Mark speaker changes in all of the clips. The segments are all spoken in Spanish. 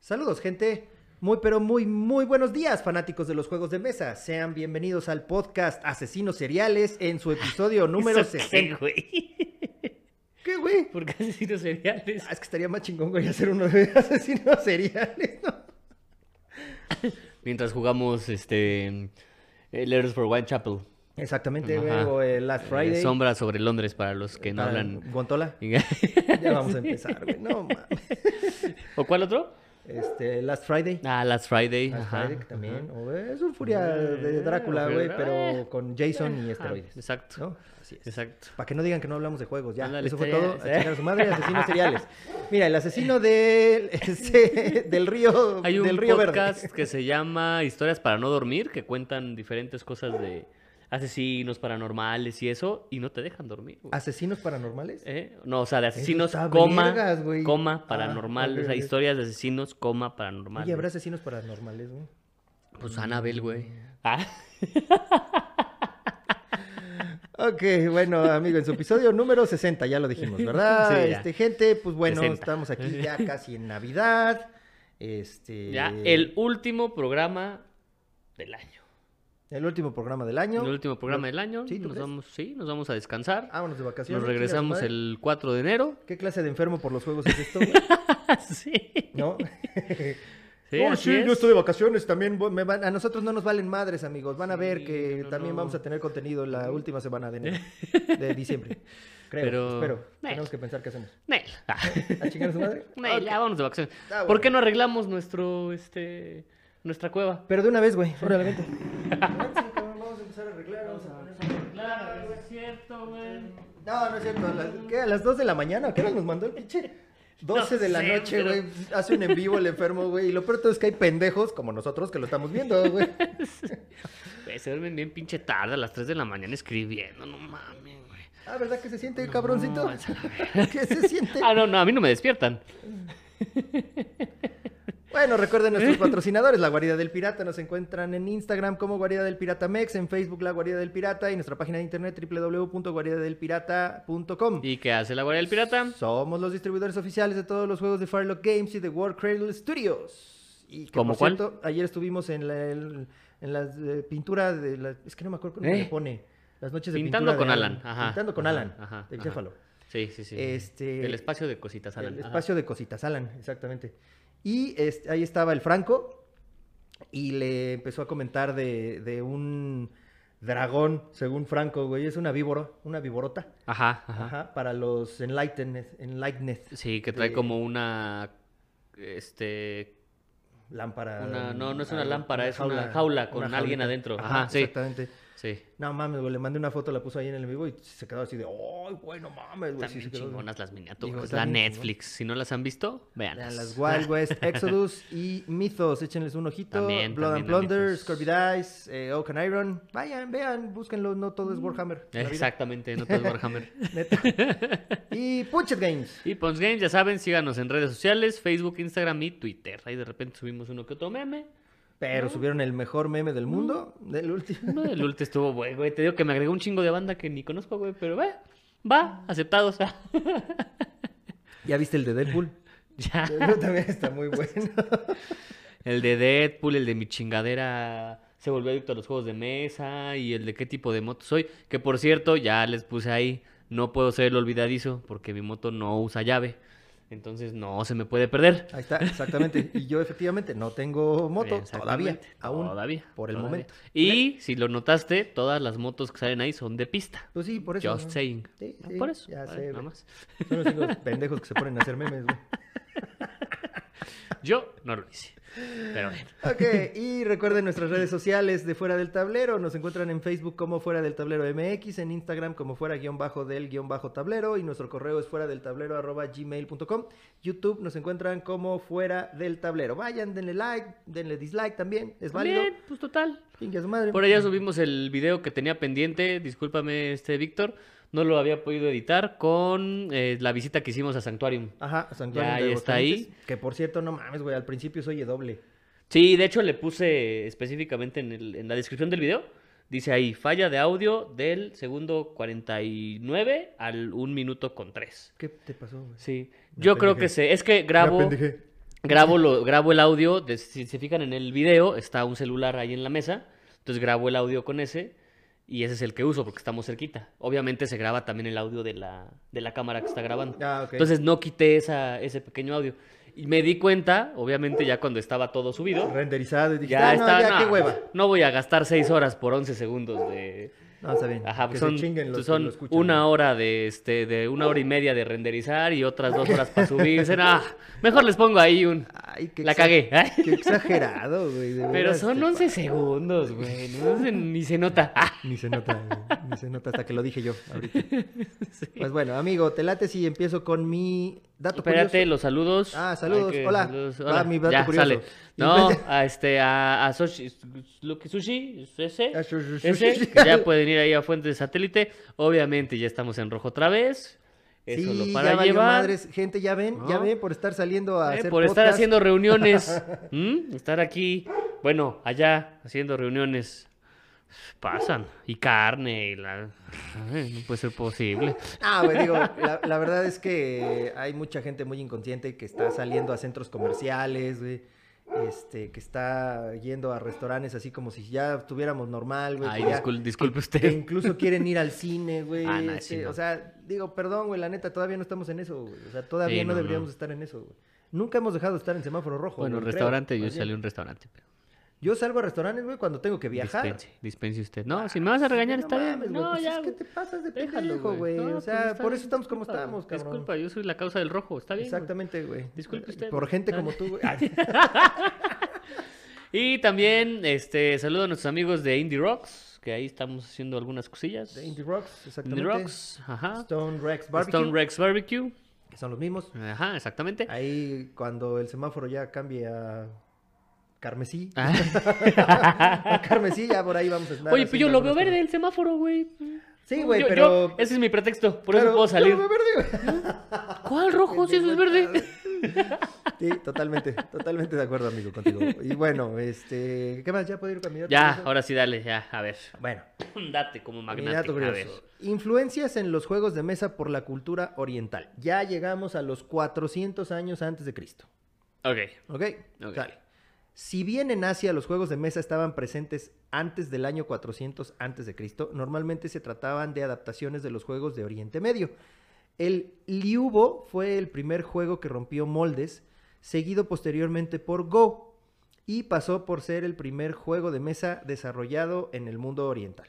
Speaker 1: Saludos, gente. Muy, pero muy, muy buenos días, fanáticos de los juegos de mesa. Sean bienvenidos al podcast Asesinos Seriales en su episodio número
Speaker 2: ¿Eso qué,
Speaker 1: 60.
Speaker 2: güey?
Speaker 1: ¿Qué, güey?
Speaker 2: ¿Por qué asesinos seriales?
Speaker 1: Ah, es que estaría más chingón, güey, hacer uno de asesinos seriales, ¿no?
Speaker 2: Mientras jugamos este eh, Letters for Whitechapel.
Speaker 1: Exactamente, güey,
Speaker 2: Ajá.
Speaker 1: o el Last
Speaker 2: eh,
Speaker 1: Friday.
Speaker 2: sombra sobre Londres para los que no
Speaker 1: Para-
Speaker 2: hablan.
Speaker 1: Gontola. Ya vamos a empezar, güey. No, mames.
Speaker 2: ¿O cuál otro?
Speaker 1: Este, Last Friday.
Speaker 2: Ah, Last Friday.
Speaker 1: Last
Speaker 2: ajá,
Speaker 1: Friday que también.
Speaker 2: ajá.
Speaker 1: o, eh, es un furia de
Speaker 2: Eh,
Speaker 1: Drácula,
Speaker 2: furia
Speaker 1: güey,
Speaker 2: de-
Speaker 1: pero
Speaker 2: eh,
Speaker 1: con Jason y
Speaker 2: Ajá,
Speaker 1: esteroides.
Speaker 2: Exacto.
Speaker 1: ¿No? Así es.
Speaker 2: Exacto.
Speaker 1: Para que no digan que no hablamos de juegos, ya.
Speaker 2: Ándale,
Speaker 1: Eso fue
Speaker 2: estaría-
Speaker 1: todo. A chingar a su madre, asesinos seriales. Mira, el asesino del, ese- del río,
Speaker 2: Hay un
Speaker 1: del río
Speaker 2: podcast
Speaker 1: verde.
Speaker 2: que se llama Historias para no dormir, que cuentan diferentes cosas de asesinos paranormales y eso, y no te dejan dormir. güey.
Speaker 1: ¿Asesinos paranormales?
Speaker 2: ¿Eh? No, o sea, de
Speaker 1: Eso
Speaker 2: asesinos,
Speaker 1: está
Speaker 2: coma,
Speaker 1: vergas, güey.
Speaker 2: coma,
Speaker 1: Ah,
Speaker 2: paranormal.
Speaker 1: ok,
Speaker 2: o sea,
Speaker 1: ok.
Speaker 2: historias de asesinos, coma, paranormal.
Speaker 1: Oye, habrá asesinos paranormales, güey.
Speaker 2: Pues Anabel, güey. Ah,
Speaker 1: Ok, bueno, amigo, en su episodio número 60, ya lo dijimos, ¿verdad?
Speaker 2: Sí, ya.
Speaker 1: este, gente, pues bueno,
Speaker 2: 60.
Speaker 1: estamos aquí ya casi en Navidad. Este.
Speaker 2: ya, el último programa del año.
Speaker 1: el último programa del
Speaker 2: El
Speaker 1: año.
Speaker 2: último programa del año.
Speaker 1: ¿Sí, tú
Speaker 2: nos
Speaker 1: crees?
Speaker 2: vamos, sí, nos vamos a descansar.
Speaker 1: Vámonos de vacaciones. chinga
Speaker 2: nos
Speaker 1: su
Speaker 2: regresamos
Speaker 1: madre.
Speaker 2: el 4 de enero.
Speaker 1: ¿Qué clase de enfermo por los juegos es esto, güey?
Speaker 2: sí.
Speaker 1: ¿No?
Speaker 2: Sí,
Speaker 1: Ah, Oh,
Speaker 2: así
Speaker 1: sí,
Speaker 2: es.
Speaker 1: yo estoy de vacaciones también. voy- me van- a nosotros no nos valen madres, amigos. Van a ver
Speaker 2: Sí,
Speaker 1: que
Speaker 2: no,
Speaker 1: también
Speaker 2: no.
Speaker 1: vamos a tener contenido la última semana de enero, de diciembre. Creo,
Speaker 2: Pero-
Speaker 1: espero.
Speaker 2: Nah.
Speaker 1: Tenemos que pensar qué hacemos.
Speaker 2: Nel. Ah.
Speaker 1: ¿A chingar a su madre?
Speaker 2: Nel,
Speaker 1: Ok.
Speaker 2: ya vámonos de vacaciones.
Speaker 1: Ah, bueno.
Speaker 2: ¿Por qué no arreglamos nuestro, este, nuestra cueva?
Speaker 1: Pero de una vez, güey. Órale, vente. Vamos a empezar a arreglar. Vamos a poner...
Speaker 2: Claro, es cierto, güey.
Speaker 1: No, no es cierto. a las- ¿Qué? ¿A las 2 de la mañana? ¿A qué hora nos mandó el pinche? 12 de la
Speaker 2: sé,
Speaker 1: noche,
Speaker 2: pero-
Speaker 1: güey. Hace un en vivo el enfermo, güey. Y lo peor de todo es que hay pendejos como nosotros que lo estamos viendo, güey.
Speaker 2: Se duermen bien pinche tarde a las 3 de la mañana escribiendo, no mames, güey.
Speaker 1: Ah, ¿verdad que se siente, cabroncito?
Speaker 2: vas
Speaker 1: ¿Qué se siente?
Speaker 2: Ah, no, no, a mí no me despiertan.
Speaker 1: Bueno, recuerden nuestros patrocinadores, La Guarida del Pirata. Nos encuentran en Instagram como Guarida del Pirata Mex, en Facebook La Guarida del Pirata y nuestra página de internet www.guaridadelpirata.com.
Speaker 2: ¿Y qué hace la Guardia del Pirata?
Speaker 1: Somos los distribuidores oficiales de todos los juegos de Firelock Games y de World Cradle Studios. Y que,
Speaker 2: ¿Cómo
Speaker 1: por
Speaker 2: cuál?
Speaker 1: cierto, ayer estuvimos en la, el- en la eh, pintura de la- es que no me acuerdo cómo
Speaker 2: ¿Eh?
Speaker 1: le pone. Las noches de
Speaker 2: Pintando
Speaker 1: pintura
Speaker 2: con
Speaker 1: de
Speaker 2: Alan. Ajá.
Speaker 1: Pintando con
Speaker 2: Ajá,
Speaker 1: Alan.
Speaker 2: ajá,
Speaker 1: de
Speaker 2: ajá.
Speaker 1: Céfalo.
Speaker 2: Sí, sí, sí.
Speaker 1: Este-
Speaker 2: El espacio de cositas, Alan.
Speaker 1: El
Speaker 2: Ajá.
Speaker 1: espacio de cositas, Alan, exactamente. Y este, ahí estaba el Franco y le empezó a comentar de, de un dragón, según Franco, güey. Es una víbora, una víborota.
Speaker 2: Ajá, ajá.
Speaker 1: Ajá, para los enlightened, enlightened.
Speaker 2: Sí, que trae
Speaker 1: de-
Speaker 2: como una. Este.
Speaker 1: lámpara.
Speaker 2: Una- no, no es una
Speaker 1: algo,
Speaker 2: lámpara, es una jaula con
Speaker 1: una
Speaker 2: alguien
Speaker 1: jaulita.
Speaker 2: adentro. Ajá, sí.
Speaker 1: Exactamente.
Speaker 2: Sí.
Speaker 1: No mames, güey, le mandé una foto, la puso ahí en el en vivo y se quedó así de, ¡ay, güey, no mames, güey!
Speaker 2: Están
Speaker 1: sí, se
Speaker 2: bien
Speaker 1: quedó-
Speaker 2: chingonas las miniaturas.
Speaker 1: Digo, están
Speaker 2: la
Speaker 1: bien
Speaker 2: Netflix. Si no las han visto, véanlas.
Speaker 1: Vean las Wild West, Exodus y Mythos, échenles un ojito.
Speaker 2: También,
Speaker 1: Blood and
Speaker 2: también a
Speaker 1: Plunder,
Speaker 2: Mythos.
Speaker 1: Scorpid Eyes, eh, Oak and Iron. Vayan, vean, búsquenlo, no todo
Speaker 2: Mm.
Speaker 1: es Warhammer. la vida,
Speaker 2: Exactamente, no te Warhammer.
Speaker 1: neta. y Punchet Games.
Speaker 2: Y Pons Games, ya saben, síganos en redes sociales, Facebook, Instagram y Twitter. Ahí de repente subimos uno que otro meme.
Speaker 1: Pero subieron el mejor meme del mundo,
Speaker 2: Mm.
Speaker 1: del último.
Speaker 2: No, el ulti estuvo bueno, güey. Te digo que me agregó un chingo de banda que ni conozco, güey. Pero va, va, aceptado. o sea.
Speaker 1: ¿Ya viste el de Deadpool?
Speaker 2: ya.
Speaker 1: También está muy bueno.
Speaker 2: El de Deadpool, el de mi chingadera se volvió adicto a los juegos de mesa y el de qué tipo de moto soy. Que por cierto, ya les puse ahí, no puedo ser el olvidadizo porque mi moto no usa llave. Entonces no se me puede perder.
Speaker 1: Ahí está, exactamente. Y yo efectivamente no tengo moto todavía,
Speaker 2: Exactamente,
Speaker 1: aún,
Speaker 2: Todavía.
Speaker 1: por el
Speaker 2: todavía.
Speaker 1: momento.
Speaker 2: Y si lo notaste, todas las motos que salen ahí son de pista.
Speaker 1: Pues sí, por eso.
Speaker 2: Just
Speaker 1: ¿no?
Speaker 2: saying.
Speaker 1: Sí,
Speaker 2: Ah,
Speaker 1: sí,
Speaker 2: por eso.
Speaker 1: ya
Speaker 2: vale,
Speaker 1: sé,
Speaker 2: nada
Speaker 1: güey.
Speaker 2: más.
Speaker 1: Son los hijos pendejos que se ponen a hacer memes, güey.
Speaker 2: Yo no lo hice. Pero bueno.
Speaker 1: Ok, y recuerden nuestras redes sociales de Fuera del Tablero. Nos encuentran en Facebook como Fuera del Tablero MX, en Instagram como Fuera guión bajo del guión bajo tablero y nuestro correo es fuera del tablero arroba gmail.com. YouTube nos encuentran como Fuera del Tablero. Vayan, denle like, denle dislike también, es válido.
Speaker 2: Bien, pues total.
Speaker 1: Chingue a su madre.
Speaker 2: Por allá subimos el video que tenía pendiente, discúlpame este Víctor, no lo había podido editar con eh, la visita que hicimos a Sanctuarium.
Speaker 1: Ajá, San Antonio
Speaker 2: Ya,
Speaker 1: de
Speaker 2: ahí está ahí.
Speaker 1: Aguascalientes, Que por cierto, no mames, güey, al principio se oye doble.
Speaker 2: Sí, de hecho le puse específicamente en, el- en la descripción del video, dice ahí, falla de audio del segundo 49 al 1 minuto con 3.
Speaker 1: ¿Qué te pasó, güey?
Speaker 2: Sí,
Speaker 1: Me
Speaker 2: yo creo
Speaker 1: apendejé.
Speaker 2: que sé, es que
Speaker 1: Me
Speaker 2: grabo...
Speaker 1: apendejé.
Speaker 2: Grabo, lo, grabo el audio, de- si se fijan en el video, está un celular ahí en la mesa, entonces grabo el audio con ese y ese es el que uso porque estamos cerquita. Obviamente se graba también el audio de la, de la cámara que está grabando.
Speaker 1: Ah, ok.
Speaker 2: Entonces no quité esa, ese pequeño audio. Y me di cuenta, obviamente ya cuando estaba todo subido,
Speaker 1: renderizado y dijiste,
Speaker 2: ya
Speaker 1: "Ah, no,
Speaker 2: está,
Speaker 1: ya,
Speaker 2: no,
Speaker 1: qué hueva.
Speaker 2: no voy a gastar seis horas por 11 segundos de...
Speaker 1: No, está bien.
Speaker 2: Ajá,
Speaker 1: que
Speaker 2: pues
Speaker 1: se
Speaker 2: son,
Speaker 1: chinguen los que
Speaker 2: son
Speaker 1: lo escuchan,
Speaker 2: una
Speaker 1: güey.
Speaker 2: hora de este, de una hora y media de renderizar y otras dos horas para subirse. Ah, mejor les pongo ahí un.
Speaker 1: Ay, qué
Speaker 2: La
Speaker 1: exa-
Speaker 2: cagué. Ay.
Speaker 1: Qué exagerado, güey. de
Speaker 2: Pero
Speaker 1: veras,
Speaker 2: son
Speaker 1: te
Speaker 2: 11
Speaker 1: este pa-
Speaker 2: segundos, güey. no se- ni se nota. Ah,
Speaker 1: Ni se nota, güey, ni se nota hasta que lo dije yo ahorita. Pues bueno, amigo, te late si empiezo con mi dato
Speaker 2: espérate,
Speaker 1: curioso.
Speaker 2: los saludos.
Speaker 1: Ah, saludos,
Speaker 2: Hay
Speaker 1: hola.
Speaker 2: hola.
Speaker 1: Ah, mi dato
Speaker 2: ya,
Speaker 1: curioso.
Speaker 2: sale. No, a este, a, a Soshi- lo que Sushi, ese.
Speaker 1: Ah, su- su- su-
Speaker 2: Ese,
Speaker 1: su-
Speaker 2: que ya pues, pueden ir ahí a Fuentes de Satélite. Obviamente ya estamos en rojo otra vez. Eso
Speaker 1: Sí,
Speaker 2: lo
Speaker 1: ya
Speaker 2: para
Speaker 1: valió
Speaker 2: llevar.
Speaker 1: madres. Gente, ya ven, ya
Speaker 2: No.
Speaker 1: ven por estar saliendo a
Speaker 2: Eh,
Speaker 1: hacer
Speaker 2: por estar
Speaker 1: podcast.
Speaker 2: haciendo reuniones. ¿Mm? Estar aquí, bueno, allá, haciendo reuniones. Pasan. Y carne. y la- Ay, no puede ser posible.
Speaker 1: Ah, güey, digo, la, la verdad es que hay mucha gente muy inconsciente que está saliendo a centros comerciales, güey. Este, que está yendo a restaurantes así como si ya estuviéramos normal, güey.
Speaker 2: Ay,
Speaker 1: que ya-
Speaker 2: discul- disculpe
Speaker 1: que
Speaker 2: usted.
Speaker 1: incluso quieren ir al cine, güey.
Speaker 2: Este. Ah, no,
Speaker 1: este,
Speaker 2: sí, no.
Speaker 1: O sea, digo, perdón, güey, la neta, todavía no estamos en eso, güey. O sea, todavía
Speaker 2: Sí,
Speaker 1: no,
Speaker 2: no,
Speaker 1: deberíamos
Speaker 2: no.
Speaker 1: estar en eso, güey. Nunca hemos dejado de estar en semáforo rojo.
Speaker 2: Bueno,
Speaker 1: güey, creo,
Speaker 2: restaurante, yo
Speaker 1: más bien.
Speaker 2: salí a un restaurante. pero
Speaker 1: Yo salgo a restaurantes, güey, cuando tengo que viajar. Ah,
Speaker 2: Dispense, dispense usted. No, si me vas a regañar,
Speaker 1: No
Speaker 2: está bien.
Speaker 1: mames, güey,
Speaker 2: no,
Speaker 1: pues
Speaker 2: ya.
Speaker 1: es que
Speaker 2: güey.
Speaker 1: te pasas de
Speaker 2: Déjalo,
Speaker 1: pendejo, güey.
Speaker 2: No,
Speaker 1: o
Speaker 2: pues
Speaker 1: sea,
Speaker 2: está
Speaker 1: por
Speaker 2: bien,
Speaker 1: eso estamos como
Speaker 2: disculpa,
Speaker 1: estamos, cabrón.
Speaker 2: Disculpa, yo soy la causa del rojo, está bien. güey.
Speaker 1: Exactamente, güey.
Speaker 2: Disculpe usted.
Speaker 1: Por gente como tú, güey. Ah, Ay,
Speaker 2: Y también, este, saludo a nuestros amigos de Indie Rocks, que ahí estamos haciendo algunas cosillas.
Speaker 1: de Indie Rocks,
Speaker 2: Indie
Speaker 1: exactamente.
Speaker 2: Rocks, ajá.
Speaker 1: Stone Rex Barbecue,
Speaker 2: Stone Rex Barbecue.
Speaker 1: que son los mismos.
Speaker 2: Ajá, exactamente.
Speaker 1: Ahí, cuando el semáforo ya cambie a carmesí, a carmesí, ya por ahí vamos a estar.
Speaker 2: Ah. Oye, pues
Speaker 1: haciendo
Speaker 2: yo lo veo
Speaker 1: algunas
Speaker 2: verde el semáforo, güey.
Speaker 1: cosas. Sí, güey,
Speaker 2: Yo- yo-
Speaker 1: pero...
Speaker 2: ese es mi pretexto, por
Speaker 1: claro,
Speaker 2: eso puedo
Speaker 1: yo
Speaker 2: salir.
Speaker 1: lo veo verde, güey.
Speaker 2: ¿Cuál rojo? Si eso es verde.
Speaker 1: Sí, totalmente, totalmente de acuerdo, amigo, contigo. Y bueno, este... ¿Qué más? ¿Ya puedo ir con mi dato
Speaker 2: Ya,
Speaker 1: curioso?
Speaker 2: ahora sí, dale, ya, a ver.
Speaker 1: Bueno,
Speaker 2: Date como
Speaker 1: mi
Speaker 2: magnate,
Speaker 1: dato
Speaker 2: a ver.
Speaker 1: curioso. Influencias en los juegos de mesa por la cultura oriental. Ya llegamos a los 400 años antes de Cristo.
Speaker 2: Ok,
Speaker 1: ¿Ok?
Speaker 2: Ok.
Speaker 1: Sale. Si bien en Asia los juegos de mesa estaban presentes antes del año 400 antes de Cristo, normalmente se trataban de adaptaciones de los juegos de Oriente Medio. El Liubo fue el primer juego que rompió moldes, seguido posteriormente por Go, y pasó por ser el primer juego de mesa desarrollado en el mundo oriental.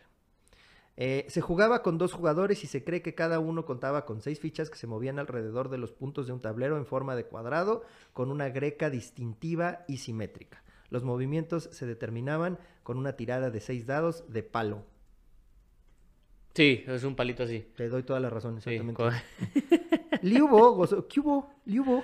Speaker 1: Eh, se jugaba con dos jugadores y se cree que cada uno contaba con seis fichas que se movían alrededor de los puntos de un tablero en forma de cuadrado con una greca distintiva y simétrica. Los movimientos se determinaban con una tirada de seis dados de palo.
Speaker 2: sí, es un palito así.
Speaker 1: Te doy toda la razón,
Speaker 2: Sí,
Speaker 1: exactamente.
Speaker 2: co-
Speaker 1: Liubo gozó, ¿qué hubo? Liubo.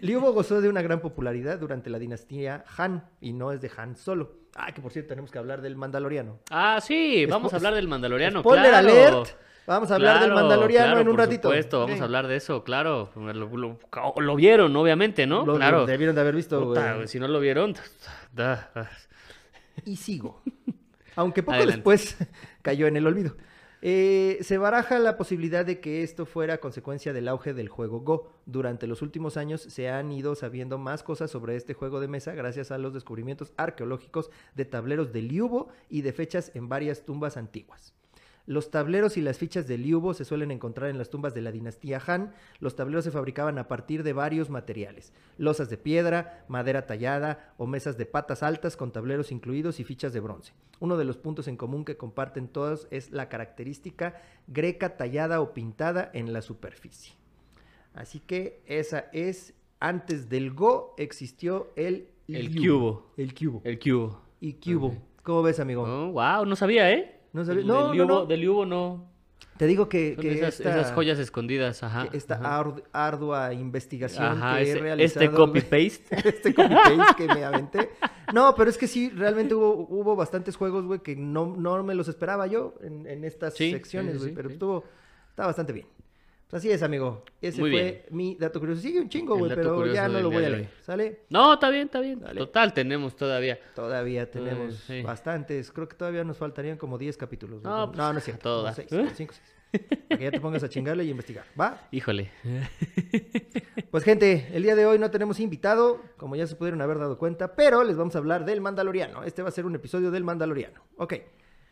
Speaker 1: Liubo gozó de una gran popularidad durante la dinastía Han, y no es de Han solo. Ah, que por cierto, tenemos que hablar del Mandaloriano.
Speaker 2: Ah, sí, vamos
Speaker 1: Spo-
Speaker 2: a hablar del Mandaloriano,
Speaker 1: Spoiler
Speaker 2: claro.
Speaker 1: alert. Vamos a hablar del
Speaker 2: Claro,
Speaker 1: Mandaloriano
Speaker 2: claro,
Speaker 1: en un
Speaker 2: por
Speaker 1: ratito.
Speaker 2: supuesto, vamos
Speaker 1: Sí.
Speaker 2: a hablar de eso, claro. Lo, lo- lo vieron, obviamente, ¿no?
Speaker 1: Lo
Speaker 2: claro.
Speaker 1: debieron de haber visto, güey.
Speaker 2: Puta, güey, si no lo vieron, da- da-
Speaker 1: y sigo. Aunque poco
Speaker 2: Adelante.
Speaker 1: después cayó en el olvido. Eh, se baraja la posibilidad de que esto fuera consecuencia del auge del juego Go. Durante los últimos años se han ido sabiendo más cosas sobre este juego de mesa gracias a los descubrimientos arqueológicos de tableros de Liubo y de fechas en varias tumbas antiguas. Los tableros y las fichas de Liubo se suelen encontrar en las tumbas de la dinastía Han. Los tableros se fabricaban a partir de varios materiales: losas de piedra, madera tallada o mesas de patas altas con tableros incluidos y fichas de bronce. Uno de los puntos en común que comparten todos es la característica greca tallada o pintada en la superficie. Así que esa es antes del Go existió el
Speaker 2: El
Speaker 1: Liubo.
Speaker 2: cubo.
Speaker 1: el cubo
Speaker 2: el Oh. cubo.
Speaker 1: y cubo. ¿Cómo ves, amigo?
Speaker 2: wow, no sabía, ¿eh?
Speaker 1: No sabía-
Speaker 2: El-
Speaker 1: no,
Speaker 2: del
Speaker 1: no,
Speaker 2: Yubo-
Speaker 1: no.
Speaker 2: Del Yubo no.
Speaker 1: Te digo que,
Speaker 2: Son
Speaker 1: que
Speaker 2: esas,
Speaker 1: esta-
Speaker 2: esas joyas escondidas, ajá.
Speaker 1: que esta
Speaker 2: ajá.
Speaker 1: ardu- ardua investigación
Speaker 2: Ajá,
Speaker 1: que he
Speaker 2: ese-
Speaker 1: realizado.
Speaker 2: este copy-paste.
Speaker 1: güey, este copy-paste que me aventé. No, pero es que sí, realmente hubo, hubo bastantes juegos, güey, que no, no me los esperaba yo en, en estas
Speaker 2: Sí, sí,
Speaker 1: secciones,
Speaker 2: sí,
Speaker 1: güey,
Speaker 2: sí,
Speaker 1: pero
Speaker 2: sí.
Speaker 1: estuvo, está bastante bien. Pues así es, amigo. Ese
Speaker 2: Muy
Speaker 1: fue
Speaker 2: bien.
Speaker 1: mi dato curioso. Sigue un chingo,
Speaker 2: El
Speaker 1: güey,
Speaker 2: dato
Speaker 1: pero ya
Speaker 2: curioso
Speaker 1: no
Speaker 2: del
Speaker 1: lo
Speaker 2: día
Speaker 1: voy a
Speaker 2: de
Speaker 1: leer.
Speaker 2: hoy.
Speaker 1: ¿Sale?
Speaker 2: No, está bien, está bien.
Speaker 1: Dale.
Speaker 2: Total, tenemos todavía.
Speaker 1: Todavía tenemos
Speaker 2: Eh, sí.
Speaker 1: bastantes. Creo que todavía nos faltarían como 10 capítulos. güey.
Speaker 2: No, pues,
Speaker 1: no, no es
Speaker 2: a
Speaker 1: cierto.
Speaker 2: todo
Speaker 1: como
Speaker 2: dar.
Speaker 1: seis,
Speaker 2: ¿Eh?
Speaker 1: cinco, seis. Para que ya te pongas a chingarle y investigar. ¿Va?
Speaker 2: Híjole.
Speaker 1: Pues gente, el día de hoy no tenemos invitado, como ya se pudieron haber dado cuenta, pero les vamos a hablar del Mandaloriano. Este va a ser un episodio del Mandaloriano. Ok.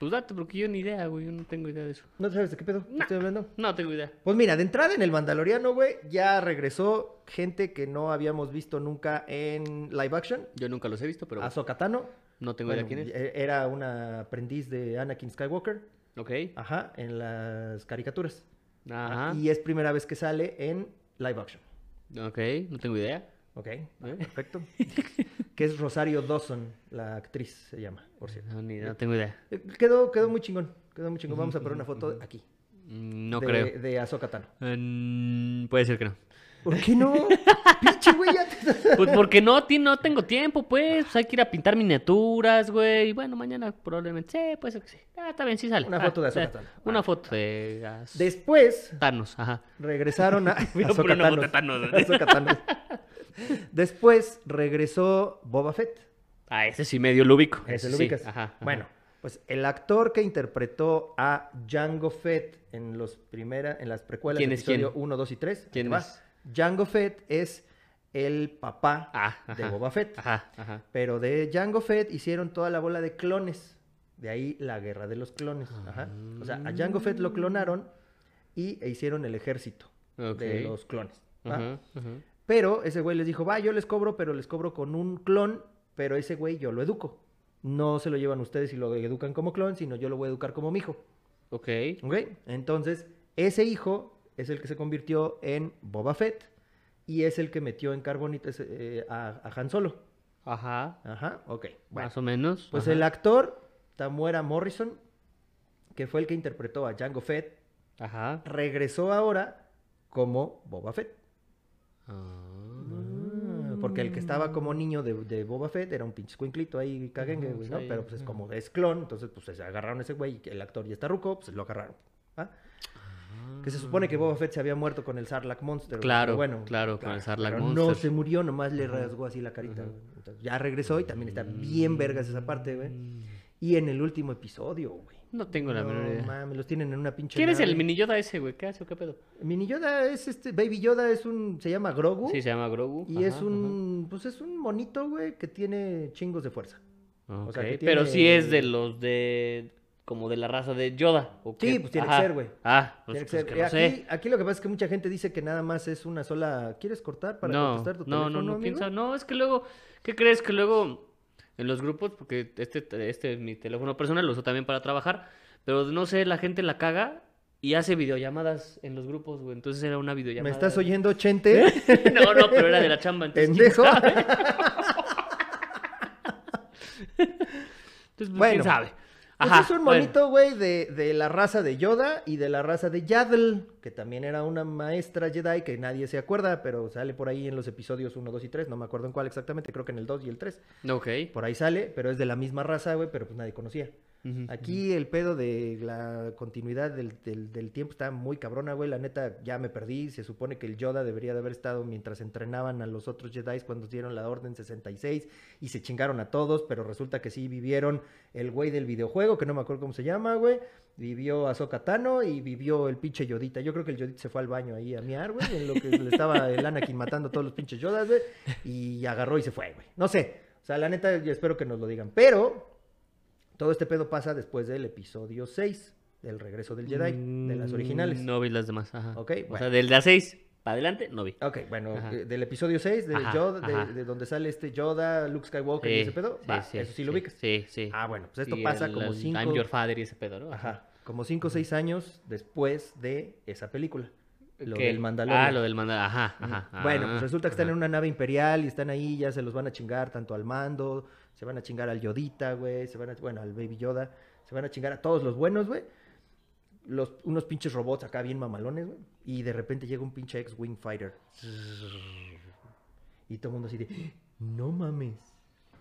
Speaker 2: Pues date, porque yo ni idea, güey. Yo no tengo idea de eso.
Speaker 1: ¿No sabes de qué pedo
Speaker 2: No.
Speaker 1: estoy hablando?
Speaker 2: No tengo idea.
Speaker 1: Pues mira, de entrada en el Mandaloriano, güey, ya regresó gente que no habíamos visto nunca en live action.
Speaker 2: Yo nunca los he visto, pero bueno,
Speaker 1: Ahsoka Tano.
Speaker 2: no tengo
Speaker 1: Ah, Bueno,
Speaker 2: idea quién es.
Speaker 1: e- Era una aprendiz de Anakin Skywalker.
Speaker 2: Ok.
Speaker 1: Ajá, en las caricaturas.
Speaker 2: Ajá.
Speaker 1: Y es primera vez que sale en live action.
Speaker 2: Ok, no tengo idea. ¿eh?
Speaker 1: Ok, perfecto. que es Rosario Dawson, la actriz se llama, por cierto.
Speaker 2: No, ni- no tengo idea.
Speaker 1: Eh, Quedó, quedó muy chingón. Quedó muy chingón. Vamos a poner una foto aquí.
Speaker 2: Mm, No
Speaker 1: de,
Speaker 2: creo.
Speaker 1: De Ahsoka Tano.
Speaker 2: Mm, puede ser que no.
Speaker 1: ¿Por qué no? Pinche güey, ya te-
Speaker 2: Pues porque no, ti- no tengo tiempo, pues. Pues hay que ir a pintar miniaturas, güey. Y bueno, mañana probablemente. Sí, puede ser que sí. Ah, está bien, sí sale.
Speaker 1: Una
Speaker 2: Ah,
Speaker 1: foto de Ahsoka
Speaker 2: sí.
Speaker 1: Tano.
Speaker 2: Una foto de Az-
Speaker 1: Después
Speaker 2: Thanos, ajá.
Speaker 1: regresaron a.
Speaker 2: Voy a
Speaker 1: Ahsoka
Speaker 2: poner una foto de
Speaker 1: Tano.
Speaker 2: Thanos.
Speaker 1: Ahsoka Tano. Después regresó Boba Fett.
Speaker 2: Ah, ese sí medio lo ubico.
Speaker 1: Ese lo
Speaker 2: sí,
Speaker 1: ubicas.
Speaker 2: Ajá, ajá.
Speaker 1: Bueno, pues el actor que interpretó a Django Fett en, los primera, en las precuelas
Speaker 2: ¿Quién
Speaker 1: de
Speaker 2: es quién?
Speaker 1: episodio 1, 2 y 3. ahí te
Speaker 2: ¿Quién
Speaker 1: va.
Speaker 2: es?
Speaker 1: Django Fett es el papá
Speaker 2: Ah, ajá.
Speaker 1: de Boba Fett.
Speaker 2: Ajá, ajá.
Speaker 1: Pero de Django Fett hicieron toda la bola de clones. De ahí la guerra de los clones. Ajá. O sea, a Django Fett lo clonaron y e hicieron el ejército de
Speaker 2: Ok.
Speaker 1: los clones. ¿va?
Speaker 2: Ajá, ajá.
Speaker 1: Pero ese güey les dijo, va, yo les cobro, pero les cobro con un clon, pero ese güey yo lo educo. No se lo llevan ustedes y lo educan como clon, sino yo lo voy a educar como mi hijo.
Speaker 2: Ok.
Speaker 1: ¿Ok? Entonces, ese hijo es el que se convirtió en Boba Fett y es el que metió en Carbonite ese, eh, a, a Han Solo.
Speaker 2: Ajá.
Speaker 1: Ajá, ok. Bueno,
Speaker 2: Más o menos.
Speaker 1: pues
Speaker 2: ajá.
Speaker 1: el actor, Tamuera Morrison, que fue el que interpretó a Django Fett,
Speaker 2: Ajá.
Speaker 1: regresó ahora como Boba Fett.
Speaker 2: Ah.
Speaker 1: Porque el que
Speaker 2: Mm.
Speaker 1: estaba como niño de, de Boba Fett era un pinche escuinclito ahí, caguengue,
Speaker 2: Ujú,
Speaker 1: güey,
Speaker 2: sí,
Speaker 1: ¿no? Pero pues es
Speaker 2: ujú.
Speaker 1: como es clon, entonces pues se agarraron a ese güey y el actor ya está ruco, pues lo agarraron. ¿va? Que se supone que Boba Fett se había muerto con el Sarlacc Monster. güey,
Speaker 2: Ah. Claro,
Speaker 1: pero
Speaker 2: claro, con el Sarlacc
Speaker 1: pero No
Speaker 2: Monster.
Speaker 1: se murió, nomás le rasgó así la carita. güey. Entonces, ya regresó y también está bien vergas esa parte, güey. Y en el último episodio, güey.
Speaker 2: No tengo la menor
Speaker 1: No
Speaker 2: idea.
Speaker 1: mames, los tienen en una pinche.
Speaker 2: ¿Quién es el
Speaker 1: nave.
Speaker 2: mini Yoda ese, güey? ¿Qué hace o qué pedo?
Speaker 1: Mini Yoda es este. Baby Yoda es un. Se llama Grogu.
Speaker 2: Sí, se llama Grogu.
Speaker 1: Uh, Y
Speaker 2: ajá,
Speaker 1: es un, pues es un monito, güey, que tiene chingos de fuerza.
Speaker 2: ajá.
Speaker 1: o sea, que
Speaker 2: Ok, Pero
Speaker 1: tiene-
Speaker 2: sí es de los de. Como de la raza de Yoda. ¿o
Speaker 1: Sí,
Speaker 2: qué?
Speaker 1: pues tiene que
Speaker 2: Ajá.
Speaker 1: ser, güey.
Speaker 2: Ah, pues,
Speaker 1: Tiene que
Speaker 2: pues
Speaker 1: ser.
Speaker 2: que
Speaker 1: Eh,
Speaker 2: no
Speaker 1: aquí,
Speaker 2: sé.
Speaker 1: aquí lo que pasa es que mucha gente dice que nada más es una sola. ¿Quieres cortar para
Speaker 2: No,
Speaker 1: contestar tu
Speaker 2: no, no,
Speaker 1: teléfono,
Speaker 2: no
Speaker 1: amigo?
Speaker 2: pienso. No, es que luego. ¿Qué crees? Que luego en los grupos, porque este, este es mi teléfono personal, lo uso también para trabajar. Pero no sé, la gente la caga y hace videollamadas en los grupos, güey. Entonces era una
Speaker 1: ¿Me
Speaker 2: videollamada.
Speaker 1: estás oyendo, Chente?
Speaker 2: No, no, pero era de la chamba. Entonces,
Speaker 1: Pendejo. Pues
Speaker 2: entonces, pues,
Speaker 1: Bueno.
Speaker 2: ¿quién sabe?
Speaker 1: Pues es un
Speaker 2: bueno.
Speaker 1: monito, güey, de, de la raza de Yoda y de la raza de Yaddle, que también era una maestra Jedi que nadie se acuerda, pero sale por ahí en los episodios 1, 2 y 3. No me acuerdo en cuál exactamente, creo que en el 2 y el 3.
Speaker 2: Ok.
Speaker 1: Por ahí sale, pero es de la misma raza, güey, pero pues nadie conocía.
Speaker 2: Ujú.
Speaker 1: Aquí el pedo de la continuidad del, del- del tiempo está muy cabrona, güey. La neta, ya me perdí. Se supone que el Yoda debería de haber estado mientras entrenaban a los otros Jedi cuando dieron la Orden 66 y se chingaron a todos, pero resulta que sí vivieron el güey del videojuego, que no me acuerdo cómo se llama, güey. Vivió Ahsoka Tano y vivió el pinche Yodita. Yo creo que el Yodita se fue al baño ahí a miar, güey, en lo que le estaba el Anakin matando a todos los pinches Yodas, güey. Y agarró y se fue, güey. No sé. O sea, la neta, yo espero que nos lo digan. Pero todo este pedo pasa después del episodio 6, del regreso del Jedi, de las
Speaker 2: Mm,
Speaker 1: originales.
Speaker 2: No vi las demás. Ajá.
Speaker 1: Ok,
Speaker 2: O
Speaker 1: bueno.
Speaker 2: sea, del de las 6 para adelante, no vi.
Speaker 1: Ok, bueno,
Speaker 2: Ajá.
Speaker 1: eh, del episodio 6, de,
Speaker 2: Ajá,
Speaker 1: Yoda- de-
Speaker 2: ajá.
Speaker 1: de donde sale este Yoda, Luke Skywalker y
Speaker 2: Sí,
Speaker 1: ese pedo.
Speaker 2: Eh, sí,
Speaker 1: va, eso sí, lo ubicas.
Speaker 2: Sí, sí.
Speaker 1: Ah, bueno, pues esto
Speaker 2: Sí,
Speaker 1: pasa
Speaker 2: el-
Speaker 1: como
Speaker 2: el
Speaker 1: 5
Speaker 2: I'm your father y ese pedo, ¿no?
Speaker 1: Ajá. Como cinco o seis años después de esa película. Lo
Speaker 2: Que-
Speaker 1: del Mandalorian.
Speaker 2: Ah, lo del Mandalorian. Ajá, ajá.
Speaker 1: Ujú. Bueno,
Speaker 2: ah,
Speaker 1: pues resulta que están
Speaker 2: ajá.
Speaker 1: en una nave imperial y están ahí, ya se los van a chingar tanto al mando, se van a chingar al Yodita, güey, se van a, bueno, al Baby Yoda, se van a chingar a todos los buenos, güey. Los, unos pinches robots acá bien mamalones, güey. Y de repente llega un pinche ex-Wing Fighter. Y todo el mundo así de, no mames,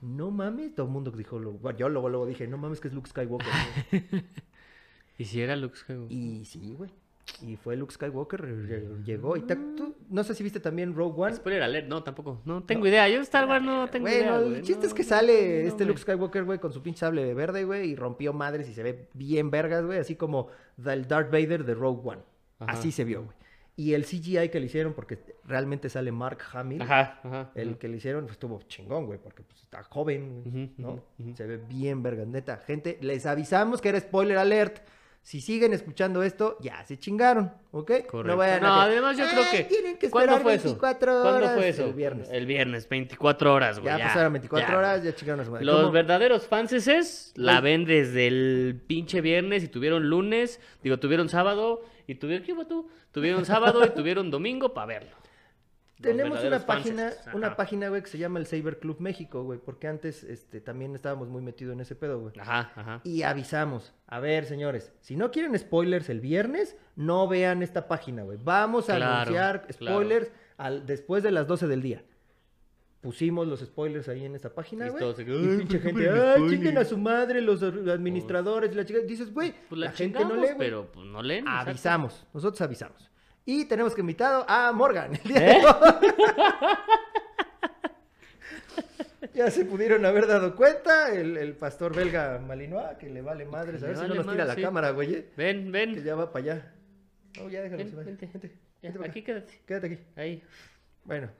Speaker 1: no mames. Todo el mundo dijo, lo- bueno, yo luego, luego dije, no mames que es Luke Skywalker. güey".
Speaker 2: ¿Y si era Luke Skywalker?
Speaker 1: y sí, güey. Y fue Luke Skywalker, ll- llegó. Y ta- tú- no sé si viste también Rogue One.
Speaker 2: Spoiler alert, no, tampoco. No tengo idea. Yo de Star Wars no tengo idea.
Speaker 1: Bueno, el
Speaker 2: güey,
Speaker 1: chiste
Speaker 2: no,
Speaker 1: es que
Speaker 2: no,
Speaker 1: sale
Speaker 2: no,
Speaker 1: este
Speaker 2: güey.
Speaker 1: Luke Skywalker, güey, con su pinche sable verde, güey, y rompió madres y se ve bien vergas, güey, así como del Darth Vader de Rogue One.
Speaker 2: Ajá.
Speaker 1: Así se vio, güey. Y el CGI que le hicieron, porque realmente sale Mark Hamill,
Speaker 2: Ajá, ajá.
Speaker 1: el que le hicieron pues, estuvo chingón, güey, porque pues, está joven, güey,
Speaker 2: Ujú,
Speaker 1: ¿no?
Speaker 2: ujú, ujú.
Speaker 1: Se ve bien vergas, neta. Gente, les avisamos que era spoiler alert. Si siguen escuchando esto, ya se chingaron, ¿ok?
Speaker 2: Correcto.
Speaker 1: No vayan
Speaker 2: No,
Speaker 1: a que,
Speaker 2: además yo
Speaker 1: "Ay,
Speaker 2: creo que.
Speaker 1: Tienen que
Speaker 2: ¿Cuándo
Speaker 1: esperar
Speaker 2: fue eso?
Speaker 1: 24 horas.
Speaker 2: ¿Cuándo fue eso?
Speaker 1: El viernes.
Speaker 2: El viernes, 24 horas, güey.
Speaker 1: Ya, pasaron 24
Speaker 2: ya.
Speaker 1: horas, ya chingaron a su madre.
Speaker 2: Los
Speaker 1: ¿Cómo?
Speaker 2: verdaderos fanses la
Speaker 1: Los-
Speaker 2: ven desde el pinche viernes y tuvieron lunes, digo, tuvieron sábado y tuvieron, ¿qué fue tú? Tuvieron sábado y tuvieron domingo para verlo. Los
Speaker 1: Tenemos una
Speaker 2: verdaderos
Speaker 1: página,
Speaker 2: fanses,
Speaker 1: una
Speaker 2: ajá.
Speaker 1: página, güey, que se llama el Saber Club México, güey, porque antes este, también estábamos muy metidos en ese pedo, güey.
Speaker 2: Ajá, ajá.
Speaker 1: Y avisamos, a ver, señores, si no quieren spoilers el viernes, no vean esta página, güey. Vamos a
Speaker 2: Claro,
Speaker 1: anunciar
Speaker 2: claro.
Speaker 1: spoilers al, después de las 12 del día. Pusimos los spoilers ahí en esta página,
Speaker 2: Y
Speaker 1: güey.
Speaker 2: todos se-
Speaker 1: Y
Speaker 2: "Ay, pues,
Speaker 1: pinche
Speaker 2: ¿por qué
Speaker 1: gente,
Speaker 2: ponen
Speaker 1: ay,
Speaker 2: spoilers?"
Speaker 1: chinguen a su madre los administradores y la chica. Dices, güey,
Speaker 2: Pues la,
Speaker 1: la gente no
Speaker 2: chingamos,
Speaker 1: lee, güey.
Speaker 2: pero pues, no leen. exacto.
Speaker 1: Avisamos, nosotros avisamos. Y tenemos que invitado a Morgan. el día de
Speaker 2: ¿Eh?
Speaker 1: hoy. ya se pudieron haber dado cuenta, el, el pastor belga Malinois, que le vale madres.
Speaker 2: Que
Speaker 1: A
Speaker 2: le
Speaker 1: ver si
Speaker 2: vale
Speaker 1: no nos tira
Speaker 2: madres,
Speaker 1: la
Speaker 2: sí.
Speaker 1: cámara, güey. eh,
Speaker 2: Ven, ven.
Speaker 1: Que ya va para allá. No, ya déjalo.
Speaker 2: Ven,
Speaker 1: se va.
Speaker 2: vente.
Speaker 1: Vente,
Speaker 2: Ya,
Speaker 1: vente para
Speaker 2: aquí
Speaker 1: acá.
Speaker 2: quédate.
Speaker 1: Quédate aquí.
Speaker 2: Ahí.
Speaker 1: Bueno.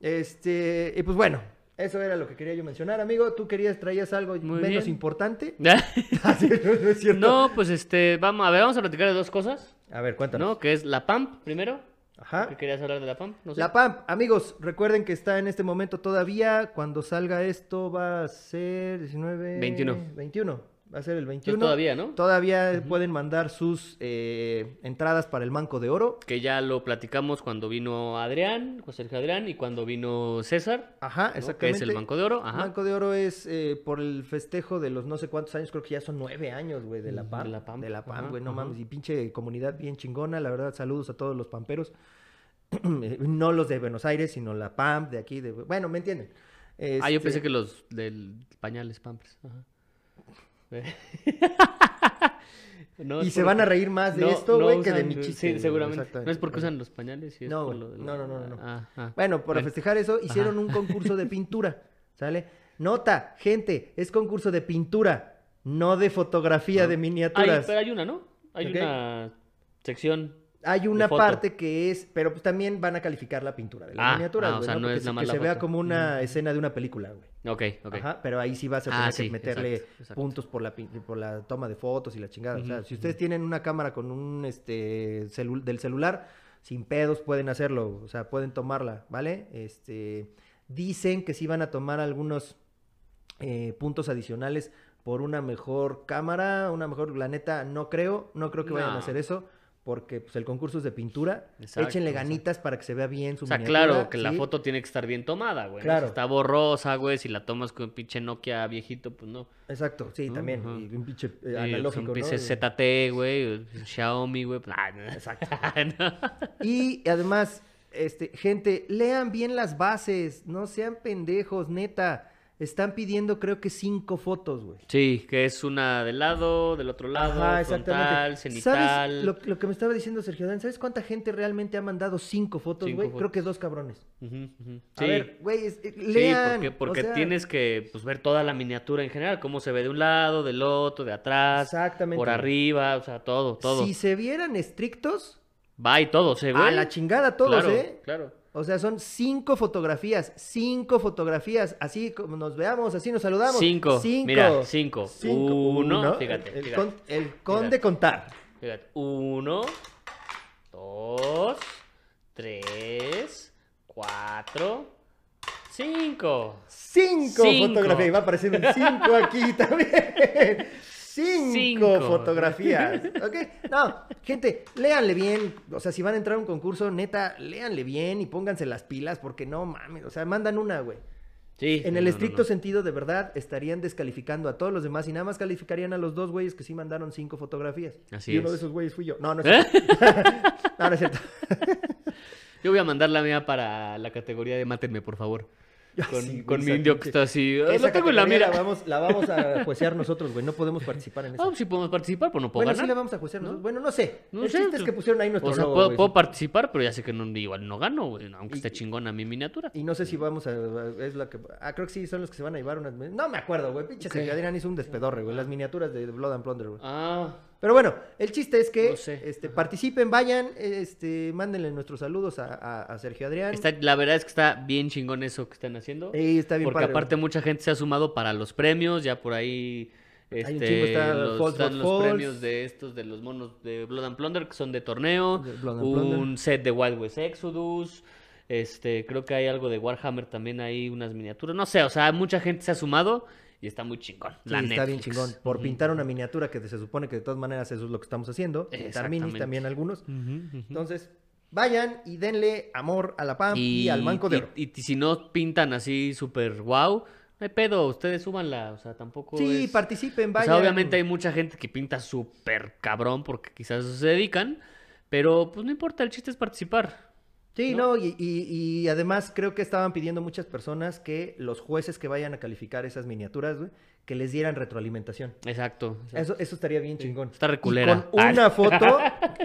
Speaker 1: Este, y pues bueno, eso era lo que quería yo mencionar, amigo. Tú querías, traías algo
Speaker 2: Muy
Speaker 1: menos
Speaker 2: bien.
Speaker 1: importante. Ah, sí, no, no es cierto.
Speaker 2: no, pues este, vamos, a ver, vamos a platicar de dos cosas,
Speaker 1: A ver, cuéntanos.
Speaker 2: ¿no? Que es la PAMP primero.
Speaker 1: Ajá.
Speaker 2: ¿Qué querías hablar de la PAMP? No sé.
Speaker 1: Ah. La PAMP, amigos, recuerden que está en este momento todavía. Cuando salga esto va a ser 19...
Speaker 2: 21.
Speaker 1: 21. Va a ser el 21.
Speaker 2: Entonces, Pues todavía, ¿no?
Speaker 1: Todavía pueden mandar sus eh, entradas para el Manco de Oro.
Speaker 2: que ya lo platicamos cuando vino Adrián, José Sergio Adrián, y cuando vino César,
Speaker 1: Ajá,
Speaker 2: ¿no? que
Speaker 1: exactamente.
Speaker 2: es el Banco de Oro, ajá,
Speaker 1: Manco de Oro es eh, por el festejo de los no sé cuántos años, creo que ya son nueve años, güey, de la
Speaker 2: Ujú,
Speaker 1: PAM.
Speaker 2: de la PAM,
Speaker 1: De la PAM,
Speaker 2: ajá,
Speaker 1: güey, no
Speaker 2: ajá.
Speaker 1: mames. Y pinche comunidad bien chingona, la verdad, saludos a todos los pamperos. no los de Buenos Aires, sino la PAM de aquí, de... Bueno, ¿me entienden?
Speaker 2: Ah, yo
Speaker 1: Este,
Speaker 2: pensé que los del pañales Pampers. ajá. No,
Speaker 1: y
Speaker 2: es
Speaker 1: se
Speaker 2: por-
Speaker 1: van a reír más de
Speaker 2: no-
Speaker 1: esto,
Speaker 2: no
Speaker 1: güey, que de
Speaker 2: usan-
Speaker 1: mi chiste.
Speaker 2: Sí,
Speaker 1: güey,
Speaker 2: seguramente.
Speaker 1: exactamente.
Speaker 2: No es porque usan los pañales. sí es
Speaker 1: No,
Speaker 2: por
Speaker 1: güey,
Speaker 2: lo de
Speaker 1: no,
Speaker 2: la-
Speaker 1: no, no, no.
Speaker 2: Ah, ah.
Speaker 1: Bueno, para
Speaker 2: Bueno.
Speaker 1: festejar eso, hicieron un concurso de pintura, ¿sale? Nota, gente, es concurso de pintura, no de fotografía de
Speaker 2: Ay,
Speaker 1: miniaturas.
Speaker 2: pero hay una, ¿no? Hay
Speaker 1: Ok.
Speaker 2: una sección.
Speaker 1: Hay una
Speaker 2: de foto.
Speaker 1: parte que es, pero pues también van a calificar la pintura de las
Speaker 2: Ah,
Speaker 1: miniaturas,
Speaker 2: ah, o
Speaker 1: güey,
Speaker 2: sea, no
Speaker 1: Porque
Speaker 2: es
Speaker 1: se-
Speaker 2: nada más
Speaker 1: que
Speaker 2: la
Speaker 1: se vea
Speaker 2: foto.
Speaker 1: como una escena de una película, güey.
Speaker 2: Ok, ok.
Speaker 1: Ajá, pero ahí sí vas a
Speaker 2: Ah,
Speaker 1: tener
Speaker 2: sí,
Speaker 1: que meterle
Speaker 2: exacto, exacto.
Speaker 1: puntos por la, pin- por la toma de fotos y la chingada. O sea,
Speaker 2: Ujú,
Speaker 1: si ustedes tienen una cámara con un este celu- del celular, sin pedos pueden hacerlo, o sea, pueden tomarla, ¿vale? Este dicen que sí van a tomar algunos eh, puntos adicionales por una mejor cámara, una mejor, la neta, no creo, no creo que vayan a
Speaker 2: No.
Speaker 1: hacer eso. Porque pues, el concurso es de pintura.
Speaker 2: Exacto,
Speaker 1: Échenle
Speaker 2: exacto.
Speaker 1: ganitas para que se vea bien su
Speaker 2: O sea,
Speaker 1: miniatura,
Speaker 2: claro, que la
Speaker 1: ¿sí?
Speaker 2: foto tiene que estar bien tomada, güey. ¿no?
Speaker 1: Claro.
Speaker 2: Si está borrosa, güey, si la tomas con un pinche Nokia viejito, pues no.
Speaker 1: Exacto, sí,
Speaker 2: ¿no?
Speaker 1: también.
Speaker 2: Ajá.
Speaker 1: Y un pinche eh,
Speaker 2: Sí,
Speaker 1: analógico,
Speaker 2: son
Speaker 1: ¿no?
Speaker 2: pinches ZT, güey, o Xiaomi, güey. pues, ah, no.
Speaker 1: Exacto.
Speaker 2: No.
Speaker 1: Y además, este, gente, lean bien las bases, no sean pendejos, neta. Están pidiendo creo que cinco fotos, güey.
Speaker 2: Sí, que es una del lado, del otro lado, frontal,
Speaker 1: ¿Sabes
Speaker 2: cenital.
Speaker 1: lo, lo que me estaba diciendo Sergio Dan? ¿Sabes cuánta gente realmente ha mandado cinco fotos,
Speaker 2: Cinco
Speaker 1: güey? Creo
Speaker 2: fotos.
Speaker 1: que dos cabrones.
Speaker 2: Ujú, ujú.
Speaker 1: A
Speaker 2: Sí,
Speaker 1: ver, güey, es- eh,
Speaker 2: sí,
Speaker 1: lean.
Speaker 2: porque,
Speaker 1: o
Speaker 2: porque
Speaker 1: sea,
Speaker 2: tienes que pues, ver toda la miniatura en general, cómo se ve de un lado, del otro, de atrás,
Speaker 1: Exactamente.
Speaker 2: por
Speaker 1: güey.
Speaker 2: arriba, o sea, todo, todo.
Speaker 1: Si se vieran estrictos,
Speaker 2: Va y todo, ¿sí, güey.
Speaker 1: a la chingada todos,
Speaker 2: claro,
Speaker 1: ¿eh?
Speaker 2: Claro.
Speaker 1: O sea, son cinco fotografías, cinco fotografías, así como nos veamos, así nos saludamos.
Speaker 2: Cinco, mira, cinco. Uno, fíjate,
Speaker 1: El,
Speaker 2: fíjate.
Speaker 1: con, el con
Speaker 2: Fíjate.
Speaker 1: de contar.
Speaker 2: Fíjate, uno, dos, tres, cuatro, cinco.
Speaker 1: Cinco,
Speaker 2: Cinco.
Speaker 1: fotografías. Y va a aparecer un cinco aquí también. Cinco,
Speaker 2: Cinco.
Speaker 1: fotografías. ¿Ok? No, gente, léanle bien. O sea, si van a entrar a un concurso, neta, léanle bien y pónganse las pilas porque no mames. O sea, mandan una, güey.
Speaker 2: Sí.
Speaker 1: En
Speaker 2: no,
Speaker 1: el
Speaker 2: no,
Speaker 1: estricto
Speaker 2: no.
Speaker 1: sentido, de verdad, estarían descalificando a todos los demás y nada más calificarían a los dos güeyes que sí mandaron cinco fotografías.
Speaker 2: Así
Speaker 1: y uno
Speaker 2: es. ¿Eh?
Speaker 1: de esos güeyes fui yo. No, no es cierto. no, no es cierto.
Speaker 2: Yo voy a mandar la mía para la categoría de mátenme, por favor. Con,
Speaker 1: sí, güey,
Speaker 2: con mi
Speaker 1: esa
Speaker 2: indio que
Speaker 1: pinche-
Speaker 2: está así. "Ah,
Speaker 1: Esa
Speaker 2: Lo tengo en la
Speaker 1: categoría
Speaker 2: mira.
Speaker 1: La vamos, la vamos a juecear nosotros, güey. No podemos participar en
Speaker 2: Ah,
Speaker 1: eso.
Speaker 2: si podemos participar, pues no puedo
Speaker 1: Bueno, sí
Speaker 2: ganar.
Speaker 1: le vamos a juecear nosotros. Bueno, no sé.
Speaker 2: No
Speaker 1: el
Speaker 2: sé,
Speaker 1: chiste es
Speaker 2: tú-
Speaker 1: que pusieron ahí nuestro
Speaker 2: o sea,
Speaker 1: logo,
Speaker 2: puedo,
Speaker 1: güey.
Speaker 2: puedo participar, pero ya sé que no, igual no gano, güey, aunque
Speaker 1: Y-
Speaker 2: está chingona mi miniatura.
Speaker 1: Y no sé si vamos a, a- Es la que. Ah, creo que sí, son los que se van a llevar unas. No me acuerdo, güey. Pinche
Speaker 2: Ok.
Speaker 1: Adrián hizo un despedorre, güey. Las miniaturas de Blood and Plunder, güey.
Speaker 2: Ah,
Speaker 1: Pero bueno, el chiste es que
Speaker 2: No sé.
Speaker 1: este, participen, vayan, este, mándenle nuestros saludos a, a- a Sergio Adrián.
Speaker 2: está, la verdad es que está bien chingón eso que están haciendo.
Speaker 1: Eh, está bien
Speaker 2: porque
Speaker 1: padre,
Speaker 2: aparte
Speaker 1: güey.
Speaker 2: mucha gente se ha sumado para los premios, ya por ahí
Speaker 1: Hay un
Speaker 2: este,
Speaker 1: chingo, está
Speaker 2: los,
Speaker 1: False
Speaker 2: están
Speaker 1: But
Speaker 2: los
Speaker 1: False.
Speaker 2: premios de estos, de los monos de Blood and Plunder, que son de torneo,
Speaker 1: De Blood and
Speaker 2: un
Speaker 1: Plunder.
Speaker 2: set de Wild West Exodus, este, creo que hay algo de Warhammer también ahí, unas miniaturas, no sé, o sea, mucha gente se ha sumado y está muy chingón.
Speaker 1: Sí,
Speaker 2: la
Speaker 1: está bien
Speaker 2: Netflix.
Speaker 1: chingón. Por
Speaker 2: Ujú.
Speaker 1: pintar una miniatura que se supone que de todas maneras eso es lo que estamos haciendo. Pintar minis
Speaker 2: Exactamente.
Speaker 1: también algunos.
Speaker 2: Ujú, ujú.
Speaker 1: Entonces, vayan y denle amor a la PAM Ah, y, al Manco de
Speaker 2: y-
Speaker 1: Oro.
Speaker 2: Y, y si no pintan así súper wow, no hay pedo, ustedes súbanla, o sea, tampoco
Speaker 1: Sí,
Speaker 2: es-
Speaker 1: participen,
Speaker 2: o sea,
Speaker 1: vayan.
Speaker 2: obviamente hay mucha gente que pinta súper cabrón porque quizás a eso se dedican, pero pues no importa, el chiste es participar.
Speaker 1: Sí,
Speaker 2: ¿no?
Speaker 1: no, y, y- y además creo que estaban pidiendo muchas personas que los jueces que vayan a calificar esas miniaturas, güey, que les dieran retroalimentación.
Speaker 2: Exacto. exacto.
Speaker 1: Eso, eso estaría bien chingón.
Speaker 2: Está reculera.
Speaker 1: Y con una foto.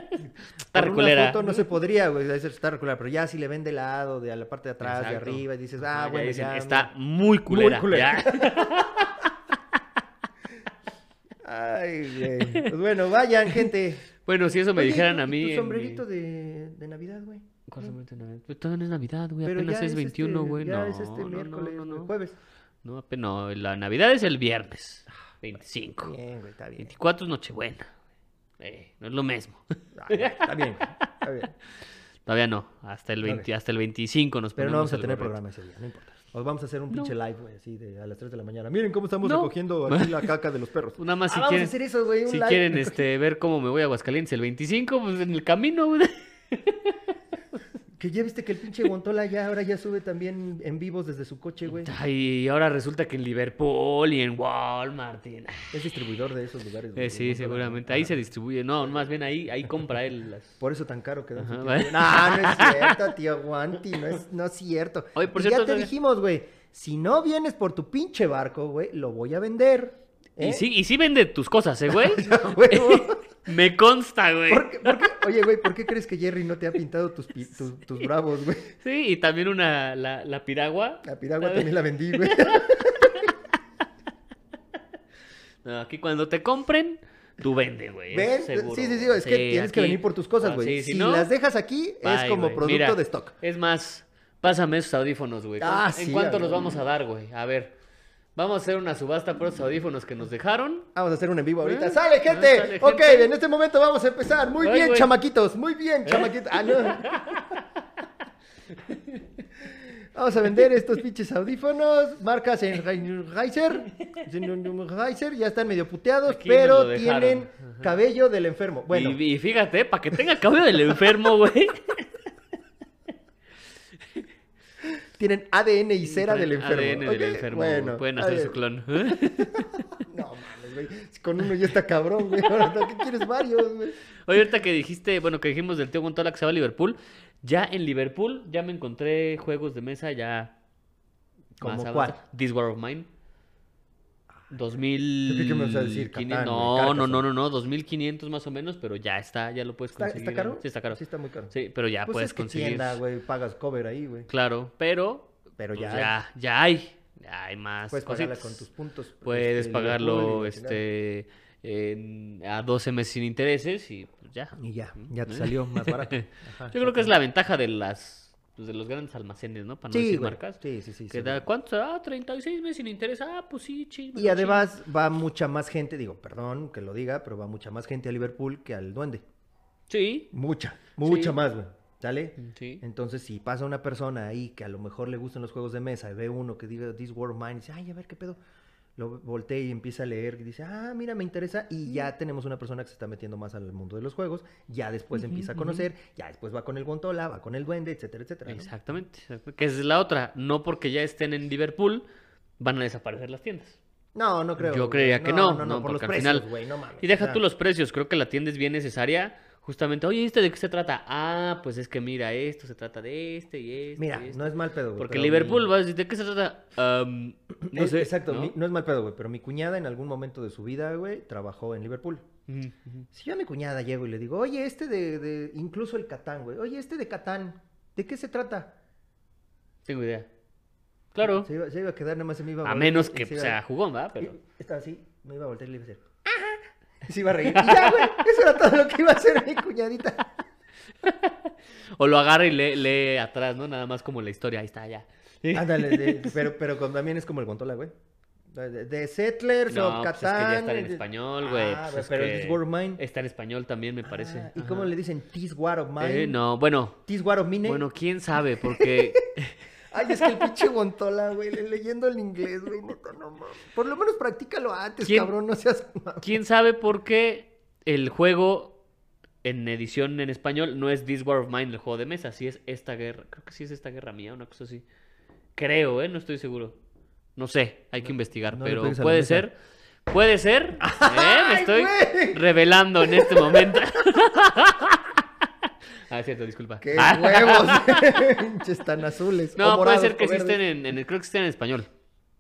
Speaker 2: Está
Speaker 1: con
Speaker 2: reculera.
Speaker 1: Una foto no se podría, güey. debe ser- Está reculera. Pero ya si le ven de lado, de a la parte de atrás, de
Speaker 2: Exacto.
Speaker 1: arriba, y dices,
Speaker 2: Ajá,
Speaker 1: ah,
Speaker 2: ya
Speaker 1: bueno,
Speaker 2: dicen,
Speaker 1: ya.
Speaker 2: Está muy culera.
Speaker 1: culera.
Speaker 2: ya.
Speaker 1: mira". Ay, güey. Pues bueno, vayan, gente.
Speaker 2: Bueno, si eso me
Speaker 1: Oye,
Speaker 2: dijeran
Speaker 1: ¿y
Speaker 2: a mí. en
Speaker 1: Tu
Speaker 2: mi-
Speaker 1: sombrerito de, de Navidad, güey.
Speaker 2: ¿Cuál sombrerito de Navidad? Pues todavía no es Navidad, güey.
Speaker 1: Pero
Speaker 2: Apenas
Speaker 1: ya
Speaker 2: es 21,
Speaker 1: este-
Speaker 2: güey.
Speaker 1: Ya
Speaker 2: no,
Speaker 1: es este
Speaker 2: no, no,
Speaker 1: miércoles,
Speaker 2: no,
Speaker 1: güey,
Speaker 2: no.
Speaker 1: jueves.
Speaker 2: No, ape- no, la Navidad es el viernes. 25.
Speaker 1: Ah, Bien, güey, está bien.
Speaker 2: 24 es Nochebuena. Eh, no es lo mismo.
Speaker 1: Ah, güey, está bien, güey, está bien.
Speaker 2: Todavía no. Hasta el, 20 hasta el 25 nos
Speaker 1: Pero no
Speaker 2: ponemos
Speaker 1: vamos a
Speaker 2: el
Speaker 1: tener
Speaker 2: gorrito.
Speaker 1: programa ese día, no importa. Os vamos a hacer un
Speaker 2: No.
Speaker 1: pinche live, güey, así de a las 3 de la mañana. Miren cómo estamos
Speaker 2: No.
Speaker 1: recogiendo aquí la caca de los perros.
Speaker 2: Pues Nada más
Speaker 1: Ah,
Speaker 2: si
Speaker 1: vamos
Speaker 2: quieren,
Speaker 1: a hacer eso, güey, un
Speaker 2: si
Speaker 1: live.
Speaker 2: quieren este, ver cómo me voy a Aguascalientes el 25, pues en el camino. güey.
Speaker 1: Que ya viste que el pinche Guantola ya ahora ya sube también en vivos desde su coche, güey.
Speaker 2: Ay, y ahora resulta que en Liverpool y en Walmart. y en-
Speaker 1: Es distribuidor de esos lugares. güey,
Speaker 2: Eh,
Speaker 1: el
Speaker 2: sí,
Speaker 1: Guantola.
Speaker 2: seguramente. Ahí
Speaker 1: Ajá.
Speaker 2: se distribuye. No, más bien ahí, ahí compra él las...
Speaker 1: Por eso tan caro quedó. ese
Speaker 2: Ajá,
Speaker 1: tío.
Speaker 2: vale.
Speaker 1: No, no es cierto, tío Guanti, no es, no es cierto.
Speaker 2: Oye, por
Speaker 1: Y
Speaker 2: cierto,
Speaker 1: ya te
Speaker 2: todavía-
Speaker 1: dijimos, güey, si no vienes por tu pinche barco, güey, lo voy a vender. ¿eh?
Speaker 2: Y sí, y sí vende tus cosas, ¿eh, güey?
Speaker 1: A huevo.
Speaker 2: Me consta, güey.
Speaker 1: ¿Por qué- por qué- oye, güey, ¿por qué crees que Jerry no te ha pintado tus, pi- tus, tus bravos, güey?
Speaker 2: Sí, y también una, la, la piragua.
Speaker 1: La piragua también la vendí, güey.
Speaker 2: No, aquí cuando te compren, tú vende, güey. eso
Speaker 1: ¿Ven?
Speaker 2: seguro,
Speaker 1: Sí, sí, sí,
Speaker 2: güey.
Speaker 1: es que tienes que
Speaker 2: aquí-
Speaker 1: venir por tus cosas,
Speaker 2: Ah,
Speaker 1: güey.
Speaker 2: sí,
Speaker 1: si
Speaker 2: no,
Speaker 1: las dejas aquí, es
Speaker 2: bye,
Speaker 1: como
Speaker 2: güey.
Speaker 1: producto
Speaker 2: Mira,
Speaker 1: de stock.
Speaker 2: Es más, pásame esos audífonos, güey.
Speaker 1: Ah,
Speaker 2: ¿En
Speaker 1: sí,
Speaker 2: cuánto
Speaker 1: a
Speaker 2: los
Speaker 1: ver.
Speaker 2: vamos a dar, güey? A ver, vamos a hacer una subasta por esos audífonos que nos dejaron.
Speaker 1: Vamos a hacer un en vivo ahorita.
Speaker 2: Ah,
Speaker 1: ¡Sale, gente!
Speaker 2: ah, sale,
Speaker 1: ok,
Speaker 2: gente.
Speaker 1: en este momento vamos a empezar. Muy
Speaker 2: Ay,
Speaker 1: bien,
Speaker 2: güey. ¿Eh?
Speaker 1: chamaquitos. Muy bien, chamaquitos. Ah, no. Vamos a vender estos pinches audífonos. Marcas en Reiser. Reiser. Ya están medio puteados,
Speaker 2: Aquí nos lo
Speaker 1: pero
Speaker 2: dejaron.
Speaker 1: tienen cabello del enfermo. Bueno,
Speaker 2: Y, y fíjate, para que tenga cabello del enfermo, güey.
Speaker 1: tienen ADN y cera del enfermo.
Speaker 2: ADN del
Speaker 1: Ok,
Speaker 2: enfermo. güey. Pueden
Speaker 1: a
Speaker 2: hacer
Speaker 1: ver.
Speaker 2: su clon.
Speaker 1: No mames, güey. Si Con uno ya está cabrón, güey. Ahora, ¿Qué quieres varios, güey?
Speaker 2: Oye, ahorita que dijiste, bueno, que dijimos del tío Gontola que se va a Liverpool, ya en Liverpool ya me encontré juegos de mesa ya
Speaker 1: ¿Cómo
Speaker 2: más
Speaker 1: cuál? Ah,
Speaker 2: avanzados. This War of Mine.
Speaker 1: Yo creí que me ibas a decir
Speaker 2: 2500.
Speaker 1: Catán, güey,
Speaker 2: No, no,
Speaker 1: Carcassonne.
Speaker 2: no, no, no, 2500 más o menos, pero ya está, ya lo puedes
Speaker 1: ¿Está,
Speaker 2: conseguir.
Speaker 1: está caro?
Speaker 2: Sí, está caro.
Speaker 1: Sí,
Speaker 2: Sí,
Speaker 1: está muy caro.
Speaker 2: pero ya
Speaker 1: pues
Speaker 2: puedes
Speaker 1: es que
Speaker 2: conseguir.
Speaker 1: tienda, güey. Pagas cover ahí, güey.
Speaker 2: Claro, pero
Speaker 1: Pero
Speaker 2: pues,
Speaker 1: ya
Speaker 2: ya ya hay, ya hay más
Speaker 1: Puedes pagarla
Speaker 2: cositas.
Speaker 1: con tus puntos.
Speaker 2: Puedes
Speaker 1: este,
Speaker 2: pagarlo
Speaker 1: Liverpool y la chingada.
Speaker 2: este en- a 12 meses sin intereses y pues ya.
Speaker 1: Y ya, ya te salió más barato. Ajá,
Speaker 2: Yo creo que es la ventaja de las pues, de los grandes almacenes, ¿no? Para no
Speaker 1: Sí,
Speaker 2: decir
Speaker 1: güey.
Speaker 2: marcas.
Speaker 1: Sí, sí, sí.
Speaker 2: que
Speaker 1: sí,
Speaker 2: da,
Speaker 1: güey.
Speaker 2: ¿Cuánto? Ah, 36 meses sin interés. Ah, pues sí, chingo.
Speaker 1: Y además va mucha más gente, digo, perdón que lo diga, pero va mucha más gente a Liverpool que al Duende.
Speaker 2: Sí,
Speaker 1: Mucha, mucha
Speaker 2: Sí.
Speaker 1: más, güey. ¿Sale?
Speaker 2: sí.
Speaker 1: Entonces, si pasa una persona ahí que a lo mejor le gustan los juegos de mesa y ve uno que diga This World of Mine y dice, ay, a ver qué pedo, lo voltea y empieza a leer y dice, ah, mira, me interesa. Y ya tenemos una persona que se está metiendo más al mundo de los juegos. Ya después empieza a conocer, ya después va con el Gontola, va con el Duende, etcétera, etcétera. ¿no?
Speaker 2: Exactamente. exacto. Que esa es la otra. No porque ya estén en Liverpool van a desaparecer las tiendas.
Speaker 1: No, no creo.
Speaker 2: Yo
Speaker 1: güey.
Speaker 2: creería que no, no,
Speaker 1: por los
Speaker 2: porque al
Speaker 1: precios,
Speaker 2: final-
Speaker 1: güey, no mames.
Speaker 2: Y
Speaker 1: o
Speaker 2: deja
Speaker 1: sea,
Speaker 2: tú los precios. Creo que la tienda es bien necesaria Justamente, oye, ¿este de qué se trata? Ah, pues es que mira, esto se trata de este y este.
Speaker 1: Mira,
Speaker 2: y esto.
Speaker 1: no es mal pedo, güey.
Speaker 2: Porque
Speaker 1: pero
Speaker 2: Liverpool,
Speaker 1: mi-
Speaker 2: vas a decir, ¿de qué se trata? Am, no
Speaker 1: Eh,
Speaker 2: sé.
Speaker 1: Exacto,
Speaker 2: ¿no?
Speaker 1: mi- no es mal pedo, güey. Pero mi cuñada en algún momento de su vida, güey, trabajó en Liverpool.
Speaker 2: Ujú, ujú.
Speaker 1: Si yo a mi cuñada llego y le digo, oye, este de, de- incluso el Catán, güey, oye, este de Catán, ¿de qué se trata?
Speaker 2: Tengo idea. Claro.
Speaker 1: Se iba, se iba a quedar, nada más se me iba
Speaker 2: A
Speaker 1: voltear
Speaker 2: menos
Speaker 1: y
Speaker 2: que pues,
Speaker 1: se iba-
Speaker 2: sea jugón, ¿verdad?
Speaker 1: y-
Speaker 2: Pero.
Speaker 1: Estaba así, me iba a voltear y le iba a hacer, ajá. Y se iba a reír. Y ya, güey, eso era todo lo que iba a hacer mi cuñadita.
Speaker 2: O lo agarra y lee, lee atrás, ¿no? Nada más como la historia. Ahí está, ya. Sí.
Speaker 1: Ándale, de- pero, pero con- también es como el Guantola, güey. De, de- de Settlers
Speaker 2: No,
Speaker 1: of
Speaker 2: pues es que
Speaker 1: Catán.
Speaker 2: ya está en
Speaker 1: de-
Speaker 2: español, güey.
Speaker 1: Ah,
Speaker 2: pues
Speaker 1: güey,
Speaker 2: es
Speaker 1: pero
Speaker 2: que
Speaker 1: This War of Mine.
Speaker 2: Está en español también, me parece.
Speaker 1: Ah, ¿Y
Speaker 2: Ajá.
Speaker 1: cómo le dicen This War of Mine?
Speaker 2: Eh, no, bueno.
Speaker 1: This War of Mine.
Speaker 2: Bueno, quién sabe, porque
Speaker 1: Ay, es que el pinche Guantola, güey, le- leyendo el inglés, güey, neta, no mames. Por lo menos practícalo antes,
Speaker 2: ¿Quién-
Speaker 1: cabrón, no seas...
Speaker 2: quién sabe por qué el juego en edición en español no es This War of Mine, el juego de mesa, sí es esta guerra. Creo que sí es esta guerra mía, una cosa así. Creo, ¿eh? No estoy seguro. No sé, hay que investigar,
Speaker 1: no le
Speaker 2: pero
Speaker 1: pegues a la
Speaker 2: puede
Speaker 1: mesa.
Speaker 2: ser. Puede ser. ¿eh? Me
Speaker 1: ¡Ay,
Speaker 2: estoy
Speaker 1: güey!
Speaker 2: revelando en este momento. ah, es cierto, disculpa.
Speaker 1: ¡Qué
Speaker 2: Ah.
Speaker 1: huevos! Pinches tan azules. o
Speaker 2: No,
Speaker 1: morados,
Speaker 2: puede ser que
Speaker 1: o verdes.
Speaker 2: existen en, en- creo que existen en español.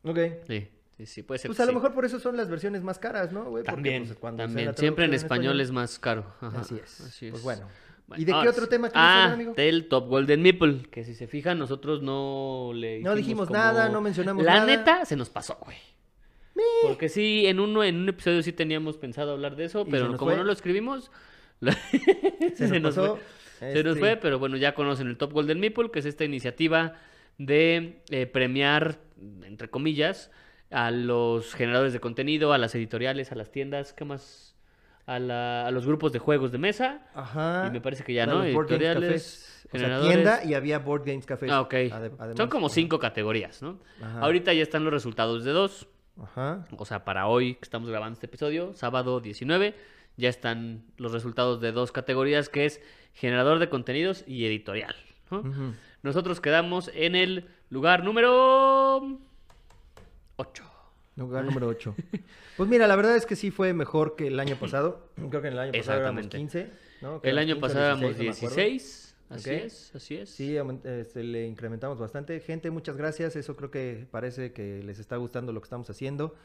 Speaker 1: Ok.
Speaker 2: Sí, sí, sí, puede ser.
Speaker 1: Pues
Speaker 2: que
Speaker 1: a lo
Speaker 2: sí.
Speaker 1: mejor por eso son las versiones más caras, ¿no, güey? Porque,
Speaker 2: También,
Speaker 1: pues, cuando sea
Speaker 2: también.
Speaker 1: la
Speaker 2: Siempre en
Speaker 1: traducción
Speaker 2: español es más caro. Ajá,
Speaker 1: Así es.
Speaker 2: así
Speaker 1: Pues
Speaker 2: es.
Speaker 1: bueno.
Speaker 2: Bueno,
Speaker 1: ¿Y de qué
Speaker 2: ahora
Speaker 1: otro
Speaker 2: sí.
Speaker 1: tema quieres
Speaker 2: Ah,
Speaker 1: hablar, amigo?
Speaker 2: del Top Golden Meeple, que si se fijan, nosotros no le
Speaker 1: No dijimos
Speaker 2: como-
Speaker 1: nada, no mencionamos
Speaker 2: La
Speaker 1: nada.
Speaker 2: neta, se nos pasó, güey. Porque sí, en uno, en un episodio sí teníamos pensado hablar de eso,
Speaker 1: Y se
Speaker 2: pero
Speaker 1: nos
Speaker 2: como
Speaker 1: fue.
Speaker 2: no lo escribimos, lo-
Speaker 1: Se, nos pasó.
Speaker 2: fue. Se nos
Speaker 1: este,
Speaker 2: fue, pero bueno, ya conocen el Top Golden Meeple, que es esta iniciativa de eh, premiar, entre comillas, a los generadores de contenido, a las editoriales, a las tiendas, ¿qué más? A, la- a los grupos de juegos de mesa.
Speaker 1: Ajá.
Speaker 2: y me parece que ya,
Speaker 1: Para
Speaker 2: ¿no?
Speaker 1: Ah, los Board Games
Speaker 2: Editoriales,
Speaker 1: Cafés. O sea,
Speaker 2: generadores.
Speaker 1: tienda y pues, había Board Games Café.
Speaker 2: Ah, ok. Son como
Speaker 1: cinco.
Speaker 2: cinco categorías, ¿no?
Speaker 1: Ajá.
Speaker 2: Ahorita ya están los resultados de dos.
Speaker 1: Ajá.
Speaker 2: O sea, para hoy que estamos grabando este episodio, sábado 19, ya están los resultados de dos categorías, que es generador de contenidos y editorial. ¿no?
Speaker 1: Ujú.
Speaker 2: Nosotros quedamos en el lugar número 8.
Speaker 1: Lugar número 8. Pues mira, la verdad es que sí fue mejor que el año pasado. Creo que en el año pasado éramos
Speaker 2: Exactamente.
Speaker 1: 15. ¿no? Creo
Speaker 2: El
Speaker 1: que
Speaker 2: año
Speaker 1: 15 o
Speaker 2: pasado
Speaker 1: 16,
Speaker 2: éramos
Speaker 1: no me acuerdo.
Speaker 2: 16. Así
Speaker 1: Ok.
Speaker 2: es, así es.
Speaker 1: Sí, aument- este, le incrementamos bastante. Gente, muchas gracias. Eso creo que parece que les está gustando lo que estamos haciendo.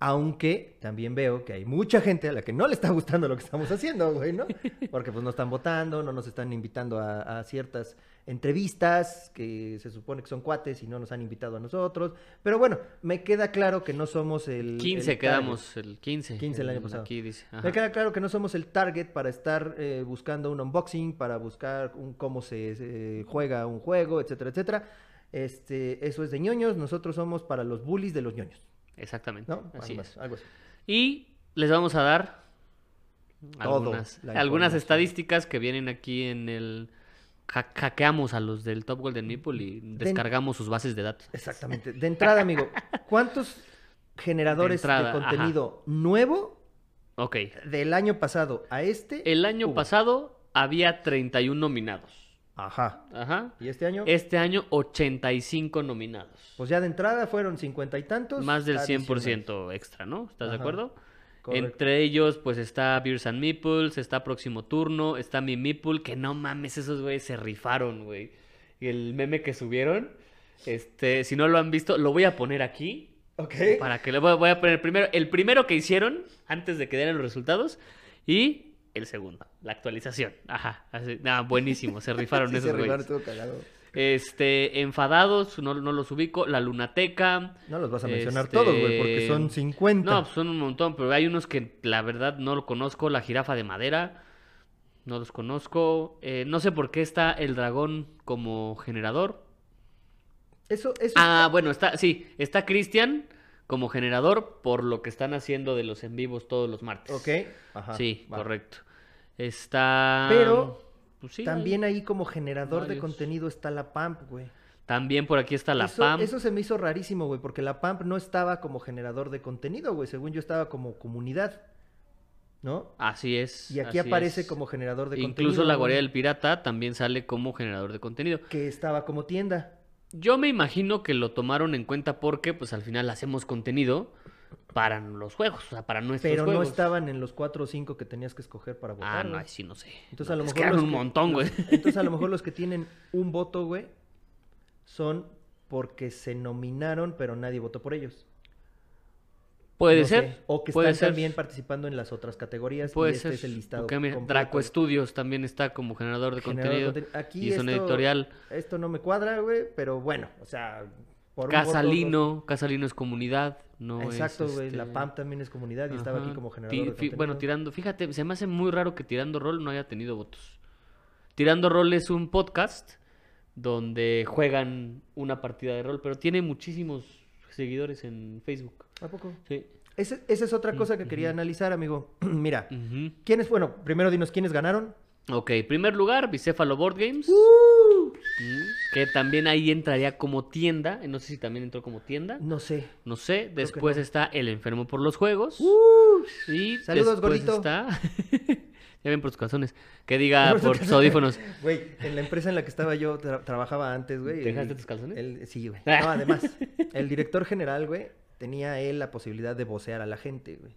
Speaker 1: Aunque también veo que hay mucha gente a la que no le está gustando lo que estamos haciendo, güey, ¿no? Porque pues no están votando, no nos están invitando a, a ciertas entrevistas que se supone que son cuates y no nos han invitado a nosotros. Pero bueno, me queda claro que no somos el...
Speaker 2: 15
Speaker 1: el target.
Speaker 2: quedamos, el 15.
Speaker 1: 15 el año pasado.
Speaker 2: Aquí dice. ajá.
Speaker 1: Me queda claro que no somos el target para estar eh, buscando un unboxing, para buscar un cómo se eh, juega un juego, etcétera, etcétera. Este, eso es de ñoños, nosotros somos para los bullies de los ñoños,
Speaker 2: Exactamente.
Speaker 1: ¿no? pues,
Speaker 2: Así
Speaker 1: Algo
Speaker 2: es.
Speaker 1: así, Algo así.
Speaker 2: Y les vamos a dar
Speaker 1: Todo,
Speaker 2: algunas,
Speaker 1: la
Speaker 2: algunas
Speaker 1: información.
Speaker 2: estadísticas que vienen aquí en el... ha- Hackeamos a los del Top Golden Meeple y descargamos sus bases de datos.
Speaker 1: Exactamente. De entrada, amigo, ¿cuántos generadores de,
Speaker 2: entrada, ajá.
Speaker 1: contenido nuevo
Speaker 2: Ok.
Speaker 1: del año pasado a este?
Speaker 2: El año
Speaker 1: hubo?
Speaker 2: pasado había 31 nominados.
Speaker 1: Ajá.
Speaker 2: Ajá.
Speaker 1: ¿Y este año?
Speaker 2: Este año 85 nominados.
Speaker 1: Pues ya de entrada fueron cincuenta y tantos.
Speaker 2: Más del
Speaker 1: adicionales.
Speaker 2: 100% extra, ¿no? ¿Estás de
Speaker 1: Ajá,
Speaker 2: acuerdo?
Speaker 1: correcto.
Speaker 2: Entre ellos, pues está Beers and Meeples, está Próximo Turno, está Mi Meeple, que no mames, esos güeyes se rifaron, güey. Y el meme que subieron, este, si no lo han visto, lo voy a poner aquí.
Speaker 1: Ok.
Speaker 2: Para que le voy voy a poner primero, el primero que hicieron antes de que dieran los resultados y el segundo, la actualización. Ajá, así, nah, buenísimo, se rifaron
Speaker 1: Sí, se
Speaker 2: esos
Speaker 1: arribaron,
Speaker 2: güeyes.
Speaker 1: estuvo cagado.
Speaker 2: Este, enfadados, no, no los ubico, la Lunateca.
Speaker 1: No los vas a mencionar
Speaker 2: Este,
Speaker 1: todos, güey, porque son 50.
Speaker 2: No, pues son un montón, pero hay unos que la verdad no lo conozco, la jirafa de madera, no los conozco. eh, no sé por qué está el dragón como generador.
Speaker 1: Eso, eso
Speaker 2: Ah, bueno, está, sí, está Cristian como generador por lo que están haciendo de los en vivos todos los martes.
Speaker 1: Ok. Ajá,
Speaker 2: sí,
Speaker 1: va.
Speaker 2: correcto. Está...
Speaker 1: Pero
Speaker 2: pues sí,
Speaker 1: También ahí como generador de
Speaker 2: varios.
Speaker 1: contenido está la PAMP, güey.
Speaker 2: ahí- También por aquí está la
Speaker 1: eso,
Speaker 2: PAM.
Speaker 1: Eso se me hizo rarísimo, güey, porque la PAMP no estaba como generador de contenido, güey. Según yo estaba como comunidad, ¿no?
Speaker 2: Así es.
Speaker 1: Y aquí
Speaker 2: así
Speaker 1: aparece
Speaker 2: es.
Speaker 1: como generador de contenido.
Speaker 2: Incluso la
Speaker 1: güey,
Speaker 2: guardia del pirata también sale como generador de contenido.
Speaker 1: Que estaba como tienda.
Speaker 2: Yo me imagino que lo tomaron en cuenta porque, pues al final hacemos contenido para los juegos, o sea, para nuestros
Speaker 1: Pero no
Speaker 2: juegos.
Speaker 1: estaban en los 4 o 5 que tenías que escoger para votar.
Speaker 2: Ah, no,
Speaker 1: güey.
Speaker 2: ahí sí no sé.
Speaker 1: Entonces,
Speaker 2: No,
Speaker 1: a lo
Speaker 2: es
Speaker 1: mejor
Speaker 2: que eran
Speaker 1: los
Speaker 2: un
Speaker 1: que-
Speaker 2: montón, güey.
Speaker 1: Entonces, a lo mejor los que tienen un voto, güey, son porque se nominaron, pero nadie votó por ellos.
Speaker 2: Puede
Speaker 1: No
Speaker 2: ser.
Speaker 1: sé. O que
Speaker 2: puede
Speaker 1: están
Speaker 2: ser.
Speaker 1: también participando en las otras categorías.
Speaker 2: Puede
Speaker 1: y este
Speaker 2: ser.
Speaker 1: es el listado.
Speaker 2: porque mira,
Speaker 1: completo.
Speaker 2: Draco Studios también está como generador de
Speaker 1: Generador de
Speaker 2: contenido.
Speaker 1: conten- Aquí
Speaker 2: y es una
Speaker 1: esto-
Speaker 2: editorial.
Speaker 1: Esto no me cuadra, güey, pero bueno, o sea. Por un voto,
Speaker 2: Casalino, Casalino es comunidad, no
Speaker 1: dos-
Speaker 2: es,
Speaker 1: Exacto, güey. La
Speaker 2: este,
Speaker 1: PAM también es comunidad y estaba aquí
Speaker 2: ajá,
Speaker 1: como
Speaker 2: ti-
Speaker 1: generador de
Speaker 2: fi- Bueno,
Speaker 1: contenido.
Speaker 2: tirando, fíjate, se me hace muy raro que Tirando Rol no haya tenido votos. Tirando Rol es un podcast donde juegan una partida de rol, pero tiene muchísimos seguidores en Facebook.
Speaker 1: ¿A poco?
Speaker 2: Sí.
Speaker 1: Ese- esa es otra cosa que quería analizar, amigo. Mira,
Speaker 2: Ujú.
Speaker 1: ¿quiénes, bueno, primero dinos quiénes ganaron?
Speaker 2: Ok, primer lugar, Bicéfalo Board Games. Mm, Que también ahí entraría como tienda. eh, No sé si también entró como tienda.
Speaker 1: No sé.
Speaker 2: No sé. Después está El Enfermo por los Juegos. Uh, Y
Speaker 1: Saludos,
Speaker 2: después
Speaker 1: gordito.
Speaker 2: está. ya ven por tus calzones. Que diga
Speaker 1: Por tus
Speaker 2: por tus audífonos.
Speaker 1: Güey, en la empresa en la que estaba yo tra- trabajaba antes, güey.
Speaker 2: ¿Te dejaste
Speaker 1: el-
Speaker 2: tus Ah. calzones?
Speaker 1: el- sí, güey. No, además, el director general, güey, tenía él la posibilidad de vocear a la gente, güey.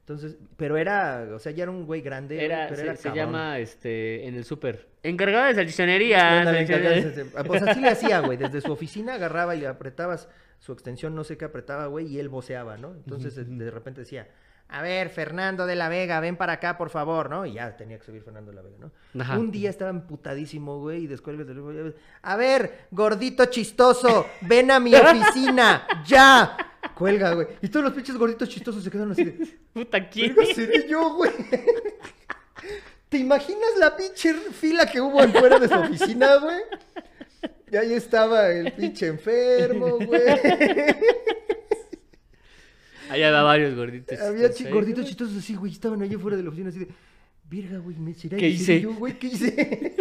Speaker 1: Entonces, pero era, o sea, ya era un güey grande, güey,
Speaker 2: Era,
Speaker 1: pero
Speaker 2: se,
Speaker 1: era
Speaker 2: se
Speaker 1: cabrón.
Speaker 2: llama este en el súper. Encargada de salchichonería.
Speaker 1: Ándale,
Speaker 2: salchichonería.
Speaker 1: encargado, Pues así le hacía, güey. Desde su oficina agarraba y apretabas su extensión, no sé qué apretaba, güey, y él voceaba, ¿no? Entonces de- de repente decía, a ver, Fernando de la Vega, ven para acá, por favor, ¿no? Y ya tenía que subir Fernando de la Vega, ¿no?
Speaker 2: Ajá.
Speaker 1: Un día estaba emputadísimo, güey, y descuelga el teléfono. ya ves, A ver, gordito chistoso, ven a mi oficina, ya. Cuelga, güey. Y todos los pinches gorditos chistosos se quedaron así de...
Speaker 2: Puta, ¿quién?
Speaker 1: Verga, seré yo, güey. ¿Te imaginas la pinche fila que hubo en fuera de su oficina, güey? Y ahí estaba el pinche enfermo, güey.
Speaker 2: Allá había varios gorditos.
Speaker 1: Había chi-
Speaker 2: chistosos, ¿eh?
Speaker 1: gorditos chistosos así, güey. Estaban allá fuera de la oficina así de... Verga, güey, ¿me será
Speaker 2: ¿Qué
Speaker 1: que seré
Speaker 2: hice?
Speaker 1: yo, güey? ¿Qué hice?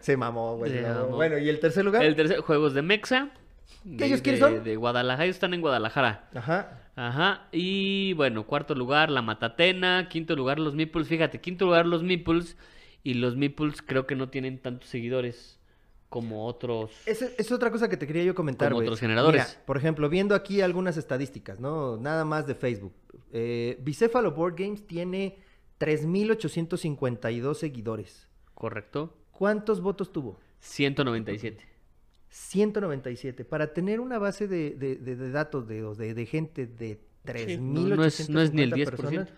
Speaker 1: Se mamó, güey. se
Speaker 2: Se
Speaker 1: mamó.
Speaker 2: mamó.
Speaker 1: Bueno, ¿y el tercer lugar?
Speaker 2: El tercer, Juegos de Mexa. de-
Speaker 1: ellos quiénes
Speaker 2: de-
Speaker 1: son?
Speaker 2: De Guadalajara. Ellos están en Guadalajara.
Speaker 1: Ajá.
Speaker 2: Ajá, y bueno, cuarto lugar la Matatena, quinto lugar los Meeples, fíjate, quinto lugar los Meeples y los Meeples creo que no tienen tantos seguidores como otros.
Speaker 1: Esa es otra cosa que te quería yo comentar,
Speaker 2: Como
Speaker 1: güey.
Speaker 2: otros generadores.
Speaker 1: Mira, por ejemplo, viendo aquí algunas estadísticas, ¿no? Nada más de Facebook. Eh, Bicéfalo Board Games tiene 3.852 seguidores.
Speaker 2: ¿Correcto?
Speaker 1: ¿Cuántos votos tuvo?
Speaker 2: 197.
Speaker 1: 197. Para tener una base de, de- de- de datos de, de, de gente de 3.850
Speaker 2: no- no es- no es ni el 10%.
Speaker 1: personas,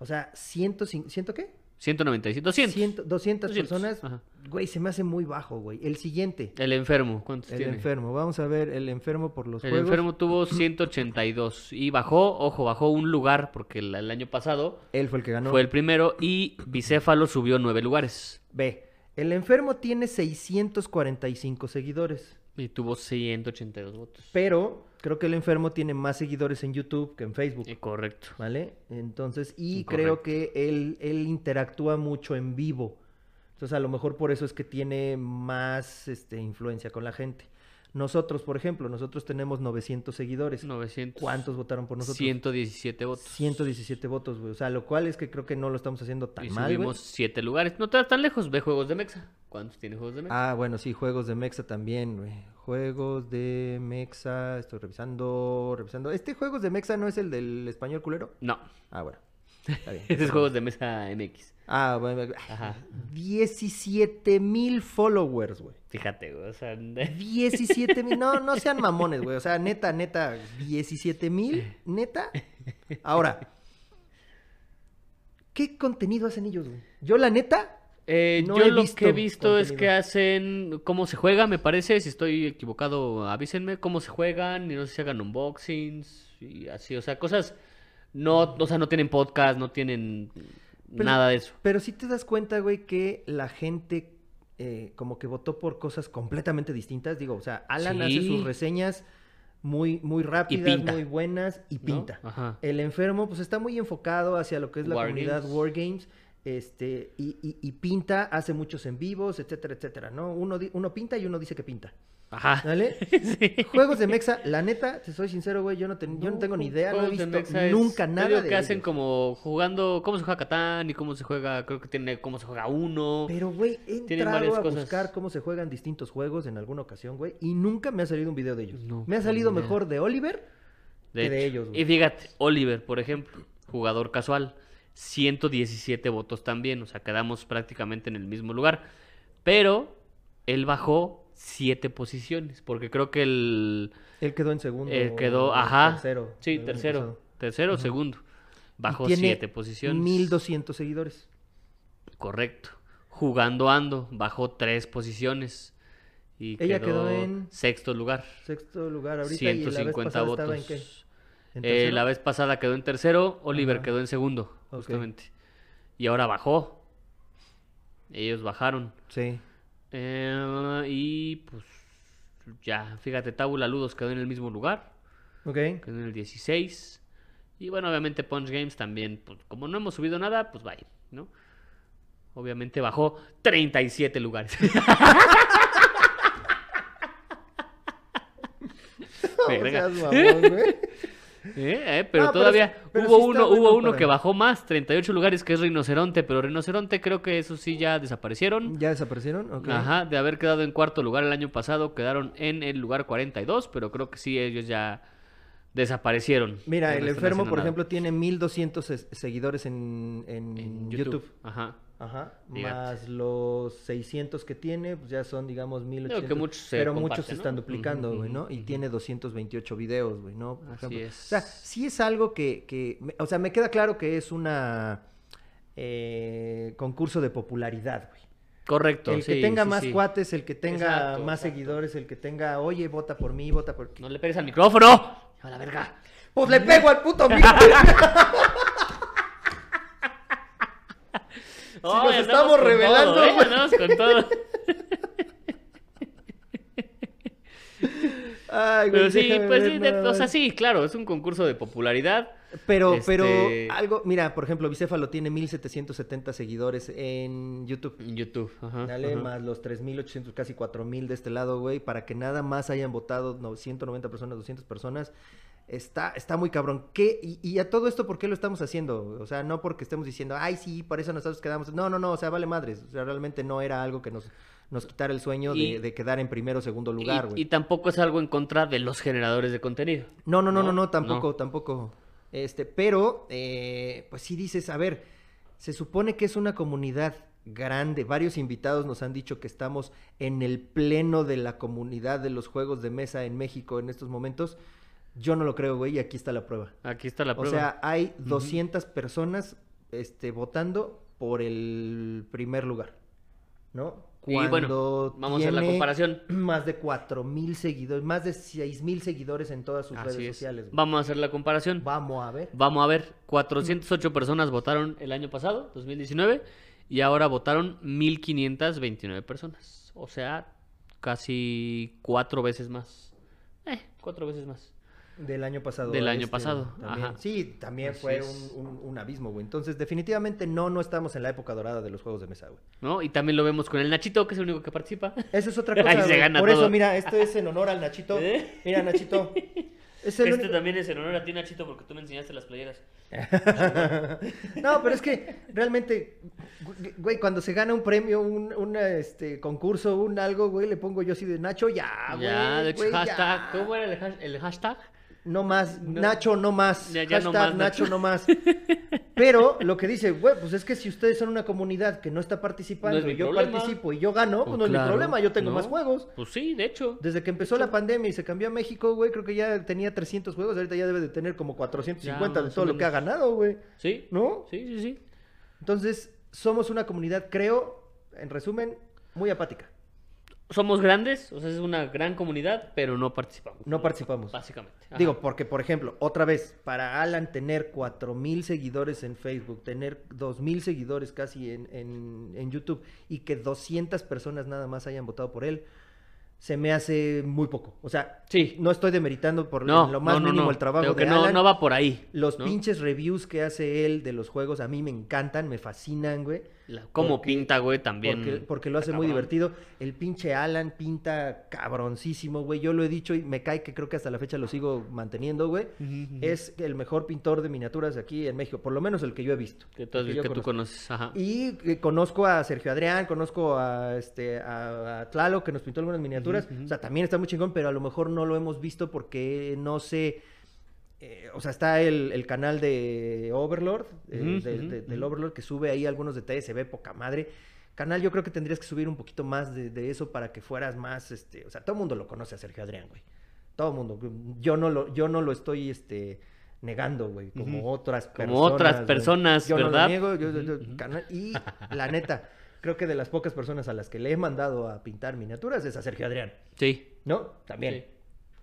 Speaker 1: o sea, 100, ¿ciento qué?
Speaker 2: 197, 200.
Speaker 1: 100, 200
Speaker 2: 200,
Speaker 1: personas.
Speaker 2: ajá.
Speaker 1: Güey, se me hace muy bajo, güey. El siguiente.
Speaker 2: El enfermo, ¿cuántos
Speaker 1: El
Speaker 2: tiene?
Speaker 1: enfermo. Vamos a ver el enfermo por los
Speaker 2: El
Speaker 1: juegos.
Speaker 2: enfermo tuvo 182 y bajó, ojo, bajó un lugar porque el, el año pasado
Speaker 1: Él fue el que ganó.
Speaker 2: fue el primero y Bicéfalo subió nueve lugares
Speaker 1: B. El enfermo tiene 645 seguidores,
Speaker 2: y tuvo 182 votos.
Speaker 1: pero creo que el enfermo tiene más seguidores en YouTube que en Facebook,
Speaker 2: Eh, correcto.
Speaker 1: ¿vale? Entonces, y creo que él, él interactúa mucho en vivo. Entonces, a lo mejor por eso es que tiene más este, influencia con la gente. Nosotros, por ejemplo, nosotros tenemos 900 seguidores.
Speaker 2: 900.
Speaker 1: ¿Cuántos votaron por nosotros?
Speaker 2: 117 votos.
Speaker 1: 117 votos, güey. O sea, lo cual es que creo que no lo estamos haciendo tan
Speaker 2: y
Speaker 1: mal, güey.
Speaker 2: subimos 7 lugares. No te vas tan lejos. Ve juegos de Mexa. ¿Cuántos tiene juegos de Mexa?
Speaker 1: Ah, bueno, sí, juegos de Mexa también, güey. Juegos de Mexa, estoy revisando, revisando. ¿Este juegos de Mexa no es el del español culero?
Speaker 2: No.
Speaker 1: Ah, bueno. Está bien.
Speaker 2: Ese es juegos de Mesa MX.
Speaker 1: Ah, bueno.
Speaker 2: Ajá.
Speaker 1: 17 mil followers, güey.
Speaker 2: Fíjate, güey. O sea,
Speaker 1: 17 mil. No, no sean mamones, güey. O sea, neta, neta. 17 mil, neta. Ahora, ¿qué contenido hacen ellos, güey? Yo, la neta,
Speaker 2: eh,
Speaker 1: No
Speaker 2: yo
Speaker 1: he
Speaker 2: lo
Speaker 1: visto
Speaker 2: que he visto es que
Speaker 1: contenido.
Speaker 2: hacen cómo se juega, me parece. Si estoy equivocado, avísenme cómo se juegan. Y no sé si hagan unboxings y así. O sea, cosas. No, o sea, no tienen podcast, no tienen
Speaker 1: Pero-
Speaker 2: nada de eso.
Speaker 1: Pero sí te das cuenta, güey, que la gente eh, como que votó por cosas completamente distintas. Digo, o sea, Alan hace
Speaker 2: Sí.
Speaker 1: sus reseñas muy, muy rápidas,
Speaker 2: pinta.
Speaker 1: muy buenas y
Speaker 2: ¿no?
Speaker 1: pinta.
Speaker 2: Ajá.
Speaker 1: El enfermo, pues está muy enfocado hacia lo que es la
Speaker 2: War
Speaker 1: comunidad
Speaker 2: Games.
Speaker 1: Wargames. Este, y, y- y pinta, hace muchos en vivos, etcétera, etcétera, ¿no? Uno, di- uno pinta y uno dice que pinta.
Speaker 2: Ajá.
Speaker 1: ¿Vale?
Speaker 2: Sí.
Speaker 1: Juegos de Mexa, la neta, te soy sincero, güey, yo no, ten- yo no tengo ni idea, no he
Speaker 2: Juegos de
Speaker 1: visto
Speaker 2: mesa es-
Speaker 1: nunca
Speaker 2: yo
Speaker 1: nada
Speaker 2: digo
Speaker 1: de
Speaker 2: que hacen
Speaker 1: ellos.
Speaker 2: como jugando cómo se juega Catán y cómo se juega, creo que tiene cómo se juega uno.
Speaker 1: Pero, güey, he
Speaker 2: Tienen varias
Speaker 1: entrado a
Speaker 2: cosas.
Speaker 1: buscar cómo se juegan distintos juegos en alguna ocasión, güey, y nunca me ha salido un video de ellos.
Speaker 2: No,
Speaker 1: me ha salido
Speaker 2: ni idea.
Speaker 1: mejor de Oliver que de
Speaker 2: hecho.
Speaker 1: ellos, güey.
Speaker 2: Y fíjate, Oliver, por ejemplo, jugador casual, 117 votos también, o sea, quedamos prácticamente en el mismo lugar. Pero él bajó 7 posiciones, porque creo que el
Speaker 1: Él quedó en segundo.
Speaker 2: eh, quedó,
Speaker 1: o
Speaker 2: ajá,
Speaker 1: Tercero.
Speaker 2: sí,
Speaker 1: el año
Speaker 2: tercero,
Speaker 1: pasado.
Speaker 2: tercero o segundo.
Speaker 1: Y
Speaker 2: Bajó
Speaker 1: tiene
Speaker 2: 7 posiciones.
Speaker 1: 1200 seguidores.
Speaker 2: Correcto. Jugando ando, bajó tres posiciones. Y
Speaker 1: Ella
Speaker 2: quedó,
Speaker 1: quedó en-
Speaker 2: sexto lugar.
Speaker 1: Sexto lugar ahorita. y la vez
Speaker 2: 150
Speaker 1: pasada
Speaker 2: votos.
Speaker 1: estaba en qué? ¿En
Speaker 2: Eh,
Speaker 1: tercero?
Speaker 2: la vez pasada quedó en tercero, Oliver
Speaker 1: Ajá.
Speaker 2: quedó en segundo,
Speaker 1: Ok.
Speaker 2: justamente. Y ahora bajó. Ellos bajaron.
Speaker 1: Sí.
Speaker 2: Eh, y pues ya, fíjate, Tabula Ludos quedó en el mismo lugar,
Speaker 1: Ok.
Speaker 2: quedó en el 16. Y bueno, obviamente Punch Games también, pues, como no hemos subido nada, pues vaya, ¿no? Obviamente bajó 37 lugares.
Speaker 1: No
Speaker 2: Verga.
Speaker 1: seas mamón, güey.
Speaker 2: Eh, eh, pero
Speaker 1: Ah, pero
Speaker 2: todavía
Speaker 1: sí- pero
Speaker 2: hubo
Speaker 1: sí está
Speaker 2: uno,
Speaker 1: bueno
Speaker 2: hubo uno
Speaker 1: para-
Speaker 2: que bajó más, 38 lugares, que es Rinoceronte, pero Rinoceronte creo que eso sí ya desaparecieron.
Speaker 1: ¿Ya desaparecieron? Ok.
Speaker 2: Ajá, de haber quedado en cuarto lugar el año pasado, quedaron en el lugar 42, pero creo que sí, ellos ya desaparecieron.
Speaker 1: Mira,
Speaker 2: Ya no
Speaker 1: el
Speaker 2: están
Speaker 1: enfermo,
Speaker 2: haciendo
Speaker 1: por
Speaker 2: nada.
Speaker 1: ejemplo, tiene 1200 es- seguidores en, en
Speaker 2: en
Speaker 1: YouTube.
Speaker 2: YouTube. Ajá.
Speaker 1: Ajá.
Speaker 2: Fíjate.
Speaker 1: Más los 600 que tiene, pues ya son, digamos, 1800.
Speaker 2: que muchos se
Speaker 1: pero muchos
Speaker 2: comparten,
Speaker 1: se
Speaker 2: ¿no?
Speaker 1: están duplicando,
Speaker 2: Ujú,
Speaker 1: güey, ¿no?
Speaker 2: ujú,
Speaker 1: Y
Speaker 2: ujú.
Speaker 1: tiene 228 videos, güey, ¿no? Por
Speaker 2: Así
Speaker 1: ejemplo.
Speaker 2: es.
Speaker 1: O sea, sí es algo que, que me- o sea, me queda claro que es una eh, concurso de popularidad, güey.
Speaker 2: Correcto.
Speaker 1: El que
Speaker 2: sí,
Speaker 1: tenga
Speaker 2: sí,
Speaker 1: más
Speaker 2: sí.
Speaker 1: cuates, el que tenga
Speaker 2: Exacto,
Speaker 1: más
Speaker 2: exacto.
Speaker 1: seguidores, el que tenga, oye, vota por mí, vota por...
Speaker 2: No le pegues al micrófono. A la verga.
Speaker 1: Pues le pego al puto mío.
Speaker 2: Oh,
Speaker 1: nos
Speaker 2: andamos
Speaker 1: estamos
Speaker 2: con
Speaker 1: revelando,
Speaker 2: todo, ¿eh?
Speaker 1: güey.
Speaker 2: Andamos con todo.
Speaker 1: Ay, güey,
Speaker 2: Pero sí,
Speaker 1: déjame ver
Speaker 2: pues sí, de-
Speaker 1: nada
Speaker 2: o sea,
Speaker 1: más.
Speaker 2: sí, claro, es un concurso de popularidad.
Speaker 1: Pero,
Speaker 2: Este-
Speaker 1: pero algo, mira, por ejemplo, Bicéfalo tiene 1770 seguidores en YouTube.
Speaker 2: En YouTube. Ajá,
Speaker 1: Dale
Speaker 2: ajá.
Speaker 1: más los 3800, casi 4000 de este lado, güey, para que nada más hayan votado no- 190 personas, 200 personas. Está, está muy cabrón. ¿Qué? Y, y a todo esto, ¿por qué lo estamos haciendo? O sea, no porque estemos diciendo, ay, sí, por eso nosotros quedamos. No, no, no, o sea, vale madres. O sea, realmente no era algo que nos, nos quitara el sueño
Speaker 2: Y-
Speaker 1: de, de quedar en primero o segundo
Speaker 2: Y-
Speaker 1: lugar,
Speaker 2: y,
Speaker 1: güey.
Speaker 2: tampoco es algo en contra de los generadores de contenido.
Speaker 1: No, no, no,
Speaker 2: No,
Speaker 1: no, no,
Speaker 2: no.
Speaker 1: tampoco, tampoco. Este, pero, eh, pues sí dices, a ver, se supone que es una comunidad grande. Varios invitados nos han dicho que estamos en el pleno de la comunidad de los juegos de mesa en México en estos momentos. Yo no lo creo, güey, y aquí está la prueba.
Speaker 2: Aquí está la
Speaker 1: o
Speaker 2: prueba.
Speaker 1: sea, hay 200 personas este, votando por el primer lugar, ¿no?
Speaker 2: Y bueno, vamos a la
Speaker 1: tiene
Speaker 2: comparación.
Speaker 1: Más de 4 mil seguidores, más de 6 mil seguidores en todas sus
Speaker 2: Así
Speaker 1: redes
Speaker 2: es.
Speaker 1: sociales. güey.
Speaker 2: Vamos a hacer la comparación.
Speaker 1: Vamos a ver.
Speaker 2: Vamos a ver, 408 personas votaron el año pasado, 2019, y ahora votaron 1529 personas. O sea, casi cuatro veces más. Eh, cuatro veces más.
Speaker 1: Del año pasado.
Speaker 2: Del
Speaker 1: a este
Speaker 2: año pasado,
Speaker 1: también.
Speaker 2: ajá.
Speaker 1: Sí, también
Speaker 2: Así
Speaker 1: fue
Speaker 2: es.
Speaker 1: un, un- un abismo, güey. Entonces, definitivamente no, no estamos en la época dorada de los juegos de mesa, güey.
Speaker 2: ¿No? Y también lo vemos con el Nachito, que es el único que participa.
Speaker 1: Eso es otra
Speaker 2: Ahí
Speaker 1: cosa.
Speaker 2: se
Speaker 1: güey.
Speaker 2: gana
Speaker 1: Por
Speaker 2: todo.
Speaker 1: eso, mira, esto es en honor al Nachito.
Speaker 2: ¿Eh?
Speaker 1: Mira, Nachito. Es el
Speaker 2: Este
Speaker 1: único-
Speaker 2: también es en honor a ti, Nachito, porque tú me enseñaste las playeras.
Speaker 1: No, pero es que realmente, gu- güey, cuando se gana un premio, un, un, este, concurso, un algo, güey, le pongo yo así de Nacho, ya, Ah, güey.
Speaker 2: ya, de hecho,
Speaker 1: güey, ya.
Speaker 2: hashtag. ¿Cómo era el, hash- el hashtag?
Speaker 1: No más,
Speaker 2: No.
Speaker 1: Nacho, no más.
Speaker 2: Ya- ya no
Speaker 1: Hashtag
Speaker 2: más,
Speaker 1: Nacho,
Speaker 2: Nacho.
Speaker 1: no más. Pero lo que dice, güey, pues es que si ustedes son una comunidad que no está participando,
Speaker 2: No es mi
Speaker 1: y yo
Speaker 2: problema.
Speaker 1: participo y yo gano, pues no es mi
Speaker 2: Claro,
Speaker 1: problema, yo tengo
Speaker 2: ¿no?
Speaker 1: más juegos.
Speaker 2: Pues sí, de hecho.
Speaker 1: Desde que empezó la pandemia y se cambió a México, güey, creo que ya tenía 300 juegos, ahorita ya debe de tener como 450
Speaker 2: Ya,
Speaker 1: de
Speaker 2: más o
Speaker 1: todo lo que ha
Speaker 2: menos.
Speaker 1: ganado, güey.
Speaker 2: Sí.
Speaker 1: ¿No?
Speaker 2: Sí, sí, sí.
Speaker 1: Entonces, somos una comunidad, creo, en resumen, muy apática.
Speaker 2: Somos grandes, o sea, es una gran comunidad, pero no participamos.
Speaker 1: No participamos.
Speaker 2: Básicamente. Ajá.
Speaker 1: Digo, porque, por ejemplo, otra vez, para Alan tener 4.000 seguidores en Facebook, tener 2.000 seguidores casi en, en- en YouTube y que 200 personas nada más hayan votado por él, se me hace muy poco. O sea,
Speaker 2: Sí.
Speaker 1: no estoy demeritando por
Speaker 2: No,
Speaker 1: en lo más
Speaker 2: no, no,
Speaker 1: mínimo
Speaker 2: no.
Speaker 1: el trabajo
Speaker 2: Creo que
Speaker 1: de
Speaker 2: no,
Speaker 1: Alan.
Speaker 2: no va por ahí.
Speaker 1: Los
Speaker 2: ¿no?
Speaker 1: pinches reviews que hace él de los juegos a mí me encantan, me fascinan, güey.
Speaker 2: La- Cómo
Speaker 1: porque-
Speaker 2: pinta, güey, también.
Speaker 1: Porque, porque lo hace
Speaker 2: está
Speaker 1: muy
Speaker 2: cabrón.
Speaker 1: divertido. El pinche Alan pinta cabroncísimo, güey. Yo lo he dicho y me cae que creo que hasta la fecha lo sigo manteniendo, güey.
Speaker 2: Ujú, ujú.
Speaker 1: Es el mejor pintor de miniaturas aquí en México, por lo menos el que yo he visto.
Speaker 2: Que tú, has
Speaker 1: el que
Speaker 2: visto-
Speaker 1: yo
Speaker 2: que tú
Speaker 1: conozco.
Speaker 2: conoces. Ajá.
Speaker 1: Y eh, conozco a Sergio Adrián, conozco a este a, a Tlaloc, que nos pintó algunas miniaturas.
Speaker 2: Ujú, ujú.
Speaker 1: O sea, también está muy chingón, pero a lo mejor no lo hemos visto porque no se. eh, o sea, está el, el canal de Overlord, eh,
Speaker 2: Ujú,
Speaker 1: de-
Speaker 2: ujú,
Speaker 1: de- del
Speaker 2: ujú.
Speaker 1: Overlord, que sube ahí algunos detalles, se ve poca madre. Canal, yo creo que tendrías que subir un poquito más de, de eso para que fueras más, este, o sea, todo el mundo lo conoce a Sergio Adrián, güey. Todo el mundo. Yo no lo, yo no lo estoy, este, negando, güey, como
Speaker 2: Ujú.
Speaker 1: otras
Speaker 2: Como otras
Speaker 1: güey.
Speaker 2: personas,
Speaker 1: Yo no lo
Speaker 2: ¿verdad?
Speaker 1: niego, yo- yo- yo-
Speaker 2: Ujú, ujú.
Speaker 1: carnal, y la neta, creo que de las pocas personas a las que le he mandado a pintar miniaturas es a Sergio Adrián,
Speaker 2: Sí.
Speaker 1: ¿no? También.
Speaker 2: sí.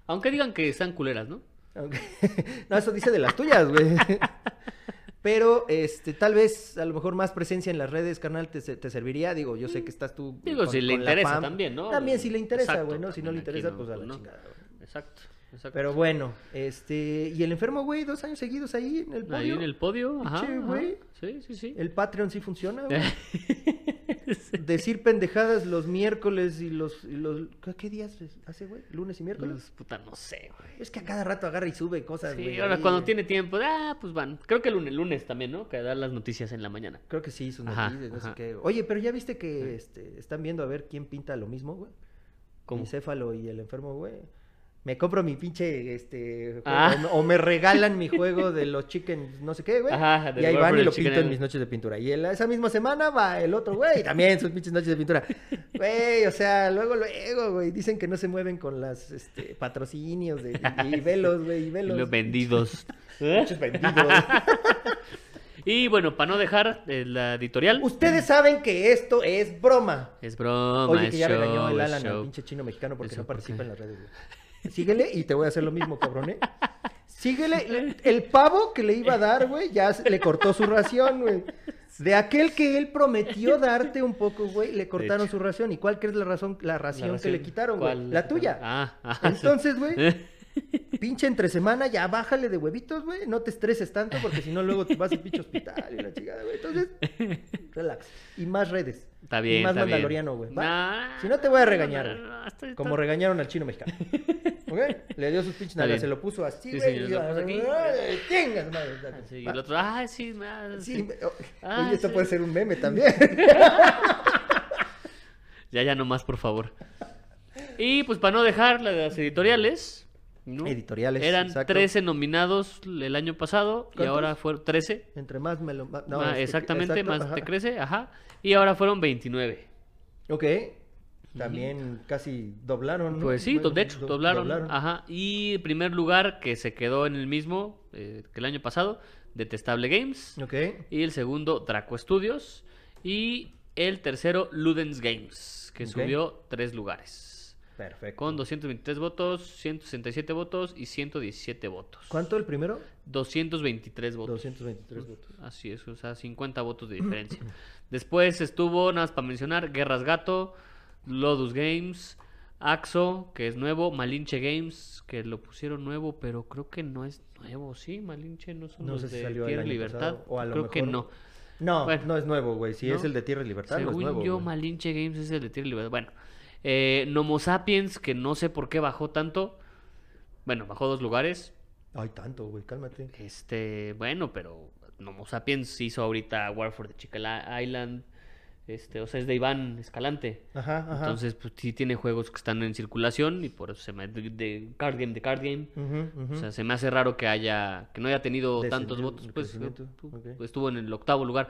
Speaker 2: Aunque digan que están culeras, ¿no?
Speaker 1: Aunque- No, eso dice de las tuyas, güey. Pero, este, tal vez, a lo mejor más presencia en las redes, carnal, te, se- te serviría. Digo, yo sé que estás tú.
Speaker 2: Mm. Digo, si le
Speaker 1: la
Speaker 2: interesa
Speaker 1: PAM.
Speaker 2: también, ¿no?
Speaker 1: También si le interesa,
Speaker 2: Exacto,
Speaker 1: güey, ¿no? Si no le
Speaker 2: también aquí
Speaker 1: interesa,
Speaker 2: no,
Speaker 1: pues a la
Speaker 2: pues no.
Speaker 1: chingada, güey.
Speaker 2: Exacto. exacto.
Speaker 1: Pero bueno, este, y el enfermo, güey, dos años seguidos ahí en el podio.
Speaker 2: Ahí en el podio, ajá.
Speaker 1: Pinche
Speaker 2: ajá.
Speaker 1: güey.
Speaker 2: Sí, sí, sí.
Speaker 1: El Patreon sí funciona, güey. Decir pendejadas los miércoles y los... y los- ¿qué, qué días es- hace, güey? ¿Lunes y miércoles?
Speaker 2: Pues, puta, no sé, güey.
Speaker 1: Es que a cada rato agarra y sube cosas,
Speaker 2: Sí,
Speaker 1: güey.
Speaker 2: ahora
Speaker 1: ahí,
Speaker 2: cuando
Speaker 1: güey.
Speaker 2: tiene tiempo, ah, pues van. Creo que lunes, lunes también, ¿no? Que dar las noticias en la mañana.
Speaker 1: Creo que sí, sus
Speaker 2: Ajá,
Speaker 1: noticias, no sé
Speaker 2: ajá.
Speaker 1: qué. Oye, pero ya viste que este, están viendo a ver quién pinta lo mismo, güey.
Speaker 2: ¿Cómo?
Speaker 1: Mi céfalo y el enfermo, güey. Me compro mi pinche, este, juego,
Speaker 2: Ah.
Speaker 1: o, me- o me regalan mi juego de los chicken, no sé qué, güey.
Speaker 2: Ajá, del
Speaker 1: y ahí van y
Speaker 2: Warfare
Speaker 1: lo
Speaker 2: Chicken
Speaker 1: pinto en
Speaker 2: Egg.
Speaker 1: mis noches de pintura. Y en la- esa misma semana va el otro, güey, y también sus pinches noches de pintura. Güey, o sea, luego, luego, güey, dicen que no se mueven con las, este, patrocinios de, y velos, güey, y
Speaker 2: Y
Speaker 1: velos.
Speaker 2: los vendidos. ¿Eh?
Speaker 1: Pinches vendidos.
Speaker 2: y bueno, para no dejar eh, la editorial.
Speaker 1: Ustedes saben que esto es broma.
Speaker 2: Es broma,
Speaker 1: Oye,
Speaker 2: es
Speaker 1: que ya
Speaker 2: show,
Speaker 1: regañó el
Speaker 2: es
Speaker 1: Alan al
Speaker 2: show. pues
Speaker 1: pinche chino mexicano porque
Speaker 2: Eso,
Speaker 1: no
Speaker 2: ¿por
Speaker 1: participa
Speaker 2: qué?
Speaker 1: en las redes, güey. Síguele y te voy a hacer lo mismo, cabrón, ¿eh? Síguele. El pavo que le iba a dar, güey, ya se- le cortó su ración, güey. De aquel que él prometió darte un poco, güey, le cortaron
Speaker 2: hecho.
Speaker 1: su ración. ¿Y cuál crees la razón, la ración que le
Speaker 2: ración,
Speaker 1: quitaron, güey?
Speaker 2: ¿cuál?
Speaker 1: La tuya.
Speaker 2: Ah, ah,
Speaker 1: Entonces, güey,
Speaker 2: sí.
Speaker 1: pinche entre semana, ya bájale de huevitos, güey. No te estreses tanto porque si no luego te vas al pinche hospital y la chingada, güey. Entonces, relax. Y más redes.
Speaker 2: Está bien.
Speaker 1: Y más
Speaker 2: está bien.
Speaker 1: mandaloriano, güey. ¿va?
Speaker 2: Nah,
Speaker 1: Si no, te voy a regañar,
Speaker 2: no, no,
Speaker 1: güey.
Speaker 2: no, está-
Speaker 1: Como
Speaker 2: está-
Speaker 1: regañaron al chino mexicano. ¿Ok? Le dio sus pinches
Speaker 2: Está
Speaker 1: nalgas,
Speaker 2: bien.
Speaker 1: se lo puso así,
Speaker 2: Sí,
Speaker 1: güey.
Speaker 2: señor,
Speaker 1: y yo,
Speaker 2: lo puso aquí.
Speaker 1: ¡ay, chingas, madre!
Speaker 2: Sí, y
Speaker 1: Va.
Speaker 2: el otro, ah, sí, nah,
Speaker 1: Sí,
Speaker 2: sí.
Speaker 1: me- o-
Speaker 2: Ah,
Speaker 1: oye, esto
Speaker 2: sí.
Speaker 1: puede ser un meme también.
Speaker 2: Ya, ya nomás, por favor. Y pues para no dejar la de las editoriales. ¿no?
Speaker 1: Editoriales,
Speaker 2: Eran
Speaker 1: exacto.
Speaker 2: 13 nominados el año pasado y
Speaker 1: ¿Cuántos?
Speaker 2: ahora fueron 13.
Speaker 1: Entre más me lo. ma- no,
Speaker 2: Ma-
Speaker 1: este,
Speaker 2: exactamente,
Speaker 1: exacto,
Speaker 2: más
Speaker 1: ajá.
Speaker 2: te crece, ajá. Y ahora fueron 29.
Speaker 1: Ok. También casi doblaron. ¿no?
Speaker 2: Pues sí,
Speaker 1: Bueno,
Speaker 2: de hecho,
Speaker 1: do-
Speaker 2: doblaron. ah. Ajá. Y el primer lugar que se quedó en el mismo eh, que el año pasado, Detestable Games.
Speaker 1: Ok.
Speaker 2: Y el segundo, Draco Studios. Y el tercero, Ludens Games, que
Speaker 1: Ok.
Speaker 2: subió tres lugares.
Speaker 1: Perfecto.
Speaker 2: Con 223 votos, 167 votos y 117 votos.
Speaker 1: ¿Cuánto el primero?
Speaker 2: 223 votos.
Speaker 1: 223 votos.
Speaker 2: Así es, o sea, 50 votos de diferencia. Después estuvo, nada más para mencionar, Guerras Gato, Lodus Games, Axo, que es nuevo, Malinche Games, que lo pusieron nuevo, pero creo que no es nuevo, ¿sí? Malinche no son
Speaker 1: No
Speaker 2: los
Speaker 1: sé si
Speaker 2: de
Speaker 1: salió el
Speaker 2: Tierra y
Speaker 1: año
Speaker 2: Libertad.
Speaker 1: pasado, o a lo
Speaker 2: creo que
Speaker 1: mejor-
Speaker 2: no.
Speaker 1: No,
Speaker 2: Bueno.
Speaker 1: no es nuevo, güey. Si
Speaker 2: No.
Speaker 1: es el de Tierra y Libertad, no es
Speaker 2: Según
Speaker 1: nuevo.
Speaker 2: yo,
Speaker 1: güey.
Speaker 2: Malinche Games es el de Tierra y Libertad. Bueno, eh, Nomo Sapiens, que no sé por qué bajó tanto. Bueno, bajó dos lugares.
Speaker 1: Ay, tanto, güey. Cálmate.
Speaker 2: Este, bueno, pero Homo Sapiens hizo ahorita War for the Chicken Island. Este, o sea, es de Iván Escalante.
Speaker 1: Ajá, ajá.
Speaker 2: Entonces, pues sí tiene juegos que están en circulación y por eso se me de, de card game de card game.
Speaker 1: Ujú, ujú.
Speaker 2: O sea, se me hace raro que haya que no haya tenido tantos
Speaker 1: Descendió
Speaker 2: votos,
Speaker 1: en
Speaker 2: pues
Speaker 1: crecimiento,
Speaker 2: pu-
Speaker 1: ok.
Speaker 2: pu- estuvo en el octavo lugar.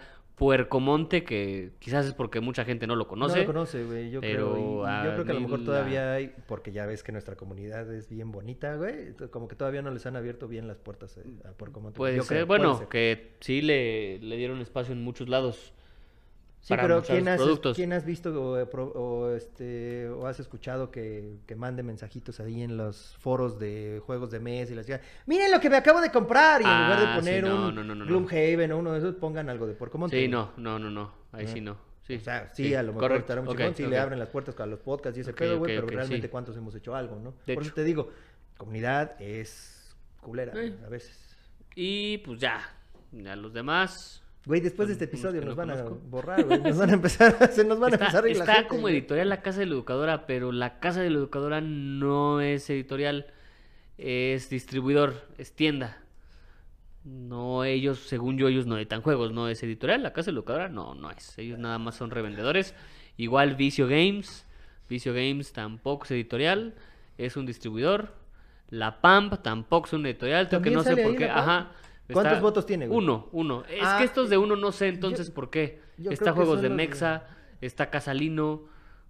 Speaker 2: Puercomonte, que quizás es porque mucha gente no lo
Speaker 1: No,
Speaker 2: conoce.
Speaker 1: lo conoce, güey. Yo creo.
Speaker 2: pero
Speaker 1: y- y yo
Speaker 2: a
Speaker 1: creo que a lo
Speaker 2: mí
Speaker 1: mejor
Speaker 2: la-
Speaker 1: todavía hay. Porque ya ves que nuestra comunidad es bien bonita, güey. entonces Como que todavía no les han abierto bien las puertas eh, a por cómo te-
Speaker 2: Puede
Speaker 1: yo
Speaker 2: ser,
Speaker 1: creo,
Speaker 2: bueno,
Speaker 1: puede ser.
Speaker 2: que sí le, le dieron espacio en muchos lados.
Speaker 1: Sí,
Speaker 2: para
Speaker 1: pero
Speaker 2: mostrar
Speaker 1: ¿quién
Speaker 2: sus
Speaker 1: has,
Speaker 2: productos.
Speaker 1: quién has visto o, eh, pro- o, este, o has escuchado que, que mande mensajitos ahí en los foros de juegos de mes y las digan, miren lo que me acabo de comprar? Y en lugar
Speaker 2: Ah,
Speaker 1: de
Speaker 2: sí,
Speaker 1: poner
Speaker 2: no,
Speaker 1: un
Speaker 2: no, no, no, no.
Speaker 1: Gloomhaven o uno de esos, pongan algo de Porcomonte.
Speaker 2: Sí,
Speaker 1: güey.
Speaker 2: no, no, no, no. Ahí sí no. Sí.
Speaker 1: O sea, sí, a lo mejor
Speaker 2: correcto.
Speaker 1: estará muy
Speaker 2: Ok,
Speaker 1: chingón, sí le
Speaker 2: ok.
Speaker 1: abren las puertas a los podcasts y ese
Speaker 2: Ok,
Speaker 1: pedo, güey,
Speaker 2: ok,
Speaker 1: pero
Speaker 2: ok,
Speaker 1: realmente
Speaker 2: sí.
Speaker 1: cuántos hemos hecho algo, ¿no?
Speaker 2: De
Speaker 1: Por
Speaker 2: hecho.
Speaker 1: eso te digo, comunidad es culera
Speaker 2: Sí.
Speaker 1: a veces.
Speaker 2: Y pues ya, a los demás.
Speaker 1: Güey, después de este
Speaker 2: Unos Mm, que
Speaker 1: episodio
Speaker 2: no
Speaker 1: nos van a
Speaker 2: conozco.
Speaker 1: borrar, güey. Nos van a empezar, se nos van a
Speaker 2: Está,
Speaker 1: empezar a ir la
Speaker 2: está
Speaker 1: gente,
Speaker 2: como
Speaker 1: güey.
Speaker 2: editorial La Casa de la Educadora, pero La Casa de la Educadora no es editorial, es distribuidor, es tienda. No, ellos, según yo, ellos no editan juegos, no es editorial, La Casa de la Educadora no, no es. Ellos nada más son revendedores. Igual Vicio Games, Vicio Games tampoco es editorial, es un distribuidor. La PAMP tampoco es un editorial, creo que
Speaker 1: ¿También
Speaker 2: no sé
Speaker 1: sale
Speaker 2: por
Speaker 1: ahí
Speaker 2: qué.
Speaker 1: la Pamp?
Speaker 2: Ajá.
Speaker 1: ¿Cuántos votos tiene, güey?
Speaker 2: Uno, uno. Es
Speaker 1: Ah,
Speaker 2: que estos de uno no sé entonces
Speaker 1: yo-
Speaker 2: por qué.
Speaker 1: yo
Speaker 2: Está
Speaker 1: creo que
Speaker 2: Juegos
Speaker 1: son
Speaker 2: de
Speaker 1: los de-
Speaker 2: Mexa, está Casalino,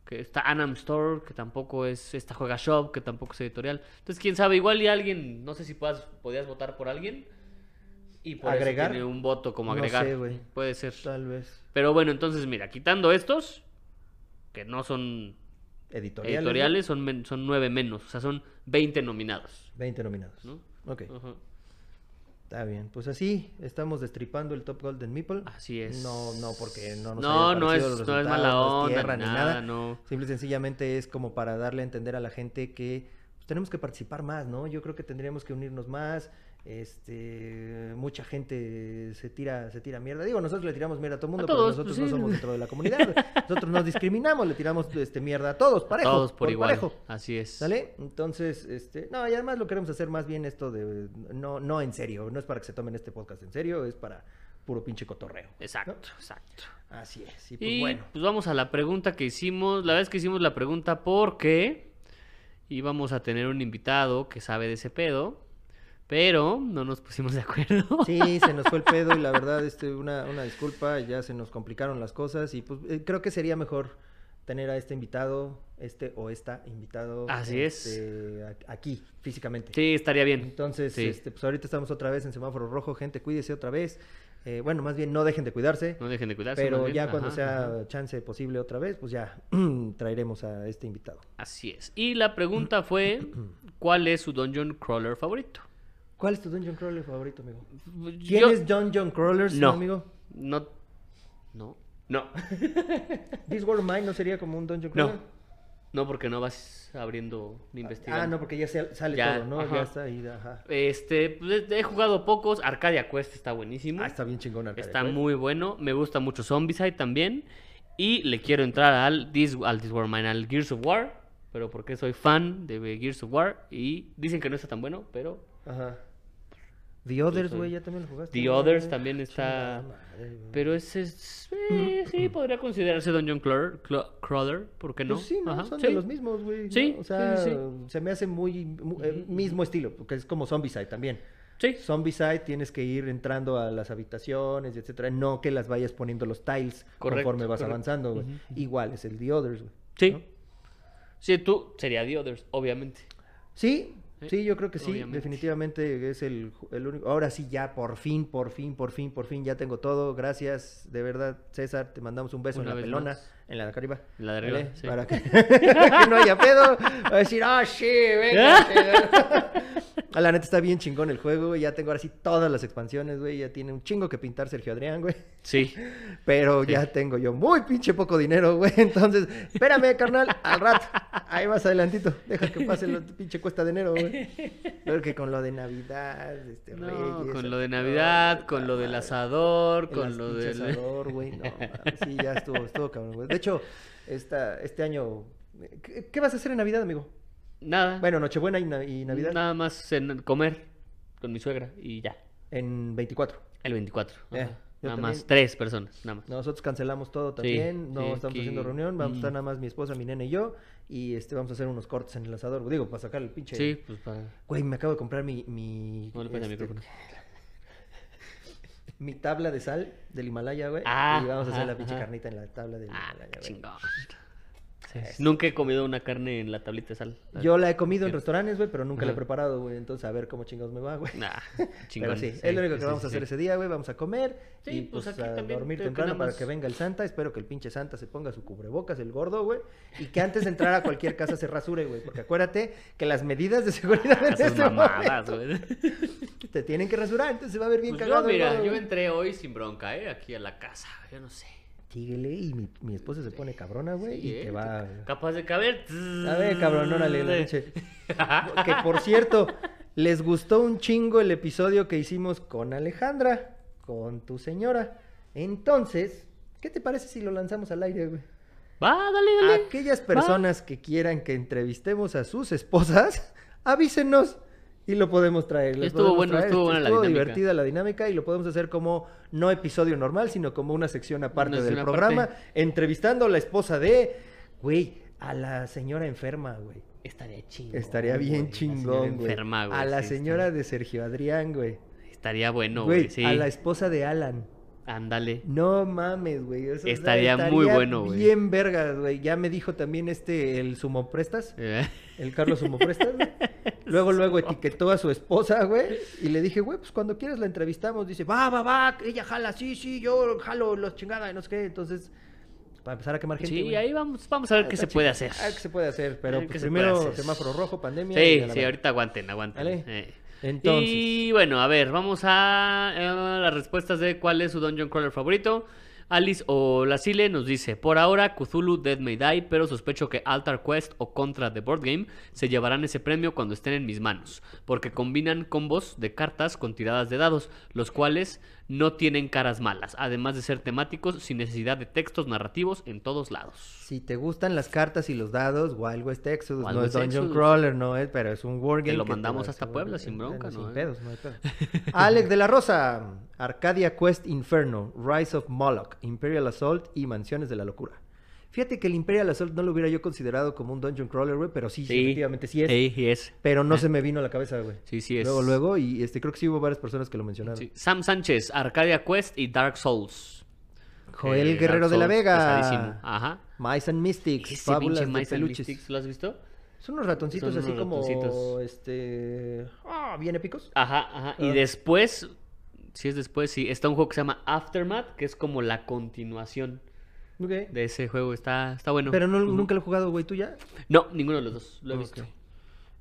Speaker 2: que está Anam Store, que tampoco es, está Juega Shop, que tampoco es editorial. Entonces, quién sabe, igual y alguien, no sé si puedas, podías votar por alguien y por eso
Speaker 1: ¿Agregar?
Speaker 2: tiene un voto como
Speaker 1: No
Speaker 2: agregar.
Speaker 1: sé, güey.
Speaker 2: Puede ser.
Speaker 1: Tal vez.
Speaker 2: Pero bueno, entonces mira, quitando estos, que no son
Speaker 1: Editoriales. ¿no?
Speaker 2: editoriales, son, men- son nueve menos, o sea, son 20 nominados.
Speaker 1: 20 nominados.
Speaker 2: ¿No?
Speaker 1: Ok,
Speaker 2: Ajá.
Speaker 1: está bien. Pues así estamos destripando el Top Golden Meeple.
Speaker 2: Así es.
Speaker 1: No, no, porque no nos
Speaker 2: No,
Speaker 1: hayan
Speaker 2: no es,
Speaker 1: parecido los
Speaker 2: no es
Speaker 1: resultados,
Speaker 2: mala
Speaker 1: no es
Speaker 2: onda,
Speaker 1: tierra,
Speaker 2: ni
Speaker 1: ni
Speaker 2: nada,
Speaker 1: nada.
Speaker 2: no.
Speaker 1: Simple y sencillamente es como para darle a entender a la gente que pues, tenemos que participar más, ¿no? Yo creo que tendríamos que unirnos más. Este, mucha gente se tira, se tira mierda. Digo, nosotros le tiramos mierda a todo el mundo,
Speaker 2: todos,
Speaker 1: pero nosotros
Speaker 2: pues, sí.
Speaker 1: no somos dentro de la comunidad. Nosotros nos discriminamos, le tiramos este mierda a todos, parejo.
Speaker 2: Todos por, igual.
Speaker 1: parejo.
Speaker 2: Así es.
Speaker 1: ¿Sale? Entonces, este, no, y además lo queremos hacer más bien esto de no, no en serio, no es para que se tomen este podcast en serio, es para puro pinche cotorreo.
Speaker 2: Exacto,
Speaker 1: ¿no?
Speaker 2: exacto.
Speaker 1: Así es. Y pues
Speaker 2: Y
Speaker 1: bueno.
Speaker 2: pues vamos a la pregunta que hicimos. La verdad es que hicimos la pregunta porque íbamos a tener un invitado que sabe de ese pedo, pero no nos pusimos de acuerdo.
Speaker 1: Sí, se nos fue el pedo y la verdad, este, una, una disculpa, ya se nos complicaron las cosas y pues eh, creo que sería mejor tener a este invitado, este o esta invitado.
Speaker 2: Así es.
Speaker 1: este, a- Aquí, físicamente.
Speaker 2: Sí, estaría bien.
Speaker 1: Entonces,
Speaker 2: Sí.
Speaker 1: este, pues ahorita estamos otra vez en semáforo rojo, gente, cuídese otra vez. Eh, bueno, más bien no dejen de cuidarse.
Speaker 2: no dejen de cuidarse. más
Speaker 1: Pero
Speaker 2: bien.
Speaker 1: ya cuando
Speaker 2: Ajá,
Speaker 1: sea
Speaker 2: ajá.
Speaker 1: chance posible otra vez, pues ya traeremos a este invitado.
Speaker 2: Así es. Y la pregunta fue, ¿cuál es su dungeon crawler favorito?
Speaker 1: ¿Cuál es tu Dungeon Crawler favorito, amigo?
Speaker 2: Yo-
Speaker 1: ¿Tienes Dungeon Crawlers,
Speaker 2: No.
Speaker 1: amigo?
Speaker 2: No. No. No.
Speaker 1: ¿This World of Mine no sería como un Dungeon Crawler?
Speaker 2: No. No, porque no vas abriendo ni investigando.
Speaker 1: Ah, no, porque ya se- sale
Speaker 2: Ya,
Speaker 1: todo, ¿no?
Speaker 2: ajá.
Speaker 1: Ya está ahí, ajá.
Speaker 2: Este, pues, he jugado pocos. Arcadia Quest está buenísimo.
Speaker 1: Ah, está bien chingón. Arcadia
Speaker 2: Está
Speaker 1: Quest.
Speaker 2: muy bueno. Me gusta mucho Zombicide también. Y le quiero entrar al This, al This War of Mine, al Gears of War. Pero porque soy fan de Gears of War. Y dicen que no está tan bueno, pero
Speaker 1: Ajá. The Others,
Speaker 2: soy-
Speaker 1: güey, ya también lo jugaste.
Speaker 2: The
Speaker 1: ¿no? eh,
Speaker 2: Others también
Speaker 1: Chingada
Speaker 2: está-
Speaker 1: madre, güey.
Speaker 2: Pero ese es, eh, sí, podría considerarse Dungeon Crawler, cla- crawler, ¿por qué no?
Speaker 1: Pues sí, ¿no?
Speaker 2: Ajá,
Speaker 1: Son
Speaker 2: sí.
Speaker 1: de los mismos, güey. ¿no?
Speaker 2: Sí,
Speaker 1: O sea,
Speaker 2: sí, sí,
Speaker 1: se me hace muy... mu- eh, mismo estilo, porque es como Zombicide también.
Speaker 2: Sí,
Speaker 1: Zombicide tienes que ir entrando a las habitaciones, y etcétera. No que las vayas poniendo los tiles
Speaker 2: Correcto,
Speaker 1: conforme vas
Speaker 2: correcto.
Speaker 1: avanzando, güey. Igual es el The Others, güey.
Speaker 2: sí.
Speaker 1: ¿no?
Speaker 2: Sí, tú sería The Others, obviamente.
Speaker 1: Sí,
Speaker 2: Sí,
Speaker 1: sí, yo creo que sí.
Speaker 2: obviamente.
Speaker 1: Definitivamente es el, ju- el único. Ahora sí, ya, por fin, por fin, por fin, por fin, ya tengo todo. Gracias, de verdad, César. Te mandamos un beso
Speaker 2: Una
Speaker 1: en la
Speaker 2: vez
Speaker 1: pelona,
Speaker 2: más.
Speaker 1: en la de acá arriba.
Speaker 2: La de arriba,
Speaker 1: ¿vale?
Speaker 2: sí.
Speaker 1: Para que, que no haya pedo. Va a decir, ah, sí, venga. Ah, La neta está bien chingón el juego, güey. Ya tengo ahora sí todas las expansiones, güey. Ya tiene un chingo que pintar Sergio Adrián, güey.
Speaker 2: Sí,
Speaker 1: Pero ya tengo yo muy pinche poco dinero, güey. Entonces, espérame, carnal, al rato. Ahí más adelantito. Deja que pase la pinche cuesta de enero, güey. Porque con lo de Navidad, este,
Speaker 2: no,
Speaker 1: Reyes,
Speaker 2: con lo de
Speaker 1: Santo
Speaker 2: Navidad,
Speaker 1: Claus,
Speaker 2: con lo del
Speaker 1: madre,
Speaker 2: asador,
Speaker 1: el
Speaker 2: con
Speaker 1: as-
Speaker 2: lo
Speaker 1: pinche
Speaker 2: del...
Speaker 1: asador, güey. No, mames, sí, ya estuvo, estuvo cabrón, güey. De hecho, esta, este año... ¿qué, qué vas a hacer en Navidad, amigo?
Speaker 2: Nada,
Speaker 1: Bueno, Nochebuena y, na- y Navidad
Speaker 2: nada más en- comer con mi suegra y ya,
Speaker 1: en 24.
Speaker 2: el 24. ajá.
Speaker 1: Eh, yo
Speaker 2: nada
Speaker 1: también.
Speaker 2: más, tres personas, nada más.
Speaker 1: Nosotros cancelamos todo también, no
Speaker 2: sí,
Speaker 1: estamos
Speaker 2: aquí-
Speaker 1: haciendo reunión, vamos a estar
Speaker 2: Mm.
Speaker 1: nada más mi esposa, mi nene y yo, y este vamos a hacer unos cortes en el asador, digo, para sacar el pinche...
Speaker 2: Sí, pues para...
Speaker 1: Güey, me acabo de comprar mi... mi,
Speaker 2: No le pegues al
Speaker 1: este,
Speaker 2: micrófono.
Speaker 1: mi tabla de sal del Himalaya, güey,
Speaker 2: Ah,
Speaker 1: y vamos a
Speaker 2: ajá,
Speaker 1: hacer la pinche
Speaker 2: ajá.
Speaker 1: carnita en la tabla del
Speaker 2: Ah,
Speaker 1: Himalaya, güey. Este,
Speaker 2: chingón. Sí, sí. Nunca he comido una carne en la tablita de sal.
Speaker 1: Yo la he comido en restaurantes, güey, pero nunca la he
Speaker 2: Ajá.
Speaker 1: preparado, güey, entonces a ver cómo chingados me va, güey.
Speaker 2: Nah, chingón.
Speaker 1: Pero sí, es lo único que
Speaker 2: sí,
Speaker 1: vamos a
Speaker 2: sí.
Speaker 1: hacer ese día, güey. Vamos a comer
Speaker 2: Sí,
Speaker 1: y pues,
Speaker 2: pues, aquí
Speaker 1: a
Speaker 2: también
Speaker 1: dormir
Speaker 2: creo que
Speaker 1: temprano
Speaker 2: nada
Speaker 1: para
Speaker 2: más.
Speaker 1: que venga el Santa. Espero que el pinche Santa se ponga su cubrebocas, el gordo, güey. Y que antes de entrar a cualquier casa se rasure, güey. Porque acuérdate que las medidas de seguridad en
Speaker 2: Esas
Speaker 1: este
Speaker 2: Ah, mamadas,
Speaker 1: momento
Speaker 2: güey.
Speaker 1: te tienen que rasurar, entonces se va a ver bien
Speaker 2: Pues yo,
Speaker 1: cagado. el
Speaker 2: mira,
Speaker 1: gordo,
Speaker 2: yo
Speaker 1: güey.
Speaker 2: entré hoy sin bronca, ¿eh? Aquí a la casa, yo no sé.
Speaker 1: síguele. Y mi, mi esposa se pone cabrona, Ah, güey, y te va.
Speaker 2: eh, Capaz de caber.
Speaker 1: A ver, cabrón, órale,
Speaker 2: Mm,
Speaker 1: la pinche. Que por cierto, les gustó un chingo el episodio que hicimos con Alejandra, con tu señora. Entonces, ¿qué te parece si lo lanzamos al aire, güey?
Speaker 2: Va, dale, dale.
Speaker 1: Aquellas personas que quieran que entrevistemos a sus esposas, avísenos y lo podemos traer. lo
Speaker 2: Estuvo
Speaker 1: podemos
Speaker 2: bueno, estuvo buena la dinámica.
Speaker 1: divertida la dinámica y lo podemos hacer como no episodio normal, sino como una sección aparte
Speaker 2: Una
Speaker 1: del
Speaker 2: sección
Speaker 1: programa,
Speaker 2: aparte.
Speaker 1: entrevistando a la esposa de, güey, a la señora enferma, güey.
Speaker 2: Estaría chingón.
Speaker 1: Estaría
Speaker 2: güey,
Speaker 1: bien
Speaker 2: la señora
Speaker 1: chingón, güey.
Speaker 2: enferma, güey,
Speaker 1: A la
Speaker 2: sí,
Speaker 1: señora
Speaker 2: estaría-
Speaker 1: de Sergio Adrián, güey.
Speaker 2: Estaría bueno,
Speaker 1: Güey,
Speaker 2: güey. Sí.
Speaker 1: a la esposa de Alan.
Speaker 2: Ándale.
Speaker 1: No mames, güey. eso
Speaker 2: Estaría muy bueno, güey.
Speaker 1: Bien vergas, güey. Ya me dijo también este, el Sumoprestas.
Speaker 2: Eh,
Speaker 1: El Carlos Sumoprestas, güey. Luego, luego etiquetó a su esposa, güey. Y le dije, güey, pues cuando quieras la entrevistamos. Dice, va, va, va. Ella jala, sí, sí. Yo jalo los chingadas, no sé qué. Entonces, para empezar a quemar gente.
Speaker 2: Sí,
Speaker 1: güey. Ah,
Speaker 2: ahí vamos, vamos a ver qué
Speaker 1: Está
Speaker 2: se puede
Speaker 1: chido.
Speaker 2: hacer.
Speaker 1: A ver qué se puede hacer. Pero
Speaker 2: A ver
Speaker 1: pues,
Speaker 2: qué se puede
Speaker 1: primero,
Speaker 2: hacer.
Speaker 1: semáforo rojo, pandemia. y
Speaker 2: Sí,
Speaker 1: a la
Speaker 2: sí,
Speaker 1: verga.
Speaker 2: ahorita aguanten, aguanten.
Speaker 1: ¿Vale?
Speaker 2: eh.
Speaker 1: Entonces.
Speaker 2: Y bueno, a ver, vamos a eh, las respuestas de cuál es su Dungeon Crawler favorito. Alice o Lacile nos dice, por ahora Cthulhu Dead May Die, pero sospecho que Altar Quest o Contra The Board Game se llevarán ese premio cuando estén en mis manos, porque combinan combos de cartas con tiradas de dados, los cuales no tienen caras malas, además de ser temáticos sin necesidad de textos narrativos en todos lados.
Speaker 1: Si te gustan las cartas y los dados, Wild West Exodus,
Speaker 2: Wild
Speaker 1: no
Speaker 2: West
Speaker 1: es Dungeon
Speaker 2: Exodus.
Speaker 1: Crawler, no es, pero es un wargame.
Speaker 2: Te lo
Speaker 1: que va
Speaker 2: mandamos
Speaker 1: a
Speaker 2: hasta
Speaker 1: hacer-
Speaker 2: Puebla sin
Speaker 1: eh,
Speaker 2: bronca,
Speaker 1: Sin
Speaker 2: ¿no?
Speaker 1: pedos, no hay pedo. Alex de la Rosa, Arcadia Quest Inferno, Rise of Moloch, Imperial Assault y Mansiones de la Locura. Fíjate que el Imperial Assault no lo hubiera yo considerado como un Dungeon Crawler, güey, pero sí, sí, efectivamente sí es.
Speaker 2: Sí, sí es.
Speaker 1: Pero no se me vino a la cabeza, güey.
Speaker 2: Sí, sí es.
Speaker 1: Luego, luego, y este, creo que sí hubo varias personas que lo mencionaron.
Speaker 2: Sí. Sam Sánchez, Arcadia Quest y Dark Souls.
Speaker 1: Joel
Speaker 2: Eh,
Speaker 1: Guerrero
Speaker 2: Dark
Speaker 1: de la
Speaker 2: Souls,
Speaker 1: Vega.
Speaker 2: pesadísimo. Ajá.
Speaker 1: Mice and Mystics,
Speaker 2: Ese
Speaker 1: Fábulas
Speaker 2: pinche
Speaker 1: de
Speaker 2: Mice and
Speaker 1: Peluches.
Speaker 2: Mystics, ¿Lo has visto?
Speaker 1: Son unos ratoncitos
Speaker 2: Son
Speaker 1: así
Speaker 2: unos
Speaker 1: como
Speaker 2: ratoncitos.
Speaker 1: este ah, bien épicos.
Speaker 2: Ajá, ajá. Y
Speaker 1: Ah.
Speaker 2: después, si es después, sí, está un juego que se llama Aftermath, que es como la continuación
Speaker 1: Ok.
Speaker 2: de ese juego. Está, está bueno.
Speaker 1: Pero no-
Speaker 2: Ujú.
Speaker 1: nunca lo he jugado, güey, tú ya.
Speaker 2: No, ninguno de los dos. Lo he
Speaker 1: Ok.
Speaker 2: visto.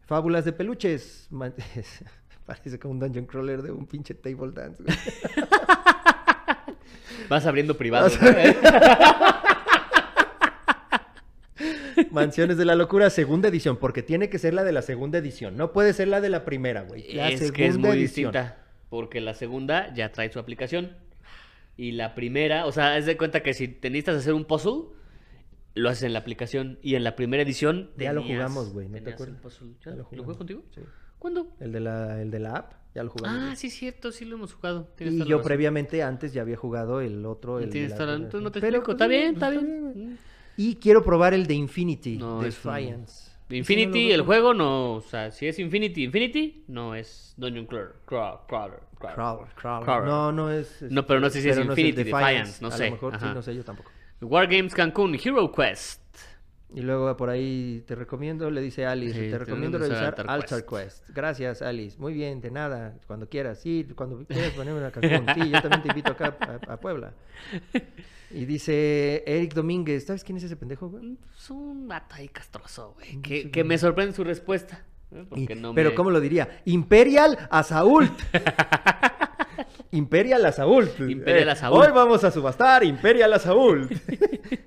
Speaker 1: Fábulas de peluches. Man- Parece como un dungeon crawler de un pinche table dance. güey.
Speaker 2: Vas abriendo privado.
Speaker 1: Vas-
Speaker 2: ¿no?
Speaker 1: Mansiones de la locura, segunda edición, porque tiene que ser la de la segunda edición. No puede ser la de la primera, güey. La
Speaker 2: es
Speaker 1: segunda
Speaker 2: que es muy
Speaker 1: edición.
Speaker 2: distinta. Porque la segunda ya trae su aplicación. Y la primera, o sea, es de cuenta que si te necesitas hacer un puzzle, lo haces en la aplicación. Y en la primera edición.
Speaker 1: Ya lo
Speaker 2: tenías-
Speaker 1: jugamos, güey, ¿no te
Speaker 2: tenías
Speaker 1: acuerdas?
Speaker 2: el puzzle. ¿Ya?
Speaker 1: Ya lo
Speaker 2: ¿Lo,
Speaker 1: jugamos,
Speaker 2: jugué contigo?
Speaker 1: sí.
Speaker 2: ¿Cuándo?
Speaker 1: El de la, el de la app, ya lo jugamos.
Speaker 2: Ah,
Speaker 1: güey.
Speaker 2: sí, cierto, sí lo hemos jugado. Tienes
Speaker 1: y
Speaker 2: toda la
Speaker 1: yo
Speaker 2: razón.
Speaker 1: previamente antes ya había jugado el otro. El de
Speaker 2: Tienes
Speaker 1: la
Speaker 2: toda la-
Speaker 1: primera
Speaker 2: entonces no te
Speaker 1: edición. Pero,
Speaker 2: explico.
Speaker 1: pues,
Speaker 2: Está bien, está
Speaker 1: está
Speaker 2: bien.
Speaker 1: bien.
Speaker 2: Mm.
Speaker 1: Y quiero probar el de Infinity,
Speaker 2: No, es un-
Speaker 1: Defiance.
Speaker 2: De Infinity, el juego no. O sea, si es Infinity, Infinity, no es Dungeon Crawler. Craw- Crawler. Crawler.
Speaker 1: Crawler, crawler.
Speaker 2: Crawler.
Speaker 1: No, no es.
Speaker 2: No, pero no sé si es
Speaker 1: pero el
Speaker 2: Infinity,
Speaker 1: Defiance.
Speaker 2: Defiance, no
Speaker 1: A
Speaker 2: sé,
Speaker 1: lo mejor, sí,
Speaker 2: ajá.
Speaker 1: no sé, yo tampoco.
Speaker 2: Wargames Cancún, Hero Quest.
Speaker 1: Y luego por ahí te recomiendo, le dice Alice,
Speaker 2: Sí,
Speaker 1: te
Speaker 2: te
Speaker 1: recomiendo
Speaker 2: recomiendo
Speaker 1: revisar
Speaker 2: usar Altar
Speaker 1: Altar Quest. Gracias, Alice. Muy bien, de nada, cuando quieras. Sí, cuando quieras ponerme una Cancún. Sí, yo también te invito acá a, a Puebla. Y dice Eric Domínguez, ¿sabes quién es ese pendejo, güey?
Speaker 2: Es pues, un vato ahí castroso, güey.
Speaker 1: No
Speaker 2: Que,
Speaker 1: sé
Speaker 2: que
Speaker 1: cómo.
Speaker 2: me sorprende su respuesta. ¿eh?
Speaker 1: Y-
Speaker 2: Porque no
Speaker 1: pero
Speaker 2: me-
Speaker 1: ¿cómo lo diría? Imperial a Saúl. Imperial a Saúl. Eh,
Speaker 2: Imperial a Saúl.
Speaker 1: Hoy vamos a subastar Imperial a Saúl.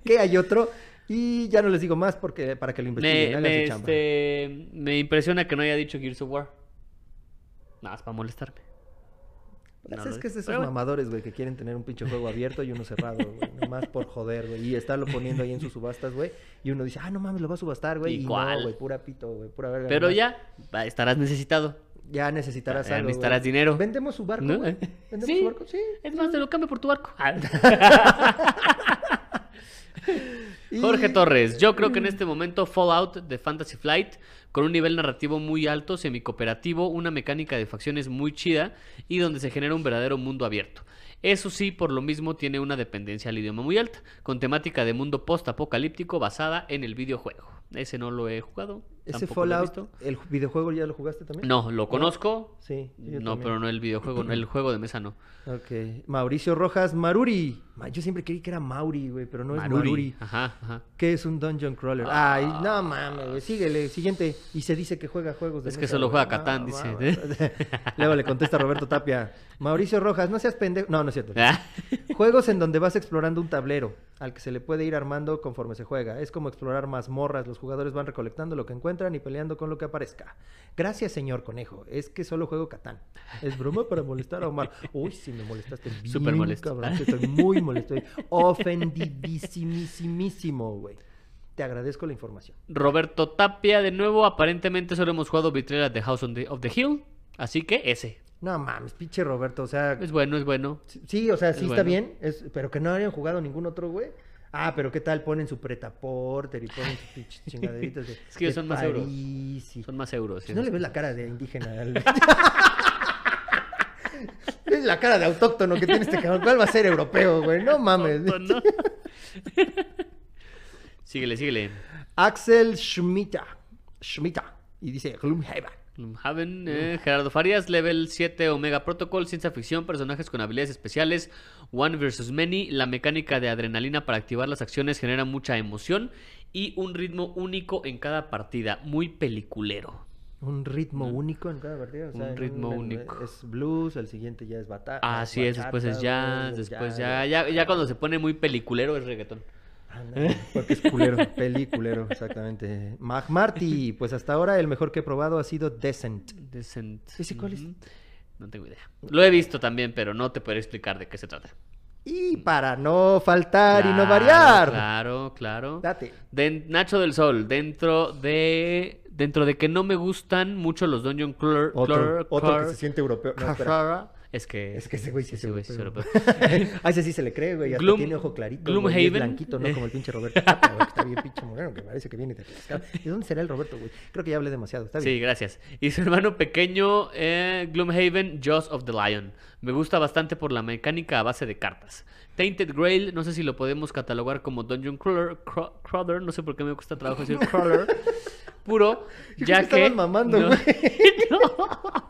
Speaker 1: que hay otro. Y ya no les digo más porque para que lo investiguen.
Speaker 2: me,
Speaker 1: hagan
Speaker 2: me,
Speaker 1: su chamba.
Speaker 2: este, me impresiona que no haya dicho Gears of War. Nada, es para molestarme.
Speaker 1: Pues
Speaker 2: no
Speaker 1: es
Speaker 2: lo
Speaker 1: que es de
Speaker 2: digo,
Speaker 1: esos
Speaker 2: pero bueno.
Speaker 1: mamadores, güey, que quieren tener un pinche juego abierto y uno cerrado, güey. Nomás por joder, güey. Y estarlo poniendo ahí en sus subastas, güey. Y uno dice, ah, no mames, lo va a subastar, güey.
Speaker 2: ¿Y
Speaker 1: Y, no,
Speaker 2: cuál?
Speaker 1: güey, pura pito, güey, pura verga.
Speaker 2: Pero
Speaker 1: nomás.
Speaker 2: ya va, estarás necesitado.
Speaker 1: Ya necesitarás
Speaker 2: Ya
Speaker 1: algo, güey.
Speaker 2: necesitarás dinero.
Speaker 1: ¿Vendemos su barco,
Speaker 2: ¿No?
Speaker 1: güey? ¿Vendemos
Speaker 2: Sí.
Speaker 1: su barco? Sí.
Speaker 2: Es más, te lo cambio por tu barco.
Speaker 1: Y-
Speaker 2: Jorge Torres, yo creo que en este momento Fallout de Fantasy Flight, con un nivel narrativo muy alto, semicooperativo, una mecánica de facciones muy chida y donde se genera un verdadero mundo abierto. Eso sí, por lo mismo tiene una dependencia al idioma muy alta, con temática de mundo post-apocalíptico basada en el videojuego. Ese no lo he jugado.
Speaker 1: Ese
Speaker 2: tampoco lo he
Speaker 1: Fallout,
Speaker 2: visto.
Speaker 1: ¿el videojuego ya lo jugaste también?
Speaker 2: No, lo conozco.
Speaker 1: Sí, yo
Speaker 2: no,
Speaker 1: también.
Speaker 2: pero no el videojuego, no, el juego de mesa no.
Speaker 1: Ok. Mauricio Rojas Maruri. Ma- Yo siempre creí que era Mauri, güey, pero no es
Speaker 2: Maruri.
Speaker 1: Maruri.
Speaker 2: Ajá, ajá.
Speaker 1: Que es un dungeon crawler.
Speaker 2: Ah.
Speaker 1: Ay, no mames, güey. Síguele, siguiente. Y se dice que juega juegos de
Speaker 2: Es que
Speaker 1: mesa,
Speaker 2: solo
Speaker 1: güey. Ah,
Speaker 2: juega Catán, dice.
Speaker 1: mames. ah. Luego le contesta Roberto Tapia. Mauricio Rojas, no seas pendejo. No, no es cierto.
Speaker 2: Ah,
Speaker 1: Juegos en donde vas explorando un tablero, al que se le puede ir armando conforme se juega. Es como explorar mazmorras, los jugadores van recolectando lo que encuentran y peleando con lo que aparezca. Gracias, señor conejo. Es que solo juego Catán. Es broma para molestar a Omar. Uy, si me molestaste bien,
Speaker 2: Súper molesto.
Speaker 1: cabrón. Estoy muy molesto. Estoy ofendidísimísimo, güey. Te agradezco la información.
Speaker 2: Roberto Tapia, de nuevo, aparentemente solo hemos jugado Betrayal de House on the- of the Hill. Así que ese.
Speaker 1: No mames, pinche Roberto, o sea,
Speaker 2: Es bueno, es bueno.
Speaker 1: sí, o sea, sí
Speaker 2: es
Speaker 1: está
Speaker 2: bueno.
Speaker 1: bien, es- pero que no hayan jugado ningún otro, güey. Ah, pero qué tal ponen su pretaporter y ponen sus pinches chingaderitas de
Speaker 2: Es que
Speaker 1: de
Speaker 2: son más euros.
Speaker 1: París y-
Speaker 2: Son más euros. ¿eh?
Speaker 1: No le ves la cara de indígena al... Es la cara de autóctono que tiene este cabrón. ¿Cuál va a ser europeo, güey? No mames.
Speaker 2: ¿no? síguele, síguele.
Speaker 1: Axel Schmita. Schmita. Y dice Gloomhaven.
Speaker 2: Haven, eh, Gerardo Farías, level 7 Omega Protocol, ciencia ficción, personajes con habilidades especiales, One versus Many, la mecánica de adrenalina para activar las acciones genera mucha emoción y un ritmo único en cada partida, muy peliculero.
Speaker 1: Un ritmo único en cada partida. o sea,
Speaker 2: Mm. Un
Speaker 1: en
Speaker 2: ritmo
Speaker 1: en-
Speaker 2: único.
Speaker 1: Es blues, el siguiente ya es batalla.
Speaker 2: Así Ah, es, después es jazz, después ya, ya, ya cuando se pone muy peliculero es reggaetón.
Speaker 1: Ándale, Porque es culero, peliculero, exactamente. Mag Marty, pues hasta ahora el mejor que he probado ha sido Decent.
Speaker 2: Decent.
Speaker 1: ¿Ese cuál es?
Speaker 2: ujú. No tengo idea. Lo he visto también, pero no te puedo explicar de qué se trata.
Speaker 1: Y para no faltar y no
Speaker 2: Claro,
Speaker 1: variar.
Speaker 2: Claro, claro.
Speaker 1: Date.
Speaker 2: Den- Nacho del Sol, dentro de dentro de que no me gustan mucho los Dungeon Crawler,
Speaker 1: Otro,
Speaker 2: crawler-
Speaker 1: otro que
Speaker 2: crawler-
Speaker 1: se siente europeo. No, espera.
Speaker 2: crawler- es que
Speaker 1: Es que ese güey sí es
Speaker 2: ese güey sí es
Speaker 1: europeo.
Speaker 2: europeo.
Speaker 1: A ese sí se le cree, güey. Hasta
Speaker 2: Gloom-
Speaker 1: tiene ojo clarito.
Speaker 2: Gloomhaven.
Speaker 1: güey, y es blanquito, no como el pinche Roberto. Tapia, güey, que está bien pinche moreno, que parece que viene de Tlaxcala. ¿De dónde será el Roberto, güey? Creo que ya hablé demasiado. Está bien.
Speaker 2: Sí, gracias. Y su hermano pequeño, eh, Gloomhaven, Jaws of the Lion. Me gusta bastante por la mecánica a base de cartas. Tainted Grail, no sé si lo podemos catalogar como Dungeon Crawler, cra- Crawler, no sé por qué me cuesta trabajo decir Crawler, puro,
Speaker 1: Yo
Speaker 2: ya
Speaker 1: creo que estabas
Speaker 2: que...
Speaker 1: mamando,
Speaker 2: no-
Speaker 1: güey.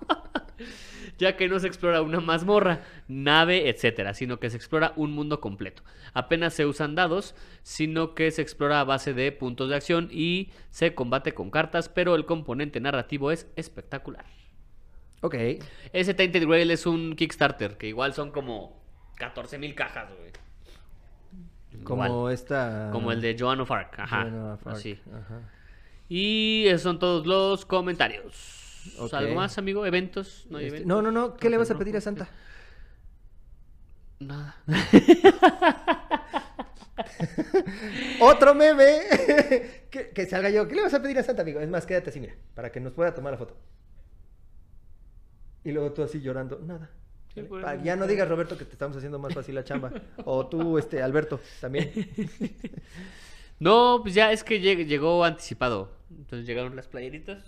Speaker 2: ya que no se explora una mazmorra, nave, etcétera, sino que se explora un mundo completo. Apenas se usan dados, sino que se explora a base de puntos de acción y se combate con cartas, pero el componente narrativo es espectacular.
Speaker 1: Ok.
Speaker 2: Ese Tainted Grail es un Kickstarter, que igual son como 14.000 cajas, güey.
Speaker 1: Como
Speaker 2: Igual.
Speaker 1: esta.
Speaker 2: Como el de Joan of Arc, ajá.
Speaker 1: Joan of Arc,
Speaker 2: así.
Speaker 1: Ajá.
Speaker 2: Y esos son todos los comentarios.
Speaker 1: Ok.
Speaker 2: ¿Algo más, amigo? ¿Eventos? No, hay
Speaker 1: Este,
Speaker 2: eventos?
Speaker 1: no, no, no. ¿Qué le vas a pedir a
Speaker 2: no.
Speaker 1: Santa?
Speaker 2: Nada.
Speaker 1: Otro meme. que, que salga yo. ¿Qué le vas a pedir a Santa, amigo? Es más, quédate así, mira, para que nos pueda tomar la foto. Y luego tú así llorando. Nada.
Speaker 2: Sí,
Speaker 1: Vale,
Speaker 2: pues,
Speaker 1: para- ya no digas, Roberto, que te estamos haciendo más fácil la chamba. O tú, este, Alberto, también.
Speaker 2: No, pues ya es que lleg- llegó anticipado. Entonces llegaron las playeritas.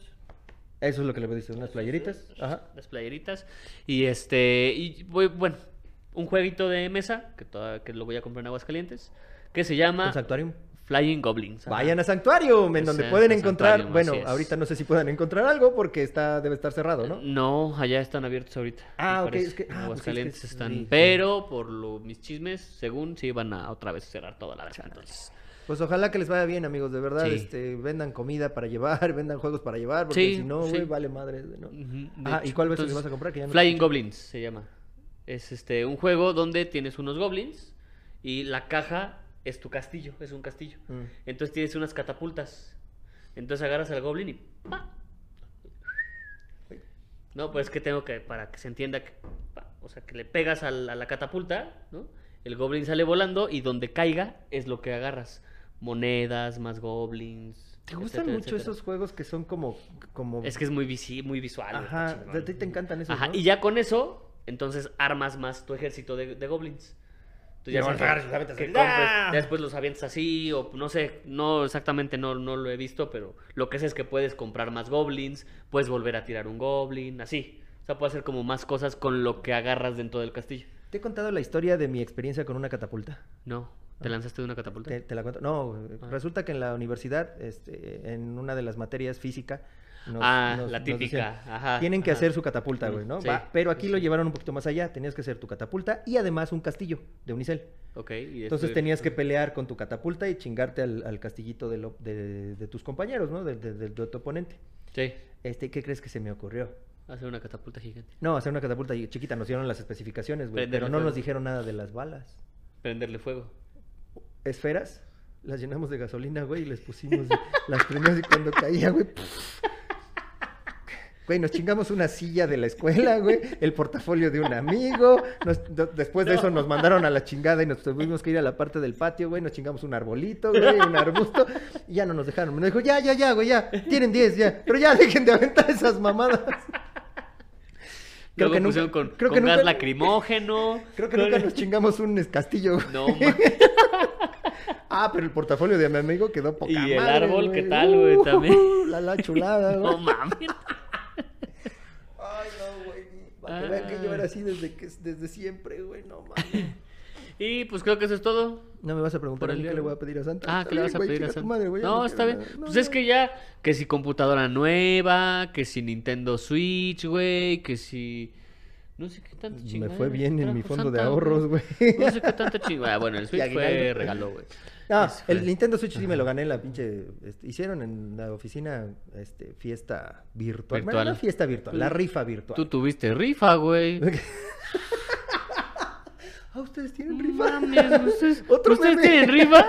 Speaker 1: Eso es lo que le pediste, unas playeritas. Ajá.
Speaker 2: Las playeritas. Y este. Y voy- bueno, un jueguito de mesa que, toda- que lo voy a comprar en Aguascalientes. Que se llama
Speaker 1: Con Sanctuarium.
Speaker 2: Flying Goblins. Ajá.
Speaker 1: Vayan a Sanctuarium, en
Speaker 2: Es
Speaker 1: donde
Speaker 2: en-
Speaker 1: pueden
Speaker 2: en
Speaker 1: encontrar.
Speaker 2: Sanctuarium,
Speaker 1: Bueno,
Speaker 2: así es.
Speaker 1: ahorita no sé si puedan encontrar algo porque está debe estar cerrado, ¿no?
Speaker 2: No, allá están abiertos ahorita.
Speaker 1: Ah,
Speaker 2: me
Speaker 1: ok,
Speaker 2: parece.
Speaker 1: es que- ah, pues sí, es que
Speaker 2: En Aguascalientes
Speaker 1: sí,
Speaker 2: están.
Speaker 1: sí.
Speaker 2: Pero por lo, mis chismes, según se iban a otra vez cerrar toda la verga. Entonces.
Speaker 1: Pues ojalá que les vaya bien, amigos, de verdad,
Speaker 2: Sí.
Speaker 1: este, vendan comida para llevar, vendan juegos para llevar, porque
Speaker 2: Sí,
Speaker 1: si no, güey,
Speaker 2: sí.
Speaker 1: vale madre, ¿no?
Speaker 2: Ujú, de
Speaker 1: Ah, ¿y
Speaker 2: hecho,
Speaker 1: cuál ves el que
Speaker 2: entonces,
Speaker 1: vas a comprar? Que ya no-
Speaker 2: Flying Goblins se llama. Es este un juego donde tienes unos goblins y la caja es tu castillo, es un castillo.
Speaker 1: Mm.
Speaker 2: Entonces tienes unas catapultas. Entonces agarras al goblin y ¡pa! No, pues es que tengo que, para que se entienda que, ¡pa! o sea, que le pegas al- a la catapulta, ¿no? El goblin sale volando y donde caiga es lo que agarras. Monedas, más goblins.
Speaker 1: ¿Te gustan
Speaker 2: etcétera,
Speaker 1: mucho
Speaker 2: etcétera.
Speaker 1: esos juegos que son como, como...
Speaker 2: Es que es muy, visi- muy visual. güey,
Speaker 1: Ajá,
Speaker 2: está
Speaker 1: a
Speaker 2: chingón.
Speaker 1: ti te encantan esos,
Speaker 2: Ajá,
Speaker 1: ¿no?
Speaker 2: y ya con eso, entonces armas más tu ejército de, de goblins.
Speaker 1: Y
Speaker 2: Entonces ya
Speaker 1: ahora
Speaker 2: sea
Speaker 1: agarras y los avientas
Speaker 2: que
Speaker 1: así.
Speaker 2: compres,
Speaker 1: ¡Ah!
Speaker 2: ya después los avientas así, o no sé, no exactamente no, no lo he visto, pero lo que sé es que puedes comprar más goblins, puedes volver a tirar un goblin, así. O sea, puedes hacer como más cosas con lo que agarras dentro del castillo.
Speaker 1: Te he contado la historia de mi experiencia con una catapulta.
Speaker 2: No. ¿Te lanzaste de una catapulta?
Speaker 1: Ah. Te, te la cuento. No,
Speaker 2: Ah.
Speaker 1: resulta que en la universidad, este, en una de las materias física, nos-
Speaker 2: ah,
Speaker 1: nos-
Speaker 2: la
Speaker 1: nos
Speaker 2: típica.
Speaker 1: decían,
Speaker 2: ajá,
Speaker 1: tienen que
Speaker 2: ajá.
Speaker 1: hacer su catapulta, güey, ¿no?
Speaker 2: Sí,
Speaker 1: Va, pero aquí
Speaker 2: sí,
Speaker 1: lo
Speaker 2: sí.
Speaker 1: llevaron un poquito más allá. Tenías que hacer tu catapulta y además un castillo de unicel.
Speaker 2: Ok, y
Speaker 1: Entonces
Speaker 2: destruir-
Speaker 1: tenías que pelear con tu catapulta y chingarte al, al castillito de, lo- de- de tus compañeros, ¿no? De, de- de- de tu oponente.
Speaker 2: Sí,
Speaker 1: Este, ¿Qué crees que se me ocurrió?
Speaker 2: hacer una catapulta gigante.
Speaker 1: No, hacer una catapulta y- chiquita. Nos dieron las especificaciones, güey.
Speaker 2: Prenderle
Speaker 1: Pero no
Speaker 2: fuego.
Speaker 1: nos dijeron nada de las balas.
Speaker 2: Prenderle fuego.
Speaker 1: Esferas, las llenamos de gasolina, güey, y les pusimos las primeras y cuando caía, güey. pff. Güey, nos chingamos una silla de la escuela, güey, el portafolio de un amigo. nos- do- después de eso nos mandaron a la chingada y nos tuvimos que ir a la parte del patio, güey. Nos chingamos un arbolito, güey, un arbusto. Y ya no nos dejaron. Nos dijo, ya, ya, ya, güey, ya. Tienen 10, ya. Pero ya dejen de aventar esas mamadas.
Speaker 2: Luego pusieron con,
Speaker 1: creo
Speaker 2: con
Speaker 1: que
Speaker 2: gas
Speaker 1: nunca-
Speaker 2: lacrimógeno.
Speaker 1: Creo que
Speaker 2: con-
Speaker 1: nunca nos chingamos un castillo, güey.
Speaker 2: No, ma-
Speaker 1: Ah, pero el portafolio de mi amigo quedó poca
Speaker 2: Y el
Speaker 1: madre, güey.
Speaker 2: árbol,
Speaker 1: Uh,
Speaker 2: ¿qué tal, güey? También.
Speaker 1: La, la chulada, güey.
Speaker 2: no mames.
Speaker 1: Ay, no, güey. Para que vean que yo era así desde, que, desde siempre, güey. No mames.
Speaker 2: Y pues creo que eso es todo.
Speaker 1: No me vas a preguntar
Speaker 2: Por
Speaker 1: a
Speaker 2: el
Speaker 1: mí
Speaker 2: día
Speaker 1: qué
Speaker 2: de
Speaker 1: le
Speaker 2: hoy.
Speaker 1: voy a pedir a Santa.
Speaker 2: Ah,
Speaker 1: Está
Speaker 2: que le vas
Speaker 1: bien,
Speaker 2: a
Speaker 1: güey,
Speaker 2: pedir
Speaker 1: chinga
Speaker 2: a
Speaker 1: tu
Speaker 2: Santa.
Speaker 1: madre, güey, ya
Speaker 2: no, está
Speaker 1: quiero
Speaker 2: bien.
Speaker 1: nada. No,
Speaker 2: pues es
Speaker 1: no.
Speaker 2: que ya, que si computadora nueva, que si Nintendo Switch, güey, que si. No sé qué tanto
Speaker 1: Me
Speaker 2: chingada.
Speaker 1: fue bien en mi fondo de ahorros,
Speaker 2: ahorros,
Speaker 1: güey.
Speaker 2: No sé qué tanto chingada. Bueno, el Switch fue
Speaker 1: aguinaldo.
Speaker 2: regalo, güey.
Speaker 1: Ah,
Speaker 2: Ese fue.
Speaker 1: el Nintendo Switch sí me lo gané en la pinche. este, hicieron en la oficina este, fiesta virtual. Pues, Bueno,
Speaker 2: Virtual.
Speaker 1: no fiesta virtual, la
Speaker 2: Tú-
Speaker 1: rifa virtual.
Speaker 2: Tú tuviste rifa, güey.
Speaker 1: Ah, ustedes tienen rifa.
Speaker 2: Mames, ustedes,
Speaker 1: Otro
Speaker 2: ¿ustedes
Speaker 1: meme.
Speaker 2: tienen rifa.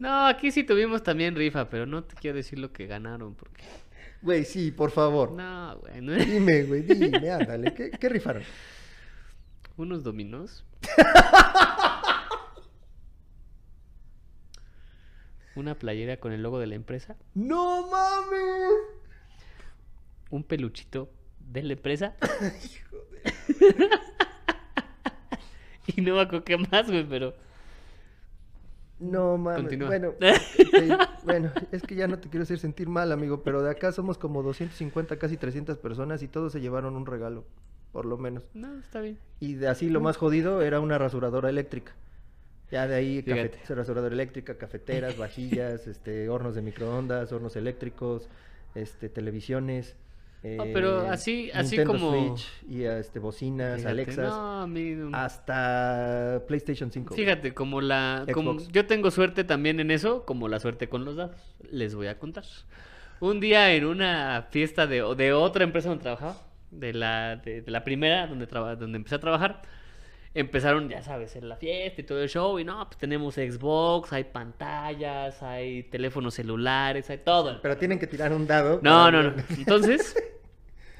Speaker 2: No, aquí sí tuvimos también rifa, pero no te quiero decir lo que ganaron porque
Speaker 1: Güey, sí, por favor.
Speaker 2: no, güey, no-
Speaker 1: Dime, güey, dime, ándale. ¿Qué, qué rifaron?
Speaker 2: unos dominós. Una playera con el logo de la empresa,
Speaker 1: ¡No mames!
Speaker 2: un peluchito de la empresa. y no me acuerdo qué más, güey, pero
Speaker 1: No mames.
Speaker 2: Continúa.
Speaker 1: Bueno, este, bueno, es que ya no te quiero hacer sentir mal, amigo, pero de acá somos como 250, casi 300 personas y todos se llevaron un regalo, por lo menos.
Speaker 2: no, está bien.
Speaker 1: Y de así lo más jodido era una rasuradora eléctrica. Ya de ahí
Speaker 2: Fíjate.
Speaker 1: cafet- rasuradora eléctrica, cafeteras, vajillas, este, hornos de microondas, hornos eléctricos, este, televisiones. eh,
Speaker 2: Ah, pero así- así
Speaker 1: Nintendo
Speaker 2: como-
Speaker 1: Switch y este, bocinas,
Speaker 2: Fíjate,
Speaker 1: Alexas, Ah,
Speaker 2: no, a mí no-
Speaker 1: hasta PlayStation 5. güey.
Speaker 2: Fíjate, como la. como-
Speaker 1: Xbox.
Speaker 2: yo tengo suerte también en eso, como la suerte con los dados. Les voy a contar. Un día en una fiesta de, de otra empresa donde trabajaba, de la, de, de la primera donde, traba- donde empecé a trabajar, empezaron, ya sabes, en la fiesta y todo el show. Y no, pues tenemos Xbox, hay pantallas, hay teléfonos celulares, hay todo.
Speaker 1: Pero tienen que tirar un dado.
Speaker 2: No,
Speaker 1: para-
Speaker 2: no, no. Entonces.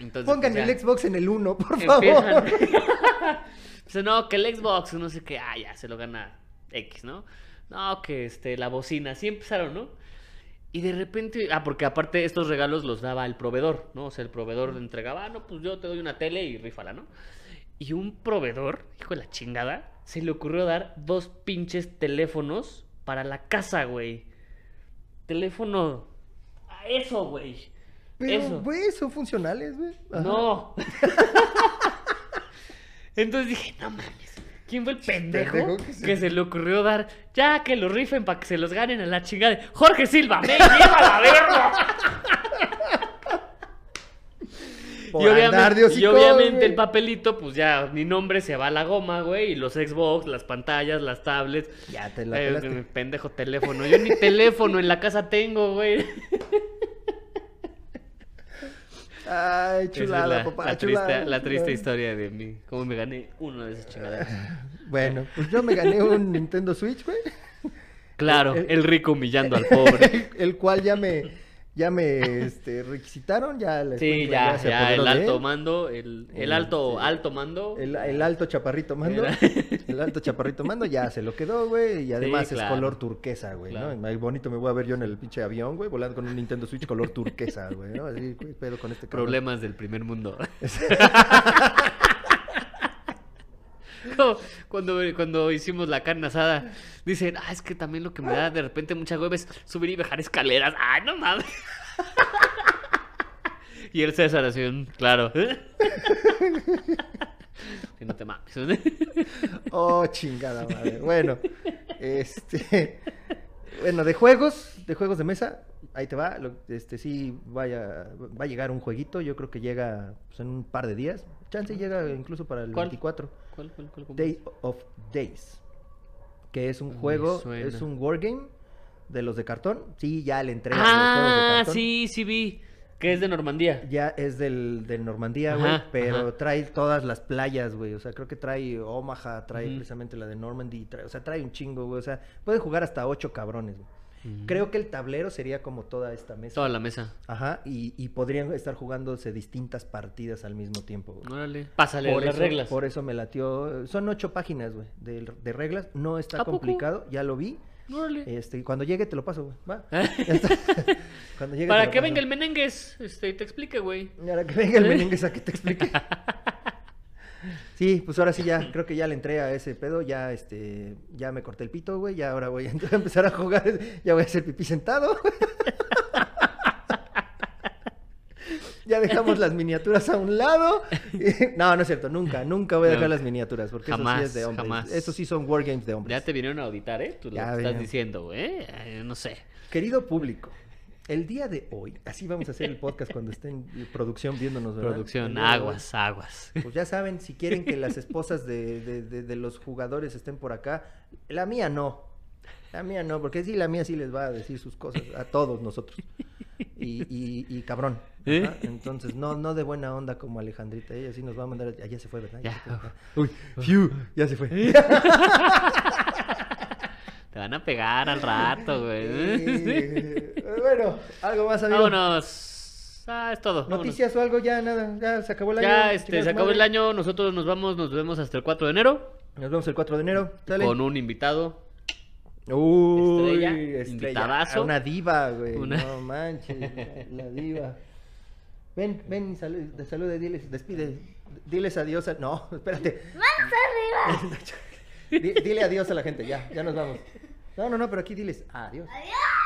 Speaker 2: entonces
Speaker 1: Pongan el
Speaker 2: pues, ya.
Speaker 1: Xbox en el 1, por
Speaker 2: Empiezan.
Speaker 1: favor.
Speaker 2: Dice, no, que el Xbox, no sé qué, ah, ya se lo gana X, ¿no? No, que este, la bocina, así empezaron, ¿no? Y de repente, ah, porque aparte estos regalos los daba el proveedor, ¿no? O sea, el proveedor le entregaba, ah, no, pues yo te doy una tele y rífala, ¿no? Y un proveedor, hijo de la chingada, se le ocurrió dar dos pinches teléfonos para la casa, güey. Teléfono. a Eso, güey.
Speaker 1: Pero,
Speaker 2: Eso.
Speaker 1: güey, son funcionales, güey. Ah, Ajá.
Speaker 2: No. Entonces dije, no mames. ¿Quién fue el pendejo,
Speaker 1: Pendejo
Speaker 2: que,
Speaker 1: que
Speaker 2: se...
Speaker 1: se-
Speaker 2: le ocurrió dar? Ya que lo rifen para que se los ganen a la chingada. Jorge Silva, me lleva a la verga.
Speaker 1: Por
Speaker 2: Y obviamente,
Speaker 1: andar de
Speaker 2: y
Speaker 1: hocicón,
Speaker 2: obviamente
Speaker 1: güey.
Speaker 2: el papelito, pues ya mi nombre se va a la goma, güey. Y los Xbox, las pantallas, las tablets.
Speaker 1: Ya te la
Speaker 2: eh,
Speaker 1: pelaste.
Speaker 2: el pendejo teléfono. Yo ni teléfono en la casa tengo, güey.
Speaker 1: Ay,
Speaker 2: Esa es
Speaker 1: chulada,
Speaker 2: la,
Speaker 1: papá.
Speaker 2: la
Speaker 1: chulada,
Speaker 2: triste, la triste
Speaker 1: chulada.
Speaker 2: historia de mí. Cómo me gané uno de esas chingaderas.
Speaker 1: Bueno, pues yo me gané un Nintendo Switch, güey.
Speaker 2: Claro,
Speaker 1: El-
Speaker 2: el rico humillando al pobre.
Speaker 1: El cual ya me, ya me este, requisitaron. Ya la
Speaker 2: Sí,
Speaker 1: escuincla
Speaker 2: ya,
Speaker 1: se
Speaker 2: ya,
Speaker 1: apoderó
Speaker 2: el
Speaker 1: de
Speaker 2: alto
Speaker 1: él.
Speaker 2: mando, el, el
Speaker 1: El-
Speaker 2: alto,
Speaker 1: sí.
Speaker 2: alto mando.
Speaker 1: El, el alto chaparrito mando.
Speaker 2: Era-
Speaker 1: El alto chaparrito mando ya se lo quedó, güey. Y además
Speaker 2: claro.
Speaker 1: es color turquesa, güey,
Speaker 2: Claro.
Speaker 1: ¿no? Ay, bonito me voy a ver yo en el pinche avión, güey, volando con un Nintendo Switch color turquesa, güey, ¿no? Así, güey, pedo con este cabrón.
Speaker 2: Problemas del primer mundo. Como Cuando, cuando hicimos la carne asada, dicen, ah, es que también lo que me da de repente mucha hueva es subir y bajar escaleras. Ay, no mames. Y el César así, "Mm, claro. Si no te mames.
Speaker 1: Oh, chingada madre. Bueno, este. Bueno, de juegos, de juegos de mesa, ahí te va. lo- este sí vaya, va a llegar un jueguito. Yo creo que llega pues, en un par de días. Chance llega incluso para el
Speaker 2: ¿Cuál?
Speaker 1: 24.
Speaker 2: ¿Cuál, cuál, cuál, cuál?
Speaker 1: Day of Days, que es un
Speaker 2: Me
Speaker 1: juego,
Speaker 2: suena.
Speaker 1: es un wargame de los de cartón. Sí, ya le entregan los juegos de
Speaker 2: Ah,
Speaker 1: cartón.
Speaker 2: sí, sí vi. Que es de Normandía.
Speaker 1: Ya es del, del Normandía, güey,
Speaker 2: Ajá,
Speaker 1: pero
Speaker 2: ajá.
Speaker 1: trae todas las playas, güey. O sea, creo que trae Omaha, trae
Speaker 2: Ujú.
Speaker 1: precisamente la de Normandy, trae- o sea, trae un chingo, güey. O sea, pueden jugar hasta ocho cabrones, güey. Creo que el tablero sería como toda esta mesa.
Speaker 2: Toda la mesa.
Speaker 1: Ajá, y, y podrían estar jugándose distintas partidas al mismo tiempo, güey.
Speaker 2: Órale. Pásale las
Speaker 1: eso,
Speaker 2: reglas.
Speaker 1: por eso me latió. Son ocho páginas, güey, de, de reglas. No
Speaker 2: ¿A
Speaker 1: está
Speaker 2: poco?
Speaker 1: complicado, ya lo vi.
Speaker 2: Órale.
Speaker 1: Este, y cuando llegue te lo paso, güey. Va. Cuando llegue te
Speaker 2: Para
Speaker 1: lo
Speaker 2: que
Speaker 1: paso.
Speaker 2: venga el menengues, este, y te explique, güey.
Speaker 1: Para que venga el merengues a que te explique. Sí, pues ahora sí ya, creo que ya le entré a ese pedo, ya este, ya me corté el pito, güey, ya ahora voy a ent- empezar a jugar, ya voy a hacer pipí sentado. Ya dejamos las miniaturas a un lado. No, no es cierto, nunca, nunca voy a dejar
Speaker 2: Nunca.
Speaker 1: las miniaturas, porque eso
Speaker 2: Jamás,
Speaker 1: sí es de hombres.
Speaker 2: jamás.
Speaker 1: Eso sí son wargames de hombres.
Speaker 2: Ya te vinieron a auditar, ¿eh? Tú lo
Speaker 1: Ya
Speaker 2: que estás
Speaker 1: vinieron.
Speaker 2: diciendo, güey. Ay, No sé.
Speaker 1: Querido público, el día de hoy, así vamos a hacer el podcast cuando esté en producción viéndonos, ¿verdad? El
Speaker 2: Producción,
Speaker 1: día de hoy.
Speaker 2: aguas, aguas.
Speaker 1: Pues ya saben, si quieren que las esposas de, de- de- de los jugadores estén por acá, la mía no. La mía no, porque sí, la mía sí les va a decir sus cosas a todos nosotros. Y, y- y cabrón. ajá.
Speaker 2: ¿Eh?
Speaker 1: Entonces, no, no de buena onda como Alejandrita. Ella sí nos va a mandar. Allá se fue, ¿verdad?
Speaker 2: Ya.
Speaker 1: Uy, fiu, ya se fue.
Speaker 2: Te van a pegar al rato, güey.
Speaker 1: Eh, bueno, algo más, amigo.
Speaker 2: Vámonos. Ah, es todo. vámonos.
Speaker 1: Noticias o algo, ya nada. Ya se acabó el año.
Speaker 2: Ya, este,
Speaker 1: chingada su
Speaker 2: se acabó
Speaker 1: madre.
Speaker 2: el año. Nosotros nos vamos, nos vemos hasta el 4 de enero
Speaker 1: Nos vemos el 4 de enero. Sale.
Speaker 2: con un invitado.
Speaker 1: Uy,
Speaker 2: Estrella,
Speaker 1: estrella,
Speaker 2: invitadazo.
Speaker 1: Una diva, güey.
Speaker 2: Una-
Speaker 1: No manches, la, la diva. Ven, ven, salud, te saluda, diles, despide. Diles adiós a... No, espérate. ¡Vamos arriba! dile adiós a la gente, ya, ya nos vamos. No, no, no, pero aquí diles adiós. ¡Adiós!